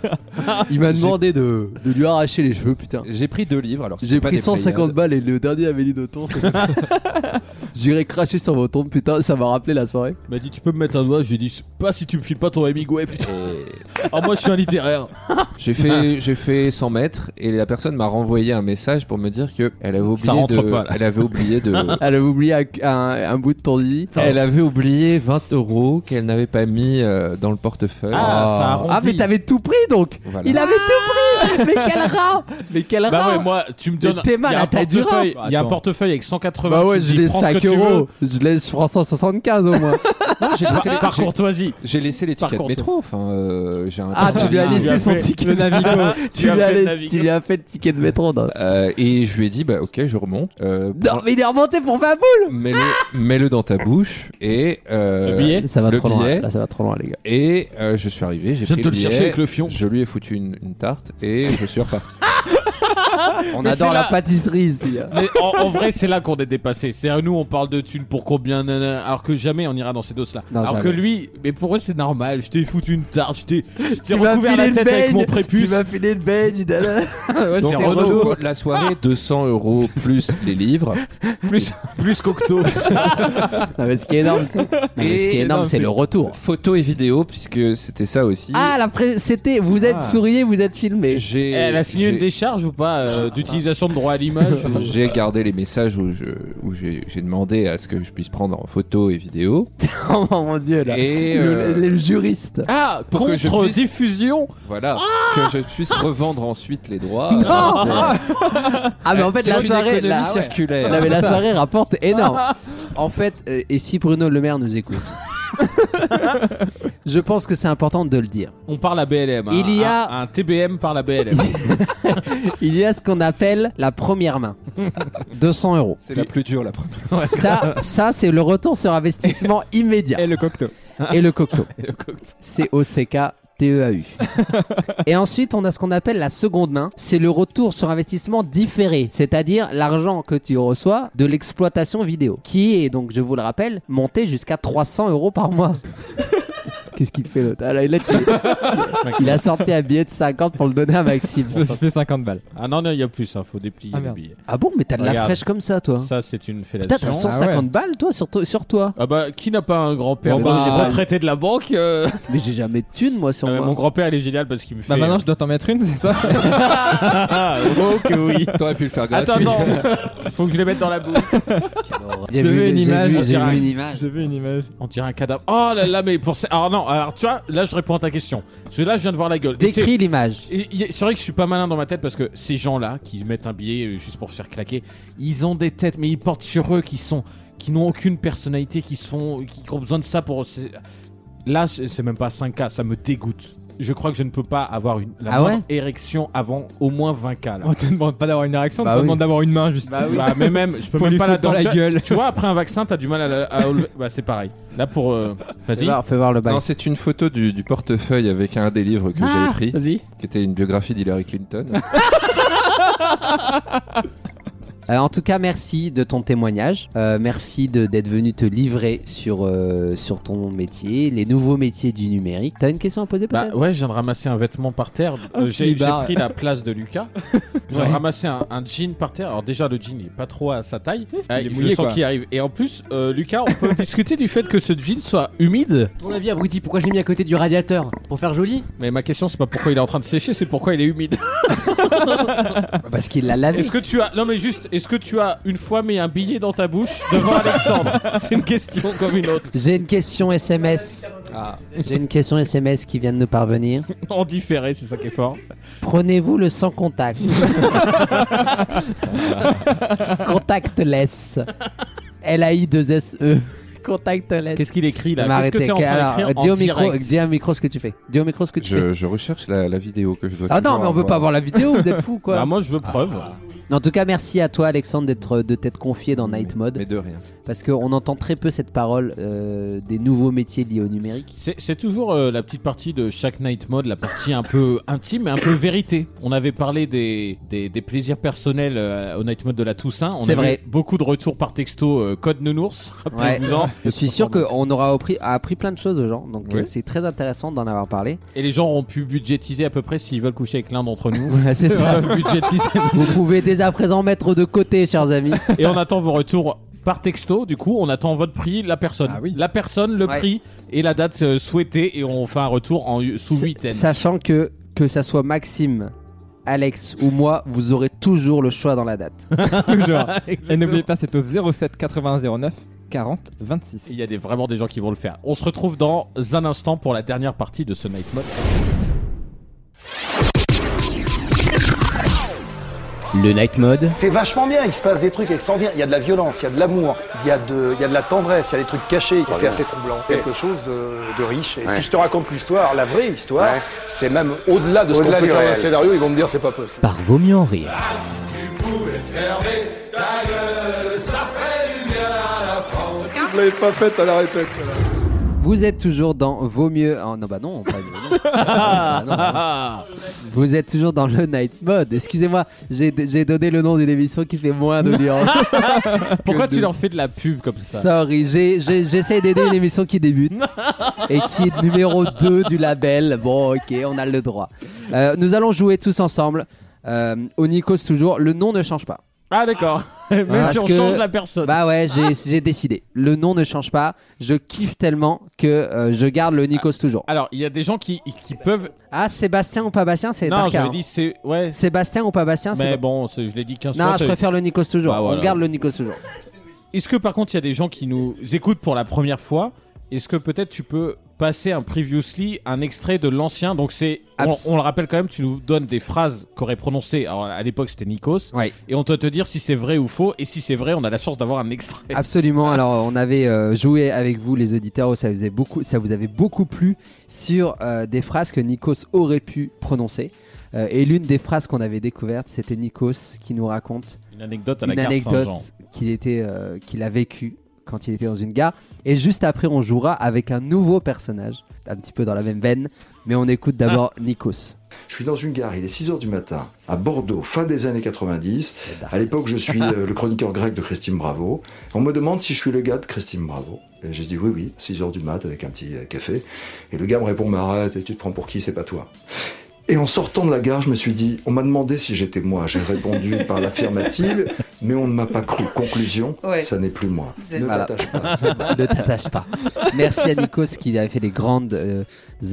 S3: Il m'a demandé de, de lui arracher les cheveux, putain.
S19: J'ai pris deux livres alors. c'était
S3: J'ai
S19: pas
S3: pris
S19: des
S3: 150
S19: Pléiades.
S3: balles et le dernier avait dit d'autant. J'irai cracher sur vos tombes, putain, ça m'a rappelé la soirée.
S4: Il m'a dit Tu peux me mettre un doigt J'ai dit Pas si tu me files pas ton Hemingway, putain.
S3: Euh.
S4: Ah, moi, je suis un littéraire.
S19: J'ai fait j'ai fait 100 mètres et la personne m'a renvoyé un message pour me dire que elle avait oublié
S4: Ça rentre
S19: de
S4: pas, là.
S19: elle avait oublié de
S3: Elle avait oublié un, un- un bout de ton lit.
S19: elle avait oublié 20 euros qu'elle n'avait pas mis euh, dans le portefeuille.
S4: Ah, ça arrondit.
S3: Ah, mais t'avais tout pris donc
S19: Voilà.
S3: Il avait tout pris Mais quel rat Mais quel rat
S4: Bah ouais, moi, tu me
S3: Mais
S4: donnes.
S3: t'es mal
S4: il y a
S3: à
S4: un
S3: ta durée.
S4: portefeuille- Il y a un
S3: Attends.
S4: portefeuille avec 180.
S3: Bah ouais,
S4: tu
S3: je
S4: te dis,
S3: laisse
S4: Prends ce
S3: 5
S4: que tu
S3: euros.
S4: veux.
S3: Je laisse je prends 175 au moins.
S19: j'ai
S4: Par-
S19: laissé les-
S4: Par
S19: Ah, j'ai-
S4: courtoisie.
S19: J'ai laissé les
S4: Par
S19: tickets de
S4: contre.
S19: métro. Enfin, euh, j'ai un
S3: Ah, tu lui as
S4: Tu lui
S3: laissé
S4: as
S3: son
S4: fait-
S3: ticket.
S5: Le Navigo.
S3: Tu lui, as, la- tu lui as fait le ticket de métro. Non,
S19: Euh, et je lui ai dit bah ok je remonte euh,
S4: Ah.
S3: Non, mais il est remonté pour 20 boules
S19: mets-le mets-le dans ta bouche et euh,
S4: Le billet
S3: Ça va
S19: le
S3: trop
S19: billet.
S3: loin. Là, ça va trop loin, les gars.
S19: et euh, je suis arrivé
S4: Je
S19: j'ai
S4: viens
S19: pris
S4: de te le
S19: billet,
S4: chercher avec le fion.
S19: je lui ai foutu une, une tarte et je suis reparti
S3: On
S4: Ah. Mais
S3: adore
S4: c'est
S3: Ah. la
S4: là-
S3: pâtisserie. c'est-
S4: Mais en, en vrai, c'est là qu'on est dépassé. C'est à nous, on parle de thunes pour combien, nanana, alors que jamais on ira dans ces doses-là.
S3: Non,
S4: Alors
S3: jamais.
S4: que lui, mais pour eux, c'est normal. Je t'ai foutu une tarte, je t'ai je t'ai
S3: Tu m'as
S4: recouvert la
S3: filé le
S4: tête avec
S3: beigne,
S4: mon prépuce.
S3: Tu m'as filé le beigne. dada.
S4: Ouais,
S19: Donc,
S4: c'est
S19: en
S4: Renaud,
S19: gros,
S4: quoi.
S19: la
S3: Ah.
S19: soirée, 200 euros plus les livres.
S4: Plus, plus Cocteau.
S3: Non, mais ce qui est énorme, c'est- non, mais ce qui est énorme, c'est le retour.
S19: Photo et vidéo, puisque c'était ça aussi.
S3: Ah, la pré- c'était. Vous êtes
S19: Ah.
S3: souriez, vous êtes filmé.
S19: J'ai-
S4: Elle a signé une
S19: j'ai-
S4: décharge ou pas euh, d'utilisation de droit à l'image ou-
S19: J'ai gardé les messages où je- où j'ai j'ai demandé à ce que je puisse prendre en photo et vidéo.
S3: oh mon dieu là.
S19: Et,
S3: Le-
S19: euh,
S3: les juristes.
S4: Ah,
S19: Pour que je
S4: contre
S19: puisse-
S4: diffusion.
S19: Voilà, que je puisse revendre ensuite les droits.
S3: Non
S19: Euh,
S3: Ah mais en fait
S19: C'est
S3: la
S19: une
S3: soirée
S19: économie
S3: la,
S19: circulaire.
S3: Non, mais la soirée rapporte énorme. En fait, euh, et si Bruno Le Maire nous écoute, je pense que c'est important de le dire.
S4: On parle à BLM. hein.
S3: Il y a-
S4: un, un TBM par la BLM.
S3: Il y a ce qu'on appelle la première main, 200 euros.
S19: C'est
S4: Ah.
S19: la plus dure, la première.
S3: Ça, ça c'est le retour sur investissement immédiat. Et
S5: le cocteau.
S3: Et le cocteau.
S4: Le cocteau.
S3: C'est OCK. TEAU. E Et ensuite, on a ce qu'on appelle la seconde main. C'est le retour sur investissement différé, c'est-à-dire l'argent que tu reçois de l'exploitation vidéo, qui est donc, je vous le rappelle, monté jusqu'à 300 euros par mois. Qu'est-ce qu'il fait l'autre Ah, là, il, a... il a sorti un billet de 50 pour le donner à Maxime.
S5: Je me suis fait 50 balles.
S4: Ah non, non, il y a plus, hein, faut déplier le billet.
S3: Ah bon, mais t'as de la
S4: Regarde.
S3: fraîche comme ça, toi.
S4: Ça, c'est une fellation.
S3: Putain, t'as 150 balles, toi, sur, to- sur toi.
S4: Ah bah, qui n'a pas un grand-père
S3: Bah,
S4: bah,
S3: j'ai pas-
S4: retraité de la banque euh,
S3: Mais j'ai jamais de thunes, moi, sur
S4: Ah, mais
S3: moi.
S4: Mon grand-père, il est génial parce qu'il me fait.
S5: Bah maintenant je dois t'en mettre une, c'est ça
S4: Ah, oh que oui.
S19: T'aurais pu le faire
S4: Attends, attends, faut que je les mette dans la bouche.
S3: J'ai vu une image, j'ai vu une image.
S5: J'ai vu une image.
S4: On dirait un cadavre. Oh là là, mais pour ça. Alors non, alors tu vois, là je réponds à ta question. Parce que là je viens de voir la gueule. Et c'est-
S3: Décris l'image.
S4: et y- C'est vrai que je suis pas malin dans ma tête parce que ces gens-là qui mettent un billet euh, juste pour se faire claquer, ils ont des têtes, mais ils portent sur eux qui sont, qui n'ont aucune personnalité, qui sont, qui ont besoin de ça pour. c'est- Là, c'est c'est même pas 5K, ça me dégoûte. Je crois que je ne peux pas avoir une la
S5: Ah ouais
S4: moindre érection avant au moins 20K. Là.
S5: On te demande pas d'avoir une érection,
S4: Bah
S5: on te
S4: oui.
S5: demande d'avoir une main juste.
S4: Bah, mais même, je peux
S5: Pour
S4: même
S5: lui
S4: pas la
S5: foutre dans la
S4: tu vois-
S5: gueule.
S4: Tu vois, après un vaccin, t'as du mal à, la- à enlever. Bah, c'est pareil. Là, pour. euh, Vas-y.
S19: Non, c'est une photo du, du portefeuille avec un des livres que
S4: Ah,
S19: j'avais pris.
S4: vas-y.
S19: Qui était une biographie d'Hillary Clinton.
S3: Alors, Euh, en tout cas, merci de ton témoignage. Euh, merci de- d'être venu te livrer sur, euh, sur ton métier, les nouveaux métiers du numérique. T'as une question à poser
S4: Bah
S3: peut-être
S4: ouais, je viens de ramasser un vêtement par terre.
S3: Ah,
S4: Euh,
S3: c'est
S4: J'ai j'ai
S3: barre.
S4: pris la place de Lucas. J'ai
S3: Ouais.
S4: ramassé un, un jean par terre. Alors déjà, le jean, il est pas trop à sa taille. Ah,
S5: il est
S4: je
S5: mouillé,
S4: le sens
S5: quoi.
S4: qu'il arrive. Et en plus, euh, Lucas, on peut discuter du fait que ce jean soit humide.
S12: Ton avis, abruti, pourquoi je l'ai mis à côté du radiateur Pour faire joli
S4: Mais ma question, c'est pas pourquoi il est en train de sécher, c'est pourquoi il est humide.
S3: Parce qu'il l'a lavé.
S4: Est-ce que tu as. Non, mais juste, est-ce que tu as une fois mis un billet dans ta bouche devant Alexandre C'est une question comme une autre.
S3: J'ai une question SMS.
S4: Ah.
S3: J'ai une question SMS qui vient de nous parvenir.
S4: En différé, c'est ça qui est fort.
S3: Prenez-vous le sans contact Contactless. L-A-I-2-S-E. E. Contactless.
S4: Qu'est-ce qu'il écrit là
S3: Mais
S4: Qu'est-ce que
S3: arrêtez,
S4: t'es en train
S3: alors,
S4: d'écrire en
S3: dis au micro,
S4: direct
S3: dis à micro ce que tu fais. Dis au micro ce que tu
S19: Je,
S3: fais.
S19: je recherche la, la vidéo que je dois
S3: Ah non,
S19: toujours
S3: mais on veut
S19: avoir.
S3: pas voir la vidéo, vous êtes fous quoi. Ah,
S4: Bah, moi, je veux preuve.
S3: En tout cas, merci à toi, Alexandre, d'être de t'être confié dans Night Mode.
S19: Mais de rien.
S3: Parce qu'on entend très peu cette parole euh, des nouveaux métiers liés au numérique.
S4: C'est c'est toujours euh, la petite partie de chaque night mode, la partie un peu intime et un peu vérité. On avait parlé des, des, des plaisirs personnels euh, au night mode de la Toussaint. On
S3: C'est
S4: a eu
S3: vrai.
S4: beaucoup de retours par texto euh, code nounours.
S3: Ouais.
S4: Rappelez-vous-en.
S3: Je suis sûr qu'on aura appris, appris plein de choses aux gens, donc
S4: Oui.
S3: euh, c'est très intéressant d'en avoir parlé.
S4: Et les gens ont pu budgétiser à peu près s'ils veulent coucher avec l'un d'entre nous.
S3: Ouais, c'est ça.
S4: Ils peuvent budgétiser.
S3: Vous pouvez dès à présent mettre de côté, chers amis.
S4: Et on attend vos retours par texto. Du coup, on attend votre prix, la personne. La personne, le
S3: Ouais.
S4: prix et la date euh, souhaitée. Et on fait un retour en sous huitaine.
S3: Sachant que que ça soit Maxime, Alex ou moi, vous aurez toujours le choix dans la date.
S5: Toujours. Et
S4: Exactement.
S5: n'oubliez pas, c'est au 07 80 09 40 26.
S4: Il y a des, vraiment des gens qui vont le faire. On se retrouve dans un instant pour la dernière partie de ce Night Mode.
S1: Le night mode,
S22: C'est vachement bien, il se passe des trucs extraordinaires. Il y a de la violence, il y a de l'amour, il y, a de- il y a de la tendresse, il y a des trucs cachés.
S23: Très
S22: C'est
S23: bien.
S22: assez troublant.
S23: Ouais.
S22: Quelque chose de, de riche. Et
S23: Ouais.
S22: si je te raconte l'histoire, la vraie histoire,
S23: Ouais.
S22: c'est même au-delà de ce qu'on
S23: Au-delà
S22: peut
S23: du
S22: faire dans le
S23: réel.
S22: scénario, ils vont me dire c'est pas possible.
S1: par vaut mieux en rire.
S2: Vous l'avez pas faite à la répète, celle-là.
S3: Vous êtes toujours dans Vaut mieux. oh, non, bah non, pas- non. Bah non, bah non. Vous êtes toujours dans le night mode. Excusez-moi, j'ai j'ai donné le nom d'une émission qui fait moins d'audience.
S4: Pourquoi
S3: Que
S4: tu
S3: de-
S4: leur fais de la pub comme ça
S3: Sorry, j'ai- j'ai- j'essaie d'aider une émission qui débute et qui est numéro 2 du label. Bon, ok, on a le droit. Euh, nous allons jouer tous ensemble. Euh, au Nikos toujours, le nom ne change pas.
S4: Ah d'accord. Même
S3: Parce
S4: si on
S3: que-
S4: change la personne.
S3: Bah ouais, j'ai j'ai décidé. Le nom ne change pas. Je kiffe tellement que euh, je garde le Nikos toujours.
S4: Alors, il y a des gens qui, qui peuvent.
S3: Ah, Sébastien ou pas Bastien, c'est
S4: Non,
S3: Darka,
S4: j'avais
S3: hein.
S4: dit c'est. Ouais.
S3: Sébastien ou pas Bastien, c'est.
S4: Mais bon, c'est- je l'ai dit 15 fois.
S3: non, je
S4: t'as-
S3: préfère le Nikos toujours.
S4: Bah, voilà.
S3: On garde le Nikos toujours.
S4: Est-ce que par contre, il y a des gens qui nous écoutent pour la première fois Est-ce que peut-être tu peux passer un previously, un extrait de l'ancien Donc c'est, on,
S3: Abs-
S4: on le rappelle quand même, tu nous donnes des phrases qu'aurait prononcées. Alors à l'époque, c'était Nikos. Et on doit te dire si c'est vrai ou faux. Et si c'est vrai, on a la chance d'avoir un extrait.
S3: Absolument. Alors, on avait euh, joué avec vous, les auditeurs, où ça, faisait beaucoup, ça vous avait beaucoup plu sur euh, des phrases que Nikos aurait pu prononcer. Euh, et l'une des phrases qu'on avait découvertes, c'était Nikos qui nous raconte
S4: Une anecdote à la
S3: une
S4: gare
S3: anecdote
S4: Saint-Jean.
S3: qu'il était, euh, qu'il a vécu quand il était dans une gare. Et juste après, on jouera avec un nouveau personnage, un petit peu dans la même veine, mais on écoute d'abord Nikos.
S9: Je suis dans une gare, il est 6h du matin, à Bordeaux, fin des années 90. À l'époque, je suis euh, le chroniqueur grec de Christine Bravo. On me demande si je suis le gars de Christine Bravo. Et j'ai dit oui, oui, 6h du mat avec un petit euh, café. Et le gars me répond, mais arrête, tu te prends pour qui, c'est pas toi. Et en sortant de la gare, je me suis dit, on m'a demandé si j'étais moi. J'ai répondu par l'affirmative, mais on ne m'a pas cru. Conclusion,
S3: Ouais.
S9: ça n'est plus moi. Ne
S3: Voilà.
S9: t'attache pas. c'est pas-
S3: ne t'attache pas. Merci à Nikos qui avait fait les grandes euh,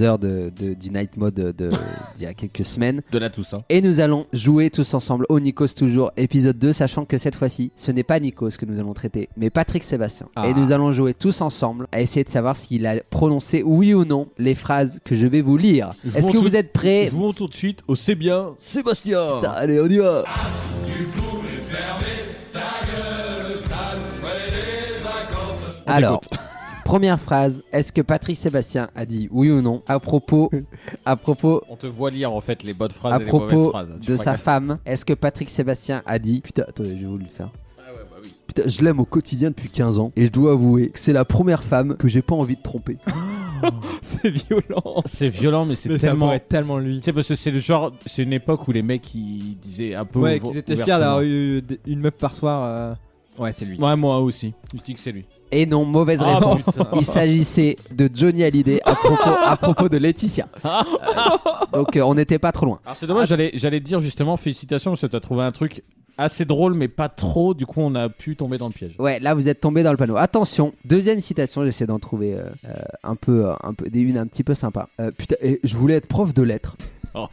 S3: heures de, de- du night mode de- de- d'il y a quelques semaines.
S4: De la Toussaint.
S3: Et nous allons jouer tous ensemble au Nikos toujours, épisode 2, sachant que cette fois-ci, ce n'est pas Nikos que nous allons traiter, mais Patrick Sébastien.
S11: Ah.
S3: Et nous allons jouer tous ensemble à essayer de savoir s'il a prononcé oui ou non les phrases que je vais vous lire.
S4: Jouons
S3: Est-ce que
S4: tout-
S3: vous êtes prêts
S4: Jouons tout de suite au C'est bien, Sébastien
S3: Putain, allez, on y va Alors, première phrase, est-ce que Patrick Sébastien a dit oui ou non à propos, à propos,
S4: On te voit lire en fait les bonnes phrases
S3: à
S4: et les mauvaises
S3: propos
S4: phrases. Tu
S3: de
S4: feras
S3: sa
S4: gaffe.
S3: femme Est-ce que Patrick Sébastien a dit Putain, attendez, je vais vous le faire.
S4: Ah bah
S3: Putain, je l'aime au quotidien depuis 15 ans et je dois avouer que c'est la première femme que j'ai pas envie de tromper.
S4: C'est violent. C'est violent, mais c'est
S5: Mais ça
S4: tellement.
S5: pourrait être
S4: tellement lui. Tu sais, parce que c'est le genre. C'est une époque où les mecs ils disaient un peu.
S5: Ouais,
S4: ouver-
S5: qu'ils étaient fiers
S4: ouvertement.
S5: d'avoir eu des- une meuf par soir. euh, Ouais, c'est lui.
S4: Ouais, moi aussi. Je dis que c'est lui.
S3: Et non, mauvaise
S4: Ah,
S3: réponse.
S4: putain.
S3: Il s'agissait de Johnny Hallyday à propos, à propos de Laetitia.
S4: Ah.
S3: Euh, donc euh, on n'était pas trop loin.
S4: Alors c'est dommage, j'allais, j'allais dire justement félicitations parce que t'as trouvé un truc assez drôle mais pas trop, du coup on a pu tomber dans le piège.
S3: Ouais, là vous êtes tombé dans le panneau. Attention, deuxième citation, j'essaie d'en trouver euh, euh, un peu, euh, un peu, des une un petit peu sympa. Euh, putain, et je voulais être prof de lettres.
S4: Oh,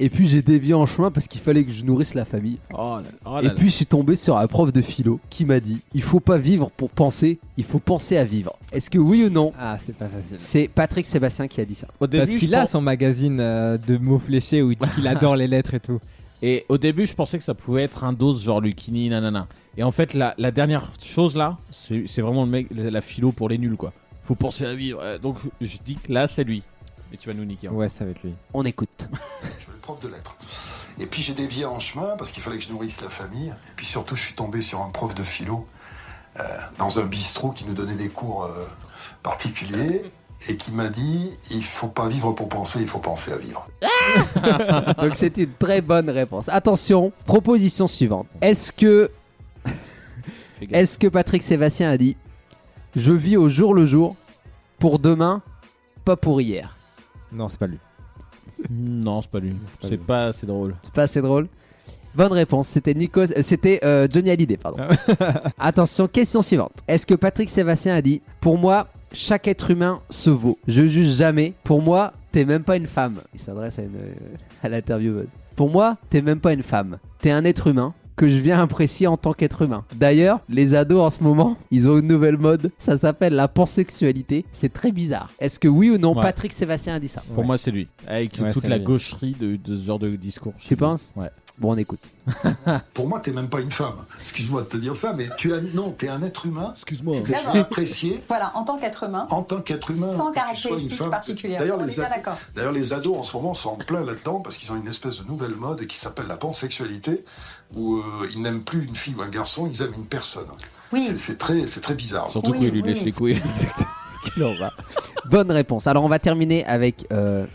S3: Et puis j'ai dévié en chemin parce qu'il fallait que je nourrisse la famille.
S4: Oh là là, oh là
S3: et
S4: là.
S3: puis je suis tombé sur un prof de philo qui m'a dit il faut pas vivre pour penser, il faut penser à vivre. Est-ce que oui ou non
S5: Ah, c'est pas facile.
S3: C'est Patrick Sébastien qui a dit ça.
S5: Parce qu'il a son magazine euh, de mots fléchés où il dit qu'il adore les lettres et tout.
S4: Et au début je pensais que ça pouvait être un dose genre Lucini, nanana. Et en fait la, la dernière chose là, c'est, c'est vraiment le mec, la la philo pour les nuls quoi. Faut penser à vivre. Euh, Donc je dis que là c'est lui. Et tu vas nous niquer. hein.
S5: Ouais, ça va être lui.
S3: On écoute.
S23: prof de lettres. Et puis j'ai dévié en chemin parce qu'il fallait que je nourrisse la famille. Et puis surtout, je suis tombé sur un prof de philo euh, dans un bistrot qui nous donnait des cours euh, particuliers et qui m'a dit il faut pas vivre pour penser, il faut penser à vivre.
S3: Donc c'est une très bonne réponse. Attention, proposition suivante. Est-ce que est-ce que Patrick Sébastien a dit je vis au jour le jour pour demain, pas pour hier.
S5: Non, c'est pas lui.
S4: Non, c'est pas lui. C'est pas,
S3: lui.
S4: assez drôle.
S3: C'est pas assez drôle. Bonne réponse, c'était Nico, euh, c'était euh, Johnny Hallyday, pardon. Attention, question suivante. Est-ce que Patrick Sébastien a dit Pour moi, chaque être humain se vaut. Je juge jamais. Pour moi, t'es même pas une femme. Il s'adresse à, une, euh, à l'intervieweuse. Pour moi, t'es même pas une femme. T'es un être humain que je viens apprécier en tant qu'être humain. D'ailleurs, les ados en ce moment, ils ont une nouvelle mode. Ça s'appelle la pansexualité. C'est très bizarre. Est-ce que oui ou non,
S4: Ouais.
S3: Patrick Sébastien a dit ça
S4: Pour moi c'est lui. Avec
S3: Ouais,
S4: toute
S3: c'est
S4: la
S3: lui.
S4: gaucherie de, de ce genre de discours.
S3: Tu penses
S4: Ouais.
S3: Bon, on écoute.
S23: Pour moi, t'es même pas une femme. Excuse-moi de te dire ça, mais tu as non, t'es un être humain.
S4: Excuse-moi.
S23: Que je vais apprécier
S24: Voilà, en tant qu'être humain.
S23: en tant qu'être humain.
S24: Sans
S23: que tu sois une
S24: caractéristiques
S23: femme.
S24: particulières.
S23: D'ailleurs,
S24: On est
S23: les,
S24: bien
S23: a-
S24: d'accord.
S23: d'ailleurs, les ados en ce moment sont en plein là-dedans parce qu'ils ont une espèce de nouvelle mode qui s'appelle la pansexualité où euh, ils n'aiment plus une fille ou un garçon, ils aiment une personne.
S24: Oui.
S23: C'est- C'est très, c'est très bizarre.
S4: Surtout
S23: que
S4: qu'il lui lèche les couilles.
S3: Bonne réponse. Alors on va terminer avec euh,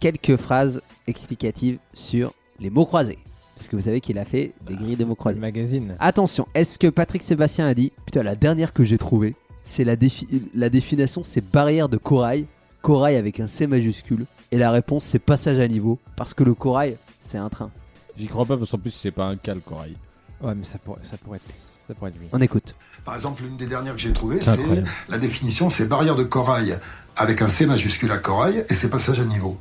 S3: quelques phrases explicatives sur les mots croisés. Parce que vous savez qu'il a fait des grilles de mots croisés.
S11: magazine.
S3: Attention, est-ce que Patrick Sébastien a dit Putain, la dernière que j'ai trouvée, c'est la, défi- la définition, c'est barrière de corail. Corail avec un C majuscule. Et la réponse, c'est passage à niveau. Parce que le corail, c'est un train.
S4: J'y crois pas parce qu'en plus c'est pas un cal corail.
S11: Ouais, mais ça pourrait, ça pourrait être, ça pourrait être lui.
S3: On écoute.
S23: Par exemple, l'une des dernières que j'ai trouvées,
S3: C'est
S23: c'est
S3: incroyable.
S23: la définition, c'est barrière de corail avec un C majuscule à corail et c'est passage à niveau.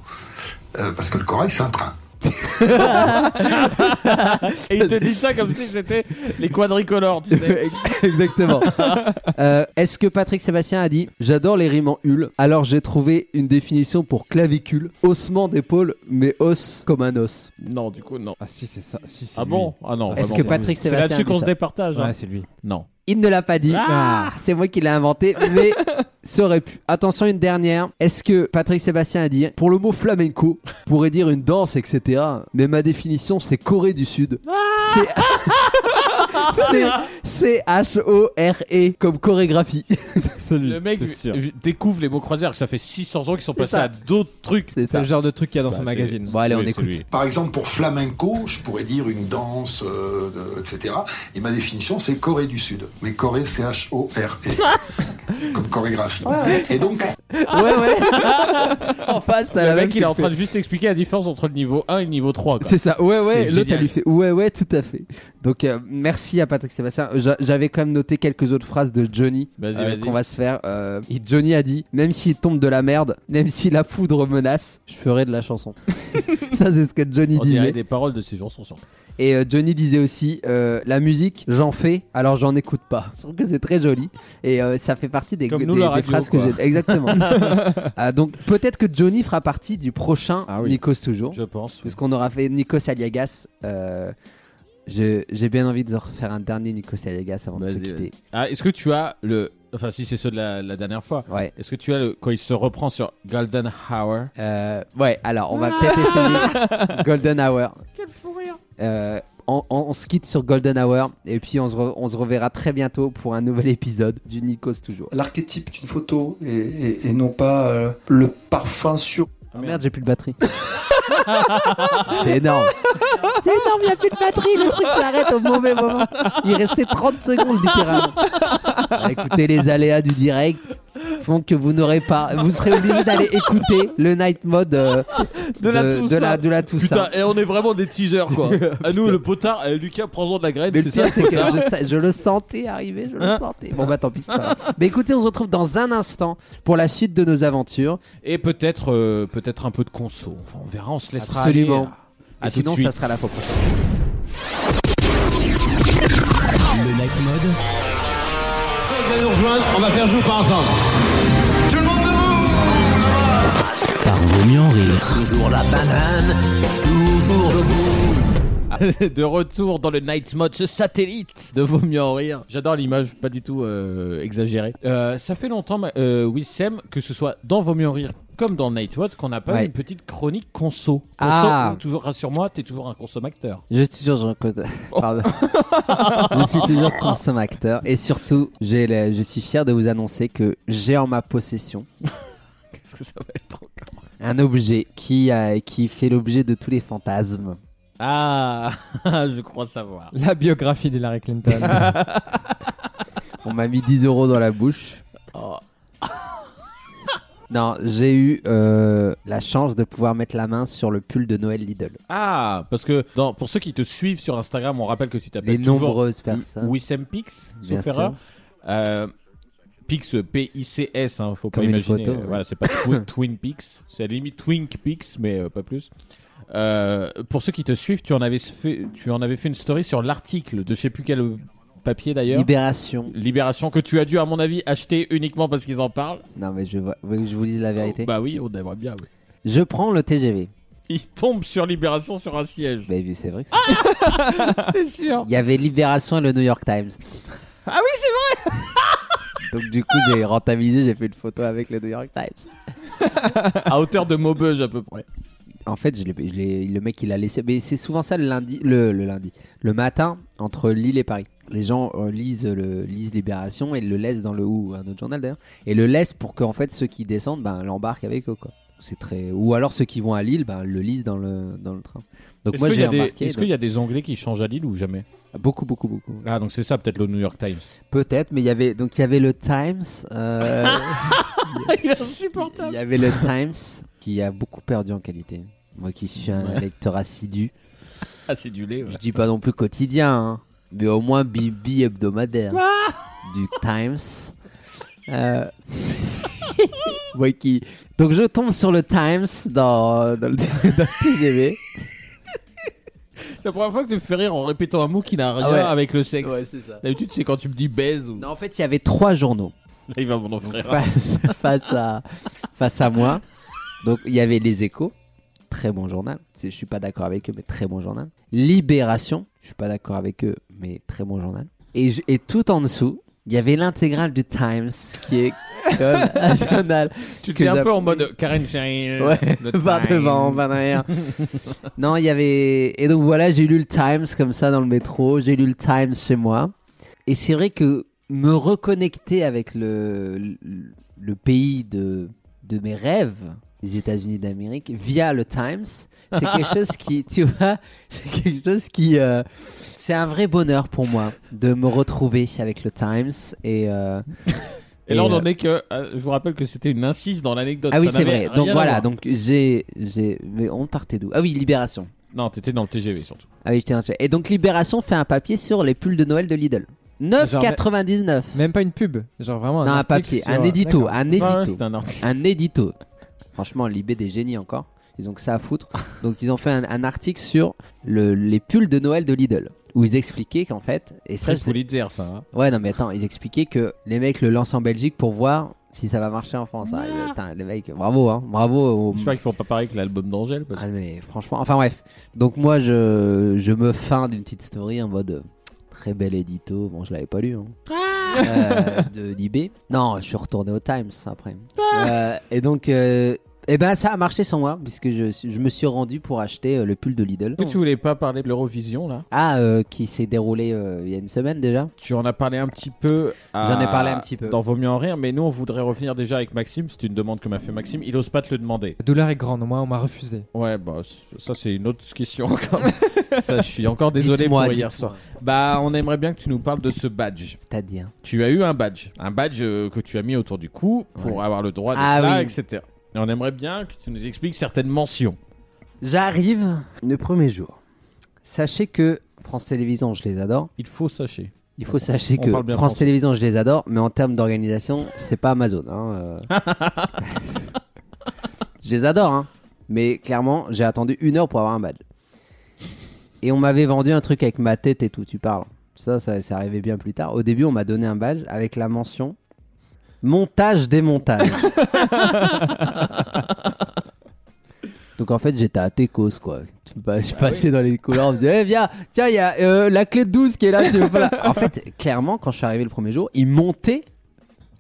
S23: Euh, parce que le corail, c'est un train.
S4: Et il te dit ça comme si c'était les quadricolores, tu sais.
S3: Exactement. Euh, Est-ce que Patrick Sébastien a dit J'adore les rimes en hul, alors j'ai trouvé une définition pour clavicule, ossement d'épaule, mais os comme un os.
S4: Non, du coup, non.
S11: Ah si, c'est ça. Si,
S4: Ah bon Ah non.
S3: Est-ce
S4: vraiment.
S3: que Patrick
S4: C'est
S3: Sébastien
S4: là-dessus
S3: a
S4: qu'on
S3: dit ça
S4: se départage. hein.
S11: Ouais, c'est lui.
S4: Non.
S3: Il ne l'a pas dit.
S4: Ah
S3: C'est moi qui l'ai inventé, mais ça aurait pu. Attention, une dernière. Est-ce que Patrick Sébastien a dit Pour le mot flamenco, pourrait dire une danse, etc. Mais ma définition, c'est Corée du Sud. C'est.
S4: Ah,
S3: C'est- C'est H-O-R-E E, comme chorégraphie.
S4: Le mec v- découvre les mots croisés alors que ça fait 600 ans qu'ils sont
S3: C'est
S4: passés
S3: ça.
S4: à d'autres trucs.
S11: C'est le genre de truc qu'il y a dans
S4: Bah,
S11: son
S4: c'est-
S11: magazine.
S4: Bon, allez, on Oui, écoute. c'est lui.
S23: Par exemple, pour flamenco, je pourrais dire une danse, euh, de- etc. Et ma définition, c'est Corée du Sud. Mais Corée, c'est H-O-R-E. E. comme chorégraphie. et donc,
S3: Ouais, ouais. en face, t'as
S4: le
S3: la
S4: mec,
S3: même
S4: il est en
S3: qui
S4: train
S3: fait.
S4: de juste expliquer la différence entre le niveau 1 et le niveau 3. quoi.
S3: C'est ça, ouais, ouais.
S4: C'est
S3: L'autre,
S4: génial.
S3: elle lui fait ouais, ouais, tout à fait. Donc, euh, merci à Patrick Sébastien. J'a- J'avais quand même noté quelques autres phrases de Johnny
S4: Vas-y, vas-y.
S3: qu'on va se faire. Euh, et Johnny a dit Même s'il tombe de la merde, même si la foudre menace, je ferai de la chanson. ça, c'est ce que Johnny
S4: On dirait
S3: disait.
S4: des paroles de ces chansons. sans-
S3: Et euh, Johnny disait aussi euh, La musique, j'en fais, alors j'en écoute pas. Je trouve que c'est très joli. Et euh, ça fait partie des,
S4: Comme
S3: des-
S4: nous, la
S3: des
S4: radio,
S3: phrases
S4: quoi.
S3: que j'ai. Exactement. Ah, donc, peut-être que Johnny fera partie du prochain Nikos toujours.
S4: Ah Je pense.
S3: Puisqu'on aura fait Nikos Aliagas. euh, je- J'ai bien envie de refaire un dernier Nikos Aliagas avant de se quitter.
S4: Ah, est-ce que tu as le. Enfin, si c'est ceux de la, la dernière fois. Est-ce que tu as le. Quand il se reprend sur Golden Hour
S3: Euh, Ouais, alors on va
S4: Ah.
S3: peut-être essayer Golden Hour.
S4: Quel fou rire
S3: Euh, on, on- on se quitte sur Golden Hour et puis on se, re- on se reverra très bientôt pour un nouvel épisode du Nikos toujours.
S9: L'archétype d'une photo et, et- et non pas euh, le parfum sur.
S3: Oh merde, j'ai plus de batterie. C'est énorme. C'est énorme, il n'y a plus de batterie, le truc s'arrête au mauvais moment. Il restait 30 secondes littéralement. Ah, Écoutez, les aléas du direct font que vous n'aurez pas. Vous serez obligé d'aller écouter le night mode euh,
S4: De la
S3: de,
S4: Toussaint.
S3: la, de la
S4: Putain,
S3: Toussaint.
S4: et on est vraiment des teasers quoi. à nous, le potard, euh, Lucas, prends-en de la graine.
S3: Mais le
S4: c'est
S3: pire,
S4: ça
S3: c'est
S4: le
S3: que
S4: potard.
S3: je, sa- je le sentais arriver, je le
S4: Hein
S3: sentais. Bon, bah tant pis, c'est pas grave. Mais écoutez, on se retrouve dans un instant pour la suite de nos aventures.
S4: Et peut-être euh, peut-être un peu de conso. Enfin, on verra, on se laissera.
S3: Absolument.
S4: aller. euh, À
S3: Et
S4: tout de
S3: sinon, ça
S4: suite.
S3: sera la fois prochaine.
S18: Le night mode.
S25: va nous rejoindre, on va faire jouer ensemble. Tout le monde
S18: Par vaut mieux en rire. Toujours la banane, toujours debout.
S4: de retour dans le Night Mode, ce satellite de Vaut mieux en rire. J'adore l'image, pas du tout euh, exagérée. Euh, ça fait longtemps, ma- euh, Wissem, que ce soit dans Vaut mieux en rire comme dans le Night Mode, qu'on n'a pas
S3: Ouais.
S4: une petite chronique conso. Conso,
S3: Ah.
S4: ou toujours, rassure-moi, t'es toujours un consommateur.
S3: Je suis toujours cause. Pardon. je suis toujours consommateur et surtout, j'ai le- je suis fier de vous annoncer que j'ai en ma possession
S4: Qu'est-ce que ça va être encore
S3: un objet qui a- qui fait l'objet de tous les fantasmes.
S4: Ah, je crois savoir.
S5: La biographie d'Hillary Clinton.
S3: On m'a mis 10 euros dans la bouche. Oh. Non, j'ai eu euh, la chance de pouvoir mettre la main sur le pull de Noël Lidl.
S4: Ah, parce que dans- pour ceux qui te suivent sur Instagram, on rappelle que tu t'appelles
S3: Les
S4: toujours
S3: nombreuses
S4: Wi-
S3: personnes.
S4: Wissem Pix,
S3: Bien
S4: sauf erreur.
S3: sûr.
S4: Euh, Pix, P-I-C-S, hein, faut
S3: Comme
S4: pas
S3: une
S4: imaginer.
S3: photo, ouais.
S4: Voilà, c'est pas Twi- Twin Pix, c'est à la limite Twink Pix, mais euh, pas plus. Euh, pour ceux qui te suivent, tu en avais fait, tu en avais fait une story sur l'article de je sais plus quel papier d'ailleurs.
S3: Libération.
S4: Libération que tu as dû, à mon avis, acheter uniquement parce qu'ils en parlent.
S3: Non, mais je, vois- vous voulez que je vous dise la vérité.
S4: bah oui, on aimerait bien. Oui.
S3: Je prends le TGV.
S4: Il tombe sur Libération sur un siège. Ah
S3: Bah, c'est vrai que
S4: C'était sûr.
S3: Il y avait Libération et le New York Times.
S4: Ah oui, c'est vrai.
S3: Donc du coup, j'ai rentabilisé, j'ai fait une photo avec le New York Times.
S4: à hauteur de Maubeuge à peu près.
S3: En fait, je l'ai- je l'ai- le mec il a laissé. Mais c'est souvent ça le lundi, le, le lundi, le matin entre Lille et Paris. les gens euh, lisent, le, lisent Libération et le laissent dans le ou un autre journal d'ailleurs et le laissent pour que en fait ceux qui descendent ben, l'embarquent avec eux quoi. C'est très ou alors ceux qui vont à Lille ben, le lisent dans le dans le train. Donc
S4: Est-ce
S3: moi
S4: qu'il y
S3: j'ai
S4: a des-
S3: remarqué
S4: Est-ce
S3: donc-
S4: qu'il y a des Anglais qui changent à Lille ou jamais
S3: Beaucoup, beaucoup, beaucoup.
S4: Ah, donc c'est ça peut-être le New York Times.
S3: peut-être mais il y avait donc il y avait le Times euh,
S6: Il est insupportable.
S3: il y avait le Times qui a beaucoup perdu en qualité. Moi qui suis un
S4: Ouais.
S3: lecteur assidu.
S4: Ah, c'est du lait. ouais.
S3: Je dis pas non plus quotidien, hein, mais au moins bi- bi-hebdomadaire
S6: Ah
S3: du Times. Euh, ouais, qui- Donc je tombe sur le Times dans, dans le, dans le TGV.
S4: C'est la première fois que tu me fais rire en répétant un mot qui n'a rien
S3: Ah ouais.
S4: avec le sexe.
S3: Ouais, c'est ça.
S4: D'habitude, c'est quand tu me dis baise ou.
S3: Non, en fait, il y avait trois journaux
S4: Là, il va m'en offrir un.
S3: face, face, à, face à moi. Donc il y avait Les Échos, très bon journal. C'est- Je suis pas d'accord avec eux, mais très bon journal. Libération, je suis pas d'accord avec eux, mais très bon journal. Et, je- et tout en dessous, il y avait l'intégrale du Times qui est comme un journal.
S4: Tu te
S3: que
S4: dis un peu
S3: j'appelle-
S4: en mode Karen Cheryl.
S3: Ouais,
S4: le
S3: par
S4: time.
S3: devant, par derrière. non, il y avait. Et donc voilà, j'ai lu le Times comme ça dans le métro, j'ai lu le Times chez moi. Et c'est vrai que me reconnecter avec le, le, le pays de, de mes rêves, les États-Unis d'Amérique, via le Times, c'est quelque chose qui, tu vois, c'est quelque chose qui. euh, c'est un vrai bonheur pour moi de me retrouver avec le Times et. euh,
S4: Et là, on
S3: euh,
S4: en est que. euh, Je vous rappelle que c'était une incise dans l'anecdote.
S3: ah oui,
S4: ça
S3: c'est
S4: n'avait
S3: vrai.
S4: rien
S3: Donc
S4: à
S3: voilà,
S4: voir.
S3: donc j'ai, j'ai, mais on partait d'où Ah oui, Libération.
S4: Non, t'étais dans le TGV surtout.
S3: Ah oui, j'étais dans- Et donc Libération fait un papier sur les pulls de Noël de Lidl. 9,99.
S5: Même pas une pub, genre vraiment un
S3: non, un
S5: article
S3: papier,
S5: sur-
S3: un édito,
S5: D'accord. Ah,
S3: un édito,
S4: Ouais, ouais, c'était un article.
S3: édito. Franchement, l'IB des génies encore. Ils ont que ça à foutre. Donc ils ont fait un, un article sur le- les pulls de Noël de Lidl où ils expliquaient qu'en fait, et ça,
S4: Ça,
S3: je-
S4: je voulais dire ça. hein.
S3: ouais, non mais attends, ils expliquaient que les mecs le lancent en Belgique pour voir si ça va marcher en France. Ah, putain, les mecs, bravo, hein, bravo. Aux...
S4: J'espère qu'ils font pas pareil que l'album d'Angèle. Parce...
S3: Ah, mais franchement, enfin bref. Donc moi, je, je me feins d'une petite story en mode euh, très bel édito. Bon, je l'avais pas lu. hein. Euh, de l'IB. Non, je suis retourné au Times après. Euh, et donc, euh, eh ben ça a marché sans moi puisque je, suis- je me suis rendu pour acheter euh, le pull de Lidl.
S4: Est-ce que tu voulais pas parler de l'Eurovision là
S3: Ah, euh, qui s'est déroulé euh, il y a une semaine déjà.
S4: Tu en as parlé un petit peu. à-
S3: J'en ai parlé un petit peu.
S4: Dans Vaut mieux en rire, mais nous on voudrait revenir déjà avec Maxime. C'est une demande que m'a fait Maxime. Il ose pas te le demander.
S5: La douleur est grande, moi on m'a refusé.
S4: Ouais, bah c- ça c'est une autre question encore. ça, je suis encore désolé
S5: Dites-moi,
S4: pour hier
S5: dites-moi.
S4: soir. Bah, on aimerait bien que tu nous parles de ce badge.
S3: C'est-à-dire
S4: Tu as eu un badge, un badge euh, que tu as mis autour du cou pour avoir le droit d'être
S3: Ah
S4: là,
S3: oui.
S4: etc. Et on aimerait bien que tu nous expliques certaines mentions.
S3: J'arrive le premier jour. Sachez que France Télévisions, je les adore.
S4: Il faut sachez.
S3: Il faut sachez
S4: On
S3: que
S4: parle
S3: France
S4: bien français.
S3: Télévisions, je les adore, mais en termes d'organisation, c'est pas Amazon. Hein, euh. je les adore, hein, mais clairement, j'ai attendu une heure pour avoir un badge. Et on m'avait vendu un truc avec ma tête et tout, tu parles. Ça, ça, ça arrivait bien plus tard. Au début, on m'a donné un badge avec la mention montage démontage. Donc en fait, j'étais à Tecos quoi. Bah,
S5: Ah
S3: je passais dans les couloirs, on me disait, Eh, viens, tiens, il y a euh, la clé de 12 qui est là. Tu veux pas la- En fait, clairement, quand je suis arrivé le premier jour, ils montaient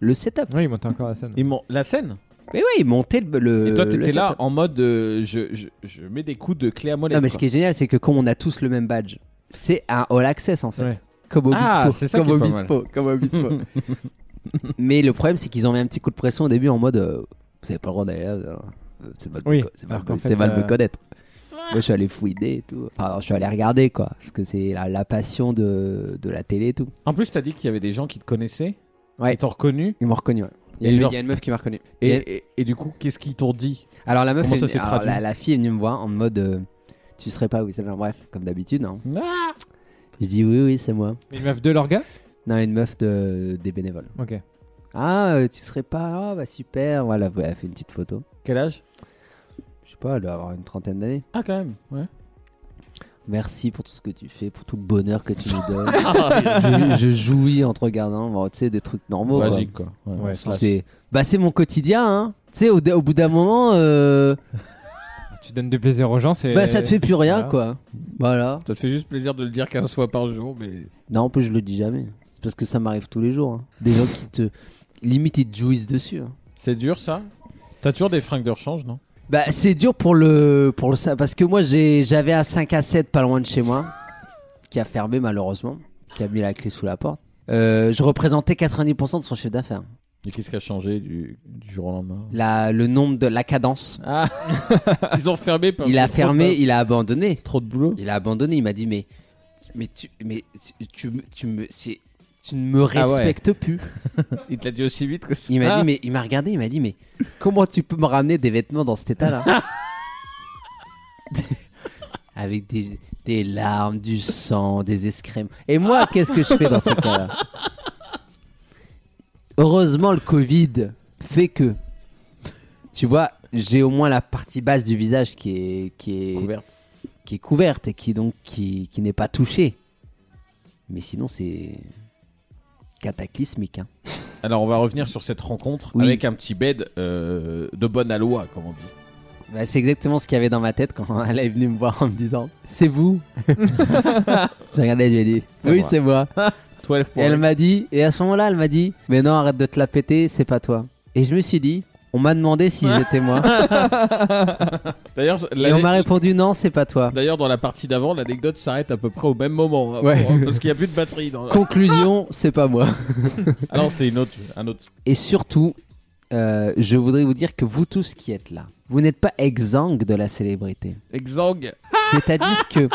S3: le setup.
S5: Oui, ils montaient encore la scène.
S4: Ils mon- la scène
S3: Mais oui, ils montaient le. le
S4: Et toi,
S3: Euh, le
S4: t'étais là
S3: setup.
S4: en mode euh, je, je, je mets des coups de clé à molette.
S3: Non, mais ce
S4: quoi.
S3: qui est génial, c'est que comme on a tous le même badge, c'est un all access en fait. Comme Obispo.
S4: Ah, c'est ça
S3: comme
S4: qui est pas
S3: Obispo.
S4: mal.
S3: Comme Obispo. mais le problème, c'est qu'ils ont mis un petit coup de pression au début en mode euh, Vous avez pas le droit d'aller là. euh, C'est mal, de
S5: Oui,
S3: me co- c'est mal,
S5: alors
S3: de-
S5: qu'en fait,
S3: c'est mal de me
S5: euh,
S3: connaître. Moi, je suis allé fouiner et tout. Enfin, alors, je suis allé regarder quoi. Parce que c'est la, la passion de, de la télé et tout.
S4: En plus, t'as dit qu'il y avait des gens qui te connaissaient.
S3: Ouais.
S4: Ils t'ont reconnu.
S3: Ils m'ont reconnu, ouais. Il y, a
S4: Et
S3: une,
S4: genre-
S3: il y a une meuf qui m'a reconnu.
S4: Et,
S3: Il y a-
S4: et- et du coup, qu'est-ce qu'ils t'ont dit
S3: Alors la meuf,
S4: Comment
S3: est
S4: ça
S3: venue-
S4: s'est
S3: alors,
S4: traduit
S3: la, la fille est venue me voir en mode euh, tu serais pas oui c'est là bref comme d'habitude hein.
S5: Ah
S3: Je dis oui oui c'est moi.
S5: Une meuf de l'orga
S3: Non une meuf de des bénévoles.
S5: Ok.
S3: Ah euh, tu serais pas ah bah super voilà ouais, elle a fait une petite photo.
S4: Quel âge
S3: Je sais pas elle doit avoir une trentaine d'années.
S4: Ah, quand même, ouais.
S3: Merci pour tout ce que tu fais pour tout le bonheur que tu nous donnes.
S4: Ah,
S3: je, je jouis en te regardant bon, tu sais des trucs normaux.
S4: Basique, quoi. Ouais, on se lasse.
S3: c'est bah c'est mon quotidien hein. Tu sais au, au bout d'un moment euh,
S5: Tu donnes du plaisir aux gens, c'est.
S3: bah ça te fait plus rien quoi. Voilà.
S4: Ça te fait juste plaisir de le dire 15 fois par jour, mais.
S3: Non, en plus, je le dis jamais. C'est parce que ça m'arrive tous les jours. hein. Des gens qui te. Limite, ils te jouissent dessus. hein.
S4: C'est dur ça T'as toujours des fringues de rechange, non
S3: Bah, c'est dur pour le. Pour le ça. Parce que moi, j'ai- j'avais un 5 à 7 pas loin de chez moi. Qui a fermé, malheureusement. qui a mis la clé sous la porte. Euh, je représentais 90% de son chiffre d'affaires.
S4: Et qu'est-ce qui a changé du, du jour au lendemain
S3: La, le nombre de la cadence.
S4: Ah Ils ont fermé parce
S3: Il a
S4: que trop
S3: fermé,
S4: de-
S3: il a abandonné.
S4: Trop de boulot.
S3: Il a abandonné. Il m'a dit mais mais tu mais tu- tu me- tu me c'est- tu ne me
S4: Ah ouais.
S3: respectes plus.
S4: Il te l'a dit aussi vite que ça.
S3: Il m'a
S4: Ah.
S3: dit mais il m'a regardé. Il m'a dit mais comment tu peux me ramener des vêtements dans cet état-là Avec des, des larmes, du sang, des excréments. Et moi, qu'est-ce que je fais dans ce cas-là Heureusement, le Covid fait que, tu vois, j'ai au moins la partie basse du visage qui est qui est couverte, qui est couverte et qui donc qui, qui n'est pas touchée. Mais sinon, c'est cataclysmique. hein.
S4: Alors on va revenir sur cette rencontre
S3: Oui.
S4: avec un petit bed euh, de bonne aloi, comme on dit.
S3: Bah, c'est exactement ce qu'il y avait dans ma tête quand elle est venue me voir en me disant C'est vous J'ai regardé, j'ai dit
S4: C'est
S3: Oui,
S4: moi.
S3: c'est moi. Et elle
S4: lui.
S3: m'a dit, et à ce moment-là, elle m'a dit Mais non, arrête de te la péter, c'est pas toi. Et je me suis dit On m'a demandé si j'étais moi.
S4: D'ailleurs,
S3: Et on m'a répondu Non, c'est pas toi.
S4: D'ailleurs, dans la partie d'avant, l'anecdote s'arrête à peu près au même moment. hein,
S3: Ouais.
S4: pour- parce qu'il n'y a plus de batterie. Dans...
S3: Conclusion C'est pas moi.
S4: Ah non, c'était une autre, un autre.
S3: Et surtout, euh, je voudrais vous dire que vous tous qui êtes là, vous n'êtes pas exsangues de la célébrité.
S4: Exang.
S3: C'est-à-dire que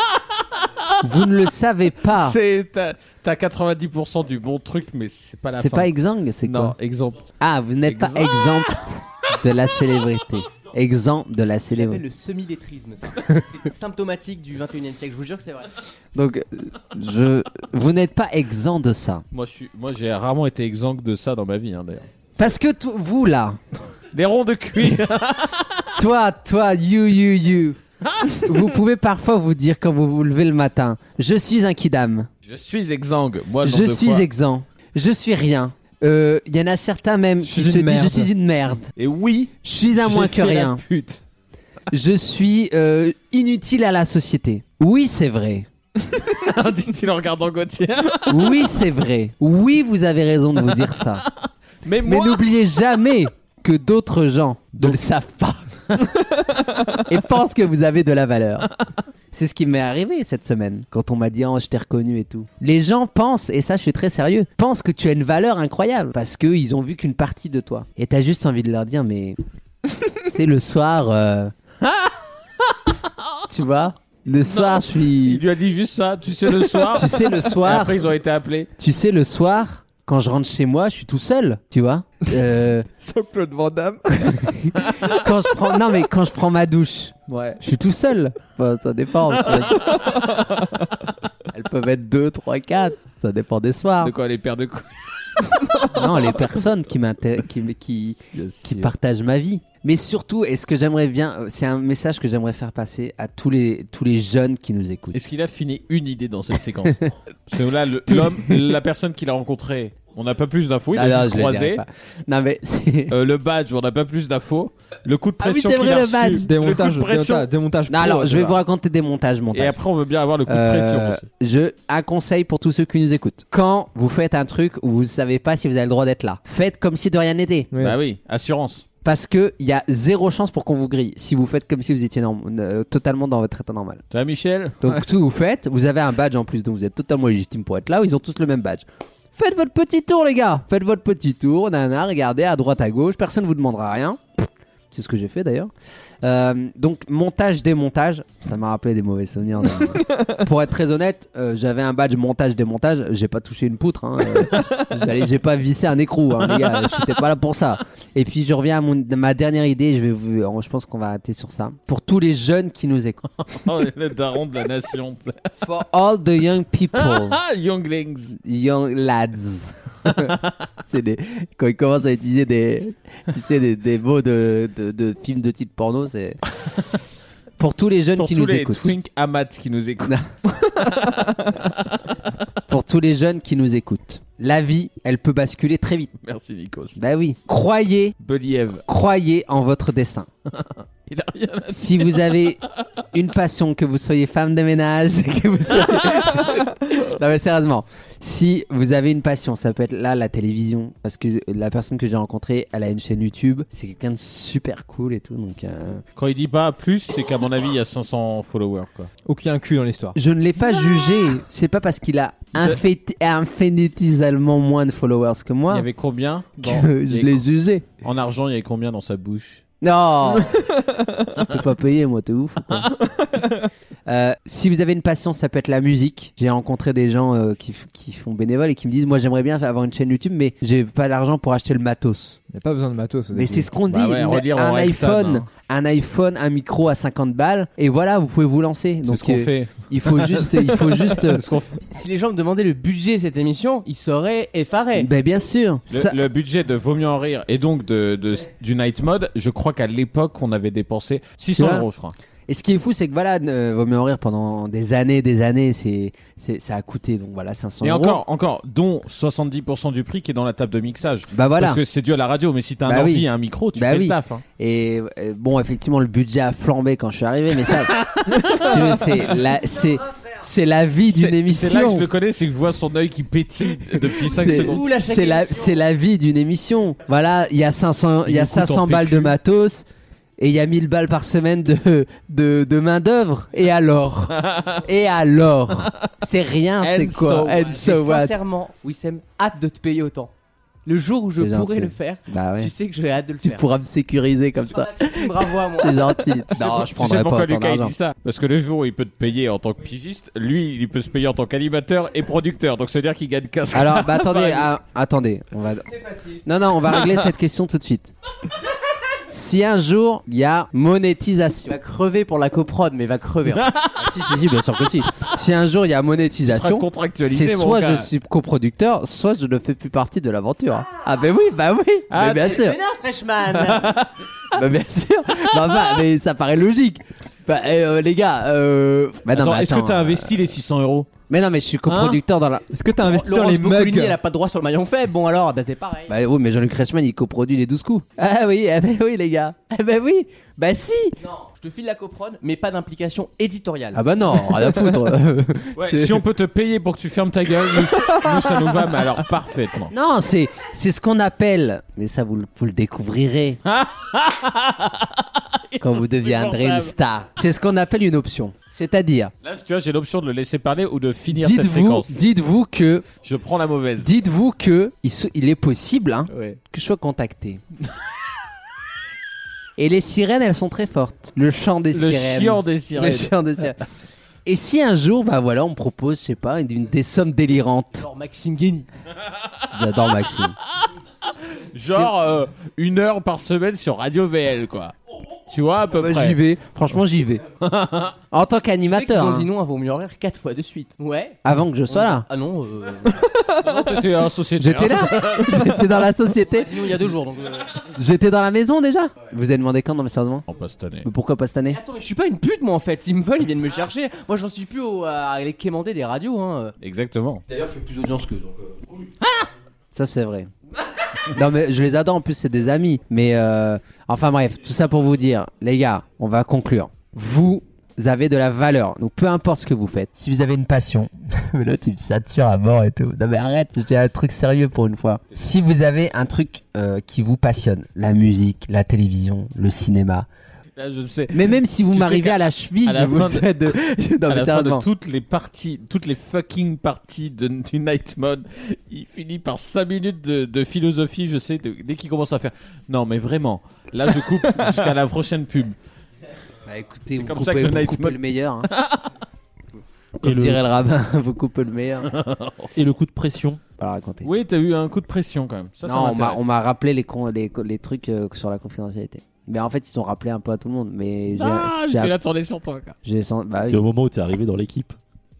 S3: vous ne le savez pas.
S4: C'est t'as t'as 90% du bon truc, mais c'est pas la
S3: C'est
S4: fin.
S3: pas exsangue, c'est
S4: Non,
S3: quoi
S4: exempt.
S3: Ah, vous n'êtes pas exempt de la célébrité. Exempt de la
S12: appelle
S3: célébrité.
S12: le semi-lettrisme, ça. C'est symptomatique du 21 e siècle, je vous jure que c'est vrai.
S3: Donc, euh, je... vous n'êtes pas exempt de ça.
S4: Moi, je suis- moi, j'ai rarement été exang de ça dans ma vie, hein, d'ailleurs.
S3: Parce que tout- vous, là,
S4: Les ronds de cuir.
S3: toi, toi, you, you, you, vous pouvez parfois vous dire quand vous vous levez le matin, je suis un kidam.
S4: je suis exang. Moi, le
S3: je
S4: nombre de
S3: suis
S4: fois-
S3: exempt. Je suis rien. Euh, Il y en a certains même qui
S4: suis
S3: se disent
S4: une merde.
S3: je suis une merde.
S4: Et oui.
S3: Je suis un
S4: j'ai
S3: moins que
S4: fait la
S3: rien.
S4: pute.
S3: Je suis euh, inutile à la société. Oui, c'est vrai.
S4: Dit-il en regardant Gauthier.
S3: Oui, c'est vrai. Oui, vous avez raison de vous dire ça.
S4: Mais,
S3: n'oubliez jamais que d'autres gens ne le savent pas et pensent que vous avez de la valeur. C'est ce qui m'est arrivé cette semaine quand on m'a dit oh, je t'ai reconnu et tout. Les gens pensent et ça je suis très sérieux, pensent que tu as une valeur incroyable parce que ils ont vu qu'une partie de toi. Et t'as juste envie de leur dire mais c'est le soir euh, tu vois, le soir je suis
S4: Il lui a dit juste ça. Tu sais le soir.
S3: Tu sais, le soir.
S4: Et après, ils ont été appelés.
S3: Tu sais, le soir, quand je rentre chez moi, je suis tout seul, tu vois. Euh,
S5: Jean-Claude Van Damme.
S3: quand je prends, non mais quand je prends ma douche,
S4: Ouais.
S3: je suis tout seul. Enfin, ça dépend. tu vois. Elles peuvent être deux, trois, quatre. Ça dépend des soirs.
S4: De quoi les paires de couilles.
S3: Non, les personnes qui m'inté- qui, qui, qui partagent ma vie. Mais surtout, est-ce que j'aimerais bien, c'est un message que j'aimerais faire passer à tous les tous les jeunes qui nous écoutent.
S4: Est-ce qu'il a fini une idée dans cette séquence Parce que là, le- l'homme, la personne qu'il a rencontrée, on n'a pas plus d'infos. Il
S3: Ah
S4: a
S3: non,
S4: juste
S3: je le dirai
S4: croisé.
S3: pas. Non mais c'est.
S4: Euh, le badge, on n'a pas plus d'infos. Le coup de
S3: Ah oui,
S4: pression
S3: c'est
S4: qu'il
S3: vrai
S4: a
S3: le
S4: reçu.
S3: badge.
S4: Le coup de pression.
S3: Non, alors, je vais vous raconter des montages, montages.
S4: Et après, on veut bien avoir le coup de pression
S3: Euh,
S4: aussi.
S3: je, un conseil pour tous ceux qui nous écoutent. Quand vous faites un truc où vous ne savez pas si vous avez le droit d'être là, faites comme si de rien n'était.
S4: Bah oui, assurance.
S3: Parce que il y a zéro chance pour qu'on vous grille si vous faites comme si vous étiez norm- euh, totalement dans votre état normal.
S4: Tu vois, Michel
S3: Donc
S4: Ouais.
S3: tout vous faites, vous avez un badge en plus, donc vous êtes totalement légitime pour être là. Ils ont tous le même badge. Faites votre petit tour, les gars. Faites votre petit tour, nana. Regardez à droite, à gauche. Personne vous demandera rien. C'est ce que j'ai fait d'ailleurs. Euh, donc montage démontage, ça m'a rappelé des mauvais souvenirs. d'ailleurs. Pour être très honnête, euh, j'avais un badge montage démontage. J'ai pas touché une poutre. hein. Euh, j'allais- j'ai pas vissé un écrou, hein, les gars. J'étais pas là pour ça. Et puis je reviens à mon- ma dernière idée. Je vais vous, je pense qu'on va arrêter sur ça. Pour tous les jeunes qui nous écoutent.
S4: Oh, le daron de la nation. Ah,
S3: For all the young people.
S4: Younglings.
S3: Young lads. c'est des... Quand ils commencent à utiliser des, tu sais, des, des mots de, de, de films de type porno, c'est. Pour tous les jeunes
S4: Pour
S3: qui
S4: tous
S3: nous
S4: les
S3: écoutent.
S4: twink amats qui nous écoutent.
S3: Pour tous les jeunes qui nous écoutent. La vie, elle peut basculer très vite.
S4: Merci Nikos.
S3: Bah oui. Croyez,
S4: Believe.
S3: croyez en votre destin.
S4: Il a rien à
S3: Si
S4: dire.
S3: vous avez une passion, que vous soyez femme de ménage, que vous soyez- non mais sérieusement, si vous avez une passion, ça peut être là la télévision, parce que la personne que j'ai rencontrée, elle a une chaîne YouTube, c'est quelqu'un de super cool et tout, donc. euh,
S4: Quand il dit pas plus, c'est qu'à mon avis, il y a 500 followers. Quoi.
S5: Ou qu'il y a un cul dans l'histoire. Euh.
S3: Je ne l'ai pas jugé. C'est pas parce qu'il a infét- infinitésalement moins de followers que moi.
S4: Il y avait combien dans-
S3: Que je
S4: les-
S3: l'ai jugé.
S4: En argent, il y avait combien dans sa bouche
S3: Non Je peux pas payer, moi, t'es ouf. ou quoi Euh, si vous avez une passion, ça peut être la musique. J'ai rencontré des gens euh, qui, f- qui font bénévole et qui me disent Moi, j'aimerais bien avoir une chaîne YouTube, mais j'ai pas l'argent pour acheter le matos.
S5: Il n'y a pas besoin de matos. au
S3: Mais
S5: début.
S3: c'est ce qu'on dit
S5: Bah ouais,
S3: une-
S5: relire
S3: un
S5: au Rexham,
S3: iPhone,
S5: hein.
S3: un iPhone, un micro à 50 balles, et voilà, vous pouvez vous lancer. Donc,
S4: ce qu'on
S3: euh,
S4: fait.
S3: Il faut juste, il faut juste. euh,
S12: Si les gens me demandaient le budget de cette émission, ils seraient effarés.
S3: Ben bien sûr.
S4: Le, le budget de Vaut mieux en rire et donc de, de- du Night Mode, je crois qu'à l'époque, on avait dépensé 600
S3: Tu vois
S4: euros, je crois.
S3: Et ce qui est fou, c'est que voilà, euh, vaut mieux en rire pendant des années, des années, c'est, c'est, ça a coûté donc voilà 500
S4: Et
S3: euros.
S4: encore, encore, dont 70% du prix qui est dans la table de mixage.
S3: Bah voilà.
S4: Parce que c'est dû à la radio, mais si t'as un
S3: Bah
S4: ordi
S3: oui.
S4: et un micro, tu
S3: Bah
S4: fais
S3: oui.
S4: le taf. hein.
S3: Et euh, bon, effectivement, le budget a flambé quand je suis arrivé, mais ça, si tu veux, c'est la, c'est, c'est la vie d'une émission.
S4: C'est là que je le connais, c'est que je vois son œil qui pétille depuis 5
S3: C'est-
S4: secondes.
S3: C'est la, c'est la vie d'une émission. Voilà, il y a 500, il y a
S4: Il coûte en
S3: 500 balles de matos et il y a 1000 balles par semaine de, de, de main d'œuvre. Et alors Et alors C'est rien, c'est
S12: And
S3: quoi And
S12: so what.
S3: so
S12: J'ai
S3: what
S12: Sincèrement, Wissem, hâte de te payer autant. Le jour où je
S3: C'est
S12: pourrai
S3: gentil.
S12: le faire,
S3: Bah ouais.
S12: tu sais que j'ai hâte de le
S3: Tu
S12: faire.
S3: pourras me sécuriser comme ça.
S12: Bravo à moi.
S3: C'est gentil.
S4: Tu sais
S3: Non,
S4: pour-
S3: je
S4: tu sais
S3: prendrai
S4: pourquoi
S3: pas ton
S4: Lucas, il
S3: argent.
S4: dit ça Parce que le jour où il peut te payer en tant que pigiste, lui, il peut se payer en tant qu'animateur et producteur. Donc, c'est-à-dire qu'il gagne 15
S3: Alors, bah
S4: Par
S3: attendez,
S4: exemple.
S3: ah, attendez, on va. Non, non, on va régler cette question tout de suite. Si un jour il y a monétisation,
S12: va crever pour la coprode, mais va crever.
S3: Ah, si, si, si, bien sûr que si. Si un jour il y a
S4: Tu
S3: monétisation,
S4: seras contractualisé,
S3: c'est
S4: mon
S3: soit
S4: gars.
S3: je suis coproducteur, soit je ne fais plus partie de l'aventure. Ah, ben oui, bah oui,
S4: Ah,
S12: Ah,
S3: mais bien sûr, bah bien sûr, Bah, bah, mais ça paraît logique. Bah, eh, euh, les gars, euh... bah, non,
S4: Attends,
S3: mais
S4: est-ce que
S3: attends,
S4: t'as
S3: euh,
S4: investi les 600 euros
S3: Mais non, mais je suis coproducteur dans la. Est-ce que t'as
S12: Laurence Boccolini, elle a pas de droit sur le maillon faible. Bon alors, bah c'est pareil.
S3: Bah oui, mais Jean-Luc Reichmann il coproduit les 12 coups. Ah oui, ah bah oui les gars. Ah bah oui, bah si.
S12: Non, je te file la coprode, mais pas d'implication éditoriale.
S3: Ah bah non, rien à foutre.
S4: Ouais,
S3: euh, C'est-
S4: Si on peut te payer pour que tu fermes ta gueule, nous, nous, ça nous va, mais alors parfaitement.
S3: Non, c'est c'est ce qu'on appelle, mais ça vous, le- vous le découvrirez quand vous deviendrez une star. C'est ce qu'on appelle une option. C'est-à-dire,
S4: Là, tu vois, j'ai l'option de le laisser parler ou de finir cette
S3: dites-vous,
S4: séquence.
S3: dites-vous que
S4: Je prends la mauvaise.
S3: dites-vous que il, se- il est possible hein,
S4: Ouais.
S3: que je sois contacté. Et les sirènes, elles sont très fortes. Le chant des
S4: Le
S3: sirènes.
S4: chiant des sirènes.
S3: Le chiant des sirènes. Et si un jour, bah voilà, on me propose, je sais pas, une, une- des sommes délirantes.
S12: Genre Maxime Guény.
S3: J'adore Maxime.
S4: Genre euh, une heure par semaine sur Radio VL, quoi. Tu vois, à peu près.
S3: Bah, j'y vais. Franchement, j'y vais. En tant qu'animateur.
S12: Ils ont
S3: hein.
S12: dit non à Vaut mieux en rire 4 fois de suite. Ouais.
S3: Avant que je sois
S12: On-
S3: là.
S12: Ah non, euh...
S4: T'étais un sociétaire.
S3: J'étais là. J'étais dans la société.
S12: Dis-nous, il y a deux jours donc. euh.
S3: J'étais dans la maison déjà. Vous avez demandé quand, non, mais sérieusement
S4: Non, pas cette année.
S3: Mais pourquoi pas cette année
S12: Attends, mais je suis pas une pute moi en fait. Ils me veulent, ils viennent me chercher. Moi j'en suis plus au, à les quémander des radios. Hein.
S4: Exactement.
S12: D'ailleurs, je suis plus audience que donc. euh,
S3: Ça, c'est vrai. non, mais je les adore. En plus, c'est des amis. Mais euh, enfin, bref, tout ça pour vous dire, les gars, on va conclure. Vous avez de la valeur. Donc, peu importe ce que vous faites, si vous avez une passion. mais l'autre, il me sature à mort et tout. Non, mais arrête, j'ai un truc sérieux pour une fois. Si vous avez un truc euh, qui vous passionne, la musique, la télévision, le cinéma,
S4: Là, je le sais.
S3: Mais même si vous
S4: Tu sais
S3: m'arrivez
S4: qu'à-
S3: à la cheville,
S4: à la
S3: je vous
S4: fin
S3: souhaite de- Non,
S4: à
S3: mais
S4: la fin
S3: sérieusement.
S4: de toutes les parties, toutes les fucking parties de, du Night Mode, il finit par 5 minutes de, de philosophie, je sais, de- dès qu'il commence à faire. Non, mais vraiment, là, je coupe jusqu'à la prochaine pub.
S3: Bah écoutez, vous
S4: comme
S3: coupez,
S4: ça que le
S3: vous
S4: Night
S3: coupez
S4: Mode-
S3: le meilleur. hein.
S15: Et
S3: Comme
S15: le-
S3: dirait le rabbin, vous coupez le meilleur.
S15: Et le coup de pression.
S3: Pas à raconter.
S4: Oui, t'as eu un coup de pression quand même. Ça, ça
S3: non, on m'a-
S4: m'intéresse.
S3: on m'a rappelé les, con- les, co- les trucs euh, sur la confidentialité. Mais en fait, ils sont rappelés un peu à tout le monde. Mais j'ai-
S4: Ah,
S3: j'ai
S4: j'étais là tourné sur toi. quoi.
S3: j'ai sent- bah oui.
S15: C'est au moment où t'es arrivé dans l'équipe.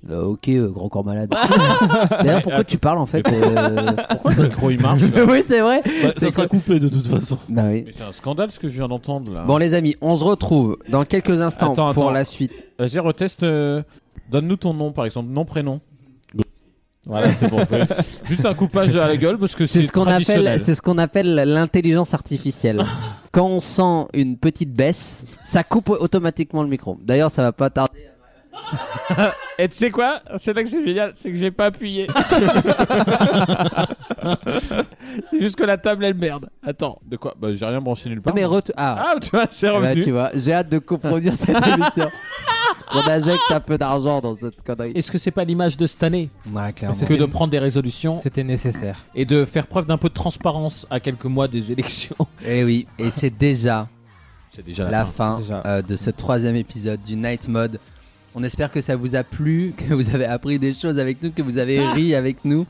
S3: Euh, ok, euh, grand corps malade. D'ailleurs, pourquoi tu parles en fait euh,
S4: Pourquoi le micro il marche là
S3: Oui, c'est vrai.
S15: Ouais,
S3: C'est
S15: Bah, ça sera
S3: que-
S15: coupé de toute façon.
S3: Bah oui.
S4: Mais c'est un scandale ce que je viens d'entendre là.
S3: Bon, les amis, on se retrouve dans quelques instants
S4: Attends,
S3: pour
S4: attends.
S3: la suite.
S4: Vas-y, reteste. euh, Donne-nous ton nom par exemple, nom, prénom. Voilà, c'est bon. fais- Juste un coupage à la gueule parce que
S3: C'est
S4: c'est
S3: ce qu'on
S4: traditionnel.
S3: appelle, c'est ce qu'on appelle l'intelligence artificielle. Quand on sent une petite baisse, ça coupe automatiquement le micro. D'ailleurs, ça va pas tarder.
S26: Et tu sais quoi C'est là que c'est génial, c'est que j'ai pas appuyé. c'est juste que la table elle merde. Attends, de quoi Bah j'ai rien branché nulle part.
S3: Mais
S26: moi.
S3: retou- ah.
S26: Ah, tu vois, c'est
S3: Eh ben,
S26: revenu.
S3: tu vois, j'ai hâte de coproduire cette émission. On injecte un peu d'argent dans cette connerie.
S4: Est-ce que c'est pas l'image de cette année
S3: Ouais, clairement.
S4: Que de prendre des résolutions.
S27: C'était nécessaire.
S4: Et de faire preuve d'un peu de transparence à quelques mois des élections.
S3: Et Eh oui, et c'est déjà,
S4: C'est déjà la
S3: la
S4: fin.
S3: fin, euh, de ce troisième épisode du Night Mode. On espère que ça vous a plu, que vous avez appris des choses avec nous, que vous avez ri avec nous.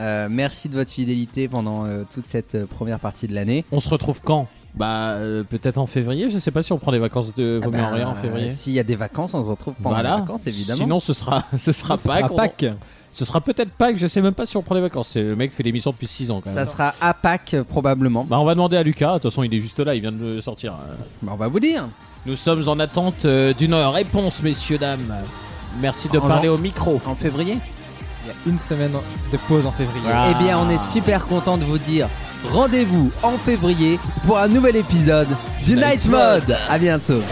S3: Euh, merci de votre fidélité pendant euh, toute cette euh, première partie de l'année.
S4: On se retrouve quand Bah euh, peut-être en février, je sais pas si on prend des vacances de Vaut mieux en
S3: ben,
S4: rien en février.
S3: S'il y a des vacances, on se retrouve pendant
S4: Voilà.
S3: les vacances, évidemment.
S4: Sinon ce sera ce sera
S3: Ce
S4: Pâques.
S3: sera
S4: on-
S3: Pâques.
S4: Ce sera peut-être Pâques, je sais même pas si on prend des vacances. C'est- Le mec fait l'émission depuis 6 ans quand même.
S3: ça sera à Pâques, euh, probablement.
S4: Bah on va demander à Lucas, de toute façon il est juste là, il vient de le sortir.
S3: Bah, on va vous dire.
S4: Nous sommes en attente euh, d'une réponse messieurs dames. Merci de
S3: En
S4: parler
S3: jan-
S4: au micro.
S3: En février
S5: Il y a une semaine de pause en février.
S3: Eh bien, on est super content de vous dire rendez-vous en février pour un nouvel épisode du Night Mode. À bientôt.